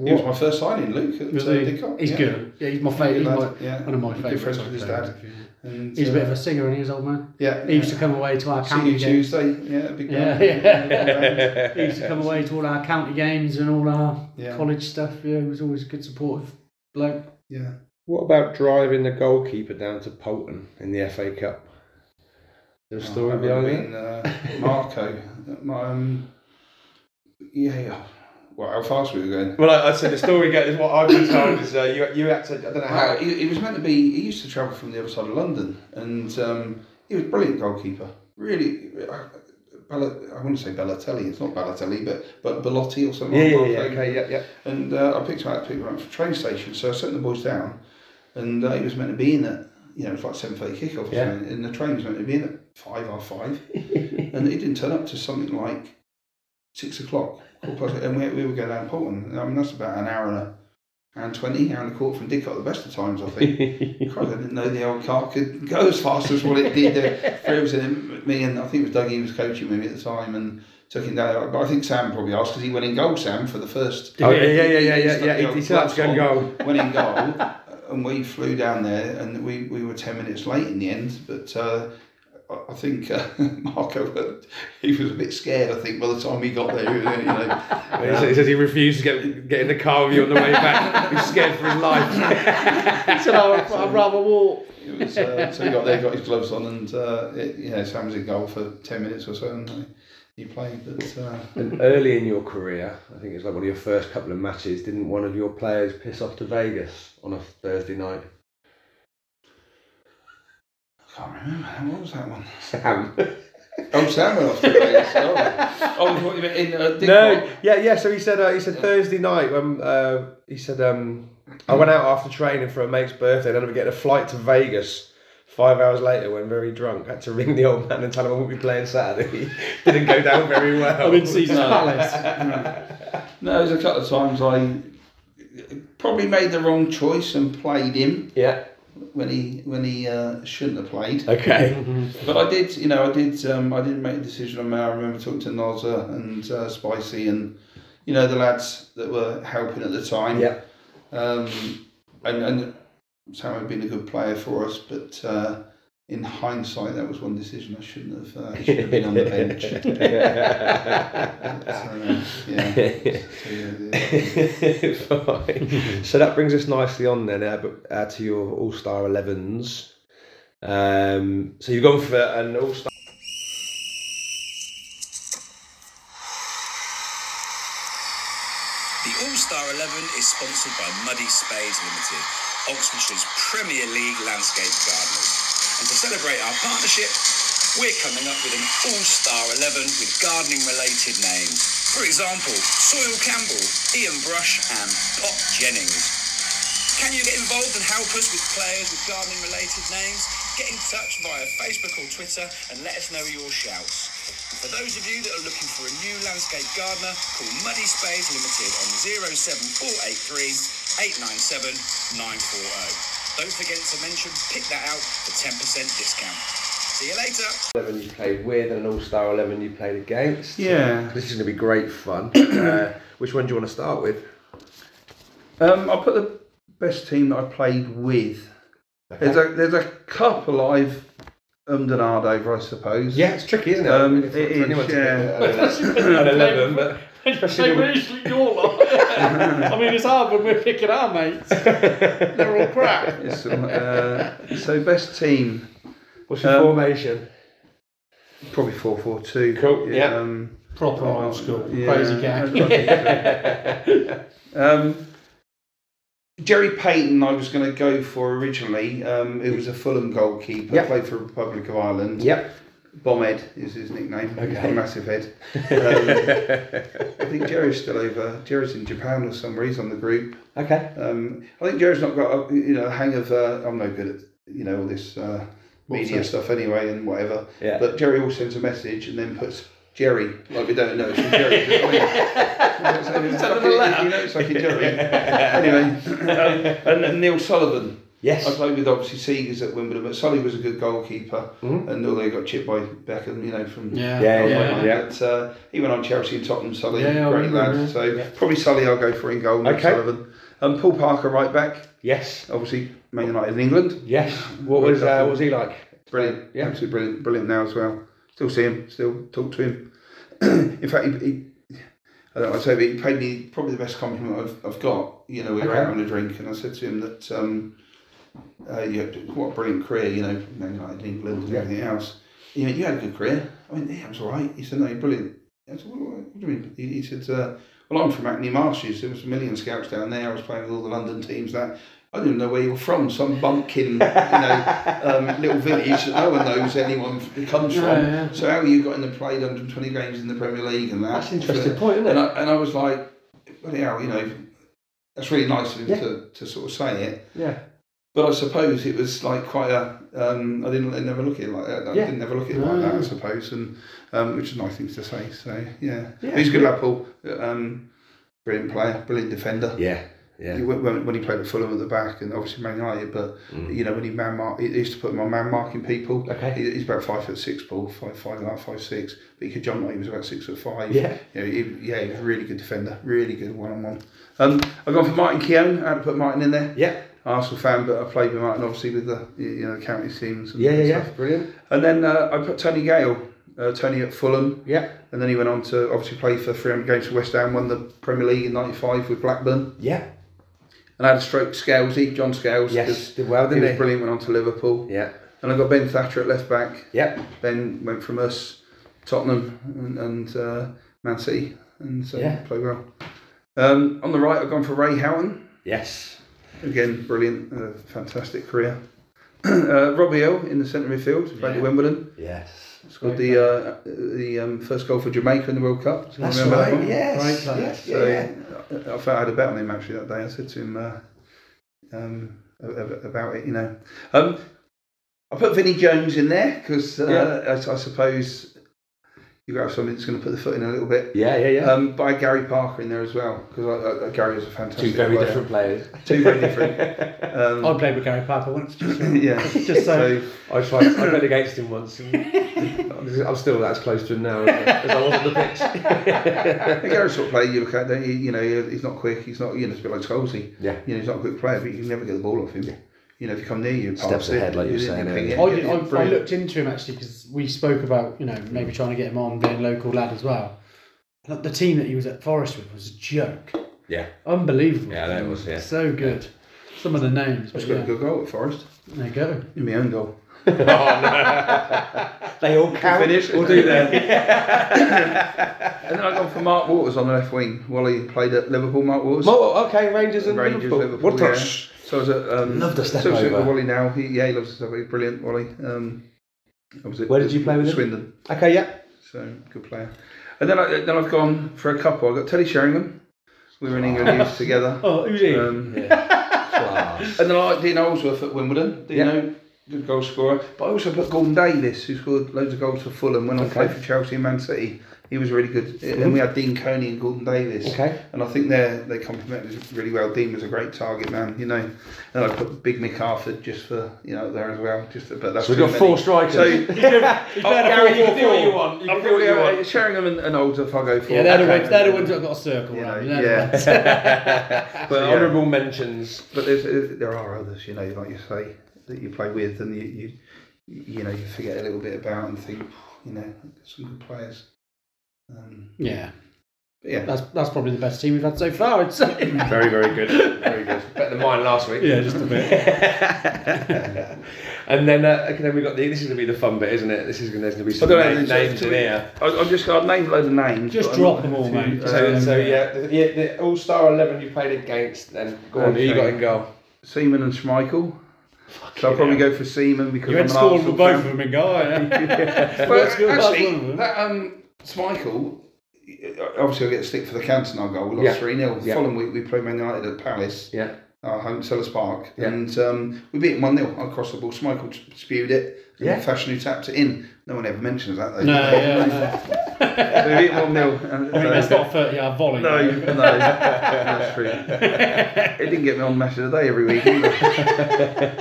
He was my first signing, Luke. At,
Was
uh,
he?
Didcot,
He's
yeah.
good. Yeah, he's my
Good
favourite. He's my,
lad, yeah.
one of my
Good
favourite.
friends with his dad. And,
He's a bit
uh,
of a singer, and he's old man.
Yeah.
He used
yeah.
to come away to our
See
county
you
games.
Tuesday. Yeah, a big
Yeah,
band.
yeah. he used to come away to all our county games and all our
Yeah.
college stuff. Yeah, he was always a good supportive bloke.
Yeah.
What about driving the goalkeeper down to Polton in the FA Cup? There's a story
Oh, that
behind
would
it.
have been, Uh, Marco. My, um, yeah, yeah. Well, how fast we were going.
Well, I, I said the story goes. What I've been told is uh, you you had to. I don't know
Well,
how.
he, he was meant to be. He used to travel from the other side of London, and um, he was a brilliant goalkeeper. Really, I, Bella, I want to say Bellatelli. It's not Bellatelli, but but Bellotti or something.
Yeah, yeah,
like
yeah.
that.
Okay, yeah, yeah.
And uh, I picked him up, picked him up from the train station. So I sent the boys down, and uh, he was meant to be in at you know it was like seven thirty kickoff, or
Yeah.
something, and the train was meant to be in at five or five, and it didn't turn up to something like six o'clock, quarter past eight, and we, we were going down Portland. I mean that's about an hour and a hour and twenty, hour and a quarter from Didcot at the best of times, I think. Christ, I didn't know the old car could go as fast as what it did. Uh, it was in me and I think it was Dougie who was coaching me at the time and took him down. But I think Sam probably asked because he went in goal, Sam, for the first
Oh, yeah, yeah, yeah, yeah, yeah, yeah.
You
He,
know,
he still had to go and go.
went in goal, uh, and we flew down there, and we, we were ten minutes late in the end. But uh, I- I think uh, Marco uh, he was a bit scared. I think by the time we got there, you know,
He says- He says he refused to get, get in the car with you on the way back. He's scared for his life.
said, I'd, I'd rather walk.
it was, uh, so he got there, got his gloves on, and uh, it, you know Sam was in goal for ten minutes or so, and he played. But uh,
And early in your career, I think it was like one of your first couple of matches, didn't one of your players piss off to Vegas on a Thursday night?
I can't remember what was that one.
Sam.
Oh, Sam went off to play. Oh, oh, what you meant in uh, Dick
No,
Clark?
yeah, yeah. So he said, uh, he said Thursday night when uh, he said, um, I went out after training for a mate's birthday, and then we get a flight to Vegas. Five hours later, when very drunk, had to ring the old man and tell him I wouldn't be playing Saturday. Didn't go down very well.
I'm in Caesar's Palace.
No, there's a couple of times I probably made the wrong choice and played him
Yeah.
when he when he uh, shouldn't have played.
Okay.
But I did, you know, I did. Um, I did make a decision on that. I remember talking to Nozza and uh, Spicy and you know the lads that were helping at the time.
Yeah.
Um, and and Sam had been a good player for us, but uh, in hindsight, that was one decision I shouldn't have. Uh, he should have been on the bench. So, yeah. So, yeah, yeah.
Fine. so that brings us nicely on then uh, but, uh, to your All Star 11s. Um, so you've gone for an All Star.
The All Star 11 is sponsored by Muddy Spades Limited, Oxfordshire's Premier League landscape gardeners. And to celebrate our partnership, we're coming up with an All Star 11 with gardening related names. For example, Soil Campbell, Ian Brush, and Pop Jennings. Can you get involved and help us with players with gardening related names? Get in touch via Facebook or Twitter and let us know your shouts. And for those of you that are looking for a new landscape gardener, call Muddy Spades Limited on 07483 897 940. Don't forget to mention Pick That Out for 10% discount. See you later.
11 you played with and an All Star 11 you played against.
Yeah.
This is going to be great fun. uh, which one do you want to start with?
Um, I'll put the best team that I played with. There's a there's a couple I've ummed and ahed over, I suppose.
Yeah, it's tricky, isn't it?
Um,
For-
it
for
is,
anyone to
yeah.
get an 11, but
Especially when your lot. I mean, it's hard when we're picking our mates. They're all crap.
It's, um, uh, so best team
what's your
Um,
formation?
probably four four two.
Cool, yeah.
Um,
Proper old school.
yeah.
Crazy gang.
um, Jerry Payton, I was going to go for originally. Um, who was a Fulham goalkeeper.
Yeah.
Played for Republic of Ireland.
Yep.
Bombhead is his nickname. He's got
Okay.
a massive head. Um, I think Jerry's still over. Jerry's in Japan or somewhere. He's on the group.
Okay.
Um, I think Jerry's not got a, you know a hang of uh, I'm no good at you know all this uh, media stuff anyway and whatever.
Yeah.
But Jerry always sends a message and then puts Jerry like we don't know it's from Jerry. it's like, it's like, you know, it's like a Jerry. anyway, um, and, and Neil Sullivan.
Yes.
I played with obviously Seegers at Wimbledon, but Sully was a good goalkeeper,
Mm-hmm.
and although he got chipped by Beckham, you know, from
Yeah.
Yeah, yeah,
Like,
yeah.
But uh, he went on Chelsea and Tottenham, Sully,
Yeah, I
great
remember,
lad.
yeah.
So probably Sully, I'll go for in goal. Nick
Okay.
Sullivan. Um, Paul Parker, right back,
Yes.
obviously Man United in England,
Yes. What was uh, what was he like?
brilliant,
Yeah.
absolutely brilliant, brilliant now as well. Still see him, still talk to him. in fact, he, he Uh, I don't know, I say, but he paid me probably the best compliment I've, I've got. You know, we were
Okay.
out on a drink, and I said to him that, um, uh, you had, what a brilliant career, you know, Man United, England, and
Yeah.
everything else. You know, you had a good career. I went, yeah, it was all right. He said, no, you're brilliant. I said, what, what, what do you mean? He, he said, uh, well, I'm from Hackney Marshes. There was a million scouts down there. I was playing with all the London teams. That I didn't know where you were from. Some bumpkin, you know, um, little village that no one knows anyone f- comes from.
Yeah, yeah.
So how you got in and played 120 games in the Premier League and that.
That's an interesting point, isn't it?
And I, and I was like, bloody hell, you know, that's really nice of him to, to sort of say it.
Yeah.
But I suppose it was like quite a. Um, I didn't never look at it like that. I
Yeah.
didn't never look at it like that.
No.
I suppose, and um, which is a nice thing to say. So yeah,
Yeah.
he's a good lad, Paul. Um, brilliant player, brilliant defender.
Yeah, yeah.
He- When, when he played at Fulham at the back, and obviously Man United, but
Mm.
you know when he man mark, he used to put him on man marking people.
Okay.
He- he's about five foot six, Paul, five five and a half, five six. But he could jump like he was about six foot five.
Yeah.
You know, he, yeah, he was a really good defender, really good one on one. Um, I've gone for Martin Keown. I had to put Martin in there.
Yeah,
Arsenal fan, but I played with Martin obviously with the you know the county teams. And
yeah, yeah, yeah.
stuff.
Brilliant.
And then uh, I put Tony Gale, uh, Tony at Fulham,
Yeah,
and then he went on to obviously play for 300 games for West Ham, won the Premier League in '95 with Blackburn,
yeah.
and I had a stroke Scalesy, John Scales.
Yes,
'cause
did well,
He was
didn't he?
brilliant. Went on to Liverpool,
Yeah,
and I got Ben Thatcher at left back.
yeah.
Ben went from us, Tottenham, and, and uh, Man City, and so
Yeah.
played well. Um, on the right, I've gone for Ray Houghton.
Yes.
Again, brilliant, uh, fantastic career. uh, Robbie Hill in the centre midfield, played at
Yeah.
Wimbledon,
Yes.
scored the uh, the um, first goal for Jamaica in the World Cup. Do you remember that one?
Yes.
Great player.
yes.
So
yeah.
I, I felt I had a bet on him actually that day. I said to him uh, um, a- a- about it, you know. Um, I put Vinnie Jones in there because uh, I, I suppose you've got to have somebody that's going to put the foot in a little bit.
Yeah, yeah, yeah.
Um, but I had Gary Parker in there as well because I, I, Gary was a fantastic
Two very
player.
different players.
Two very different. Um,
I played with Gary Piper once.
uh,
Just,
yeah.
just so.
I tried. I played against him once. And I'm still as close to him now as I was on the pitch.
so, Gareth sort of player you look at, don't you? You know, he's not quick. He's not, you know, it's a bit like Scholesy.
Yeah.
You know, he's not a quick player, but you can never get the ball off him. You know, if you come near you, pass
Steps
it,
ahead, like you were saying
ping
earlier.
it,
I,
yeah,
did,
yeah,
I, I
brilliant.
looked into him actually because we spoke about you know maybe trying to get him on being local lad as well. And the team that he was at Forest with was a joke,
Yeah.
unbelievable.
Yeah, that was yeah.
so good. Some of the names, but
That's got a
yeah,
good goal at Forest.
there you go.
In my own goal.
They all count.
Finish. We'll do that. and then I gone for Mark Waters on the left wing while he played at Liverpool. Mark Waters.
Oh, okay, Rangers and
Rangers,
Liverpool.
Liverpool,
What
yeah.
touch?
So I was at um,
Love the step
so I was at
over.
Wally now. He, yeah, he loves the step over. He's brilliant, Wally. Um, I was at-
Where did you play with him?
Swindon.
Okay, yeah.
So good player. And then I, then I've gone for a couple. I got Teddy Sheringham. We were in England youth together.
Oh, who's he?
Um,
Class.
and then I like Dean Oldsworth at Wimbledon. Dean
Yeah.
know, good goal scorer. But I also put Gordon Davis, who scored loads of goals for Fulham when I played for Chelsea and Man City. He was really good. And we had Dean Coney and Gordon Davis.
Mm-hmm. Okay.
And I think they they complemented us really well. Dean was a great target man, you know. And I put Big Mick Arthur just for you know there as well. Just for, but that's
So we've
too
got four
many.
strikers.
So oh,
Gary, you can do what you want. You
I'm
can do what
probably
you
uh,
want.
Sheringham and, and Olds if I go for.
yeah, they're the
Okay.
ones. They're the ones that got a circle.
You know,
round. They're the
yeah,
ones.
But
Yeah.
honourable mentions.
but there's, uh, there are others, you know, like you say, that you play with, and you you, you know you forget a little bit about and think, you know, some good players. Um,
yeah.
but yeah,
That's that's probably the best team we've had so far. I'd say.
Very, very good. Very good. Better than mine last week.
Yeah, just a bit.
and then, uh, okay, then we got the. This is going to be the fun bit, isn't it? This is going. There's going to be
I
some
don't
name-
know,
names in here.
I, I've just got I've named a load of names.
Just
but
drop
I'm
them all,
too-
mate.
So,
Um,
so yeah, the, yeah, the All Star Eleven you played against. Then go on, who you got in goal?
Seaman and Schmeichel. So I'll probably go for Seaman because
You
I'm
had
an
scored
Arsenal
with both of
fan.
them in goal. yeah.
Well,
That's good, that's one of
actually,
them.
that, um, Schmeichel, uh, obviously I get a stick for the Cantona goal. We
Yeah.
lost 3 nil. 0.
Yeah.
Following week, we played Man United at Palace,
Yeah.
our home, Sellers Park,
Yeah.
and um, we beat 1 0. I crossed the ball. Schmeichel t- spewed it. And
Yeah.
Fashion who tapped it in. No one ever mentions that, though.
No, yeah, no.
So we beat 1 0.
I mean, that's not a 30 yard volley.
No,
though.
no, that's true. It didn't get me on match of the day every week either.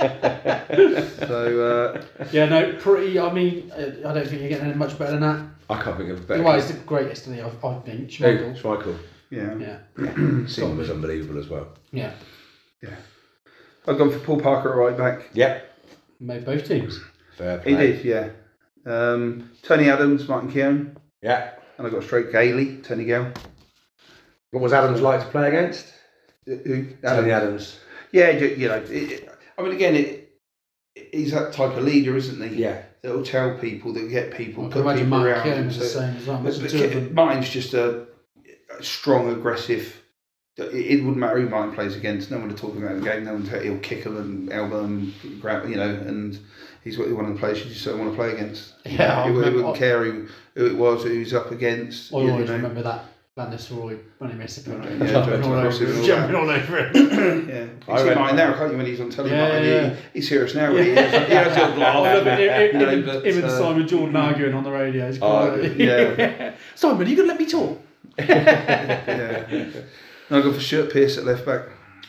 so, uh,
Yeah, no, pretty. I mean, uh, I don't think you're getting any much better than that.
I can't think of a better.
Well, it's the greatest of the I've, I've been.
Who?
Schmeichel.
Schmeichel.
yeah.
Yeah,
Seaman was unbelievable as well.
yeah.
I've gone for Paul Parker at right back.
Yeah.
Made both teams.
Fair
He
play.
did, yeah. Um, Tony Adams, Martin Keown,
Yeah.
and I got straight Gailey, Tony Gale.
What was Adams like to play against?
Uh, Who?
Tony
Adams.
Adams.
Yeah, ju- you know, it, it- I mean, again, it, he's that type of leader, isn't he?
Yeah.
That will tell people, that will get people,
I can
put
imagine
people
Mark
around.
Keown was the
So-
same as well.
but,
Imagine
but
two of
Ke-
them.
Martin's just a, a strong, aggressive. It, it wouldn't matter who Martin plays against. No one to talk about the game. No one. To, he'll kick him and elbow him, grab. You know, and he's one of the players you just don't want to play against.
Yeah, I
he, wou- he
remember-
wouldn't care who, who it was, who he's up against.
I
you
always
know.
remember that Van Nistelrooy when he missed the penalty.
Yeah,
jumping, all
Judge
over,
Russell
him,
and all
jumping all over it.
yeah.
I
He's in
read-
mine now, can't you, when he's on telly?
Yeah,
mate?
yeah.
He, he's serious now. He, is. he has a little
I love
laugh.
it. Him-
No,
him-
but,
him and
uh,
Simon Jordan arguing on the radio. It's
Oh,
quite-
yeah.
Simon, are you going to let me talk?
Yeah. And I go for shirt pierce at left back.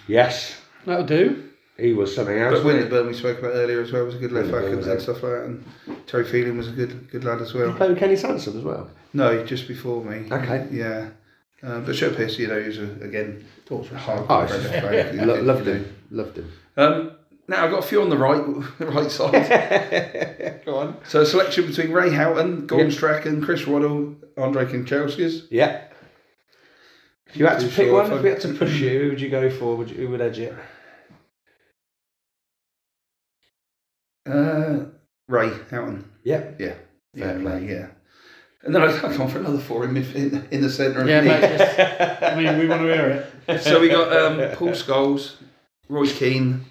Yes,
That'll do.
he was something else.
But
wasn't he?
Winterburn we spoke about earlier as well was a good left back and,
Winterburn,
and
yeah.
stuff like that. And Terry Feeling was a good good lad as
Did he
well.
play with Kenny Sansom as well.
No, just before me.
Okay.
Yeah. Uh, but shirt pierce, you know, he's a, again
Talks
a hard
Oh,
left
it's-
back.
Lo- loved him, loved him.
Um, now I've got a few on the right the right side.
Go on.
so a selection between Ray Houghton, Gordon Strachan, Chris Waddle, Andre Kinkowskis.
Yeah. If you had to
Too
pick
sure
one,
if
if
I-
we had to push you, who would you go for? Would you, who would edge it?
Uh, Ray Houghton.
Yeah.
Yeah,
Fair play.
Ray, yeah. And then I've gone for another four in midf- in, in the centre. of
Yeah,
the
mate. just- I mean, we want to hear it.
so we got um, Paul Scholes, Roy Keane,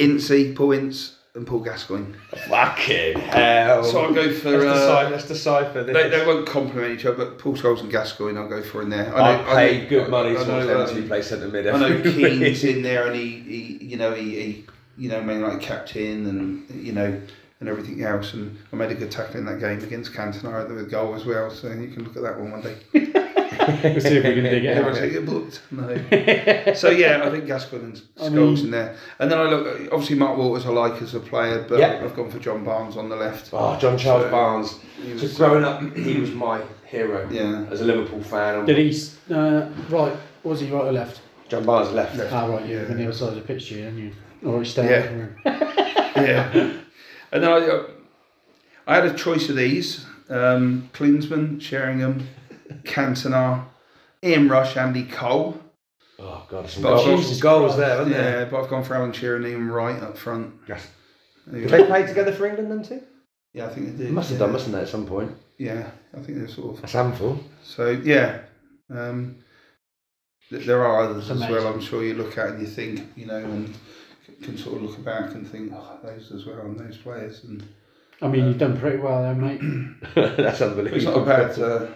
Ince, Paul Ince, and Paul Gascoigne.
Fucking hell.
So I'll go for.
let's, decide,
Uh,
let's decipher this.
they, they won't complement each other, but Paul Scholes and Gascoigne, I'll go for in there.
I,
know-
paid
know-
good money
I
to
know,
watch them to
um,
play centre mid.
I know
every
Keane's
week.
in there, and he, he you know, he, he you know, mainly like captain, and you know, and everything else. And I made a good tackle in that game against Cantona with a goal as well. So you can look at that one one day.
We'll see if we can dig it
Never
out.
take it booked. No. so yeah, I think Gascoigne and Scholes in there, and then I look. Obviously, Mark Waters I like as a player, but
Yeah.
I've gone for John Barnes on the left.
Oh, John Charles
So-
Barnes.
He
So
was-
growing up, he was my hero
yeah.
as a Liverpool fan.
Did he, uh, right, was he right or left?
John Barnes left.
Ah, right, you were on the other side of the pitch, you, didn't you? Or he stayed.
Yeah. yeah. And then I, uh, I had a choice of these: um, Klinsman, Sheringham, Cantona, Ian Rush, Andy Cole.
Oh, God. Some
But I've
goals,
got-
some goals there,
Yeah,
wasn't there?
but I've gone for Alan Shearer and Ian Wright up front.
Oh, Yes.
Who-
Did they play together for England then too?
Yeah, I think they
They
did.
must have
yeah.
done, mustn't they, at some point?
Yeah, I think they're sort of.
That's handful.
So yeah, um, th- there are others
Amazing.
as well. I'm sure you look at and you think, you know, and c- can sort of look back and think, oh, those as well, and those players. And
I mean, you've done pretty well there, mate.
That's unbelievable.
it's not a bad. Uh,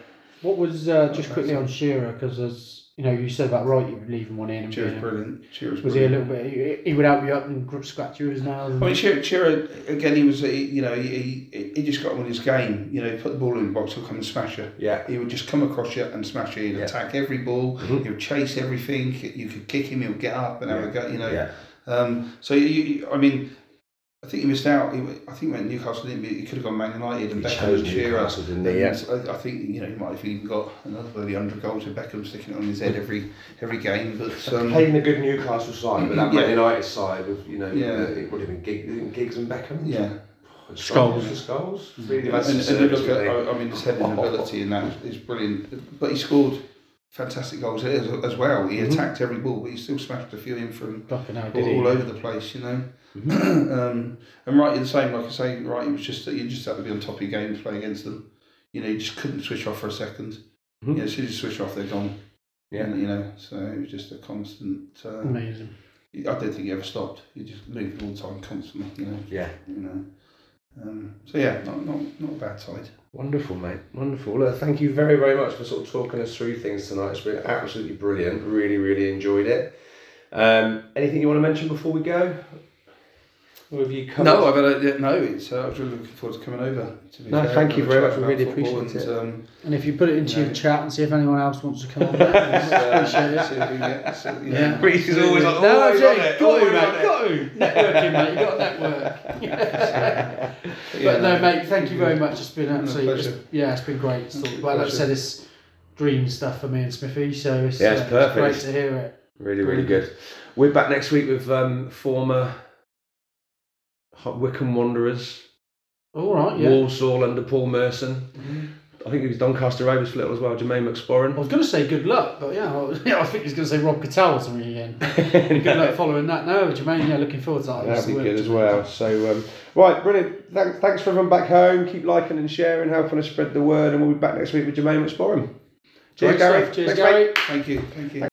What was, uh, just quickly on Shearer, because as you know, you said about right, you were leaving one in and
Cheers,
being
brilliant. Cheers,
Was he a
brilliant.
little bit, he, he would help you up and gr- scratch you with his nails?
I mean, Shearer, Shearer again. He was, he, you know, he, he he just got on with his game. You know, put the ball in the box, he'll come and smash it.
Yeah.
He would just come across you and smash you. He'd
Yeah. Mm-hmm.
attack every ball. He would chase everything. You could kick him. He would get up and have a go. You know,
Yeah.
Um, so you, you, I mean, I think he missed out. He, went- I think he went Newcastle, didn't he? He could have gone Man United and
He
Beckham
chose
and Shearer.
Newcastle, didn't he? Yeah.
And I, I think you know he might have even got another bloody hundred goals with Beckham sticking it on his head every every game. But um,
Played in a good Newcastle side, but that
Yeah.
Man United side with, you know,
Yeah.
the- it would have been Gig- Giggs and Beckham.
yeah,
Skulls. The skulls. Really
and,
had some
and, Oh, and you
service,
look at,
didn't
I, I mean his heading ability and that is brilliant. But he scored fantastic goals as, as well. He attacked every ball, but he still smashed a few in from
Fucking hell,
all,
Mm-hmm. did he? Mm-hmm.
all over the place, you know. um, and right, you're the same. Like I say, right, it was just that you just had to be on top of your game to play against them. You know, you just couldn't switch off for a 2nd
Mm-hmm.
Mhm.
Yeah, as soon as you switch off, they're gone.
Yeah.
And, you know, so it was just a constant. Uh,
Amazing. Mm-hmm.
I don't think you ever stopped. You just moved all the time, constantly. You know.
Yeah.
You know. Um, so yeah, not not not a bad side.
Wonderful, mate. Wonderful. Look, thank you very, very much for sort of talking us through things tonight. It's been absolutely brilliant. Really, really enjoyed it. Um, anything you want to mention before we go? Or have you covered?
No, I've had a, no. It's uh, I was really looking forward to coming over. To be
No,
fair,
thank
have
you
a
very
chat
much, we
about
really
football
appreciate it.
and, Um,
And if you put it into
No.
your chat and see if anyone else wants to come on, appreciate it.
uh, see if we can get- see- you know,
Yeah.
Reece is always like,
No,
always
Jake,
on
got
it,
to,
always on
mate,
it.
got to. Networking, mate, you got to network.
yeah,
but no, mate, thank you
Mm-hmm.
very much. It's been absolutely,
pleasure.
it's- yeah, it's been great. It's all- well, like I
Pleasure.
said, it's dream stuff for me and Smithy, so it's,
Yeah, it's
uh,
perfect.
great to hear it.
Really, really good. We're back next week with um, former Ho- Wickham Wanderers,
All right, yeah.
Walsall under Paul Merson. I think it was Doncaster Rovers for a little as well, Jermaine
I
McSporran.
was going to say good luck, but yeah, I, yeah, I think he's going to say Rob Cattell or something again. Good luck following that. No, Jermaine, yeah, looking forward to that.
That'd be good as well. So, um, right, brilliant. Thanks, thanks for everyone back home. Keep liking and sharing, helping us spread the word, and we'll be back next week with Jermaine McSporran.
Cheers,
Cheers, Gary.
Gary. Cheers,
Thanks, mate.
Gary.
Thank you. Thank you.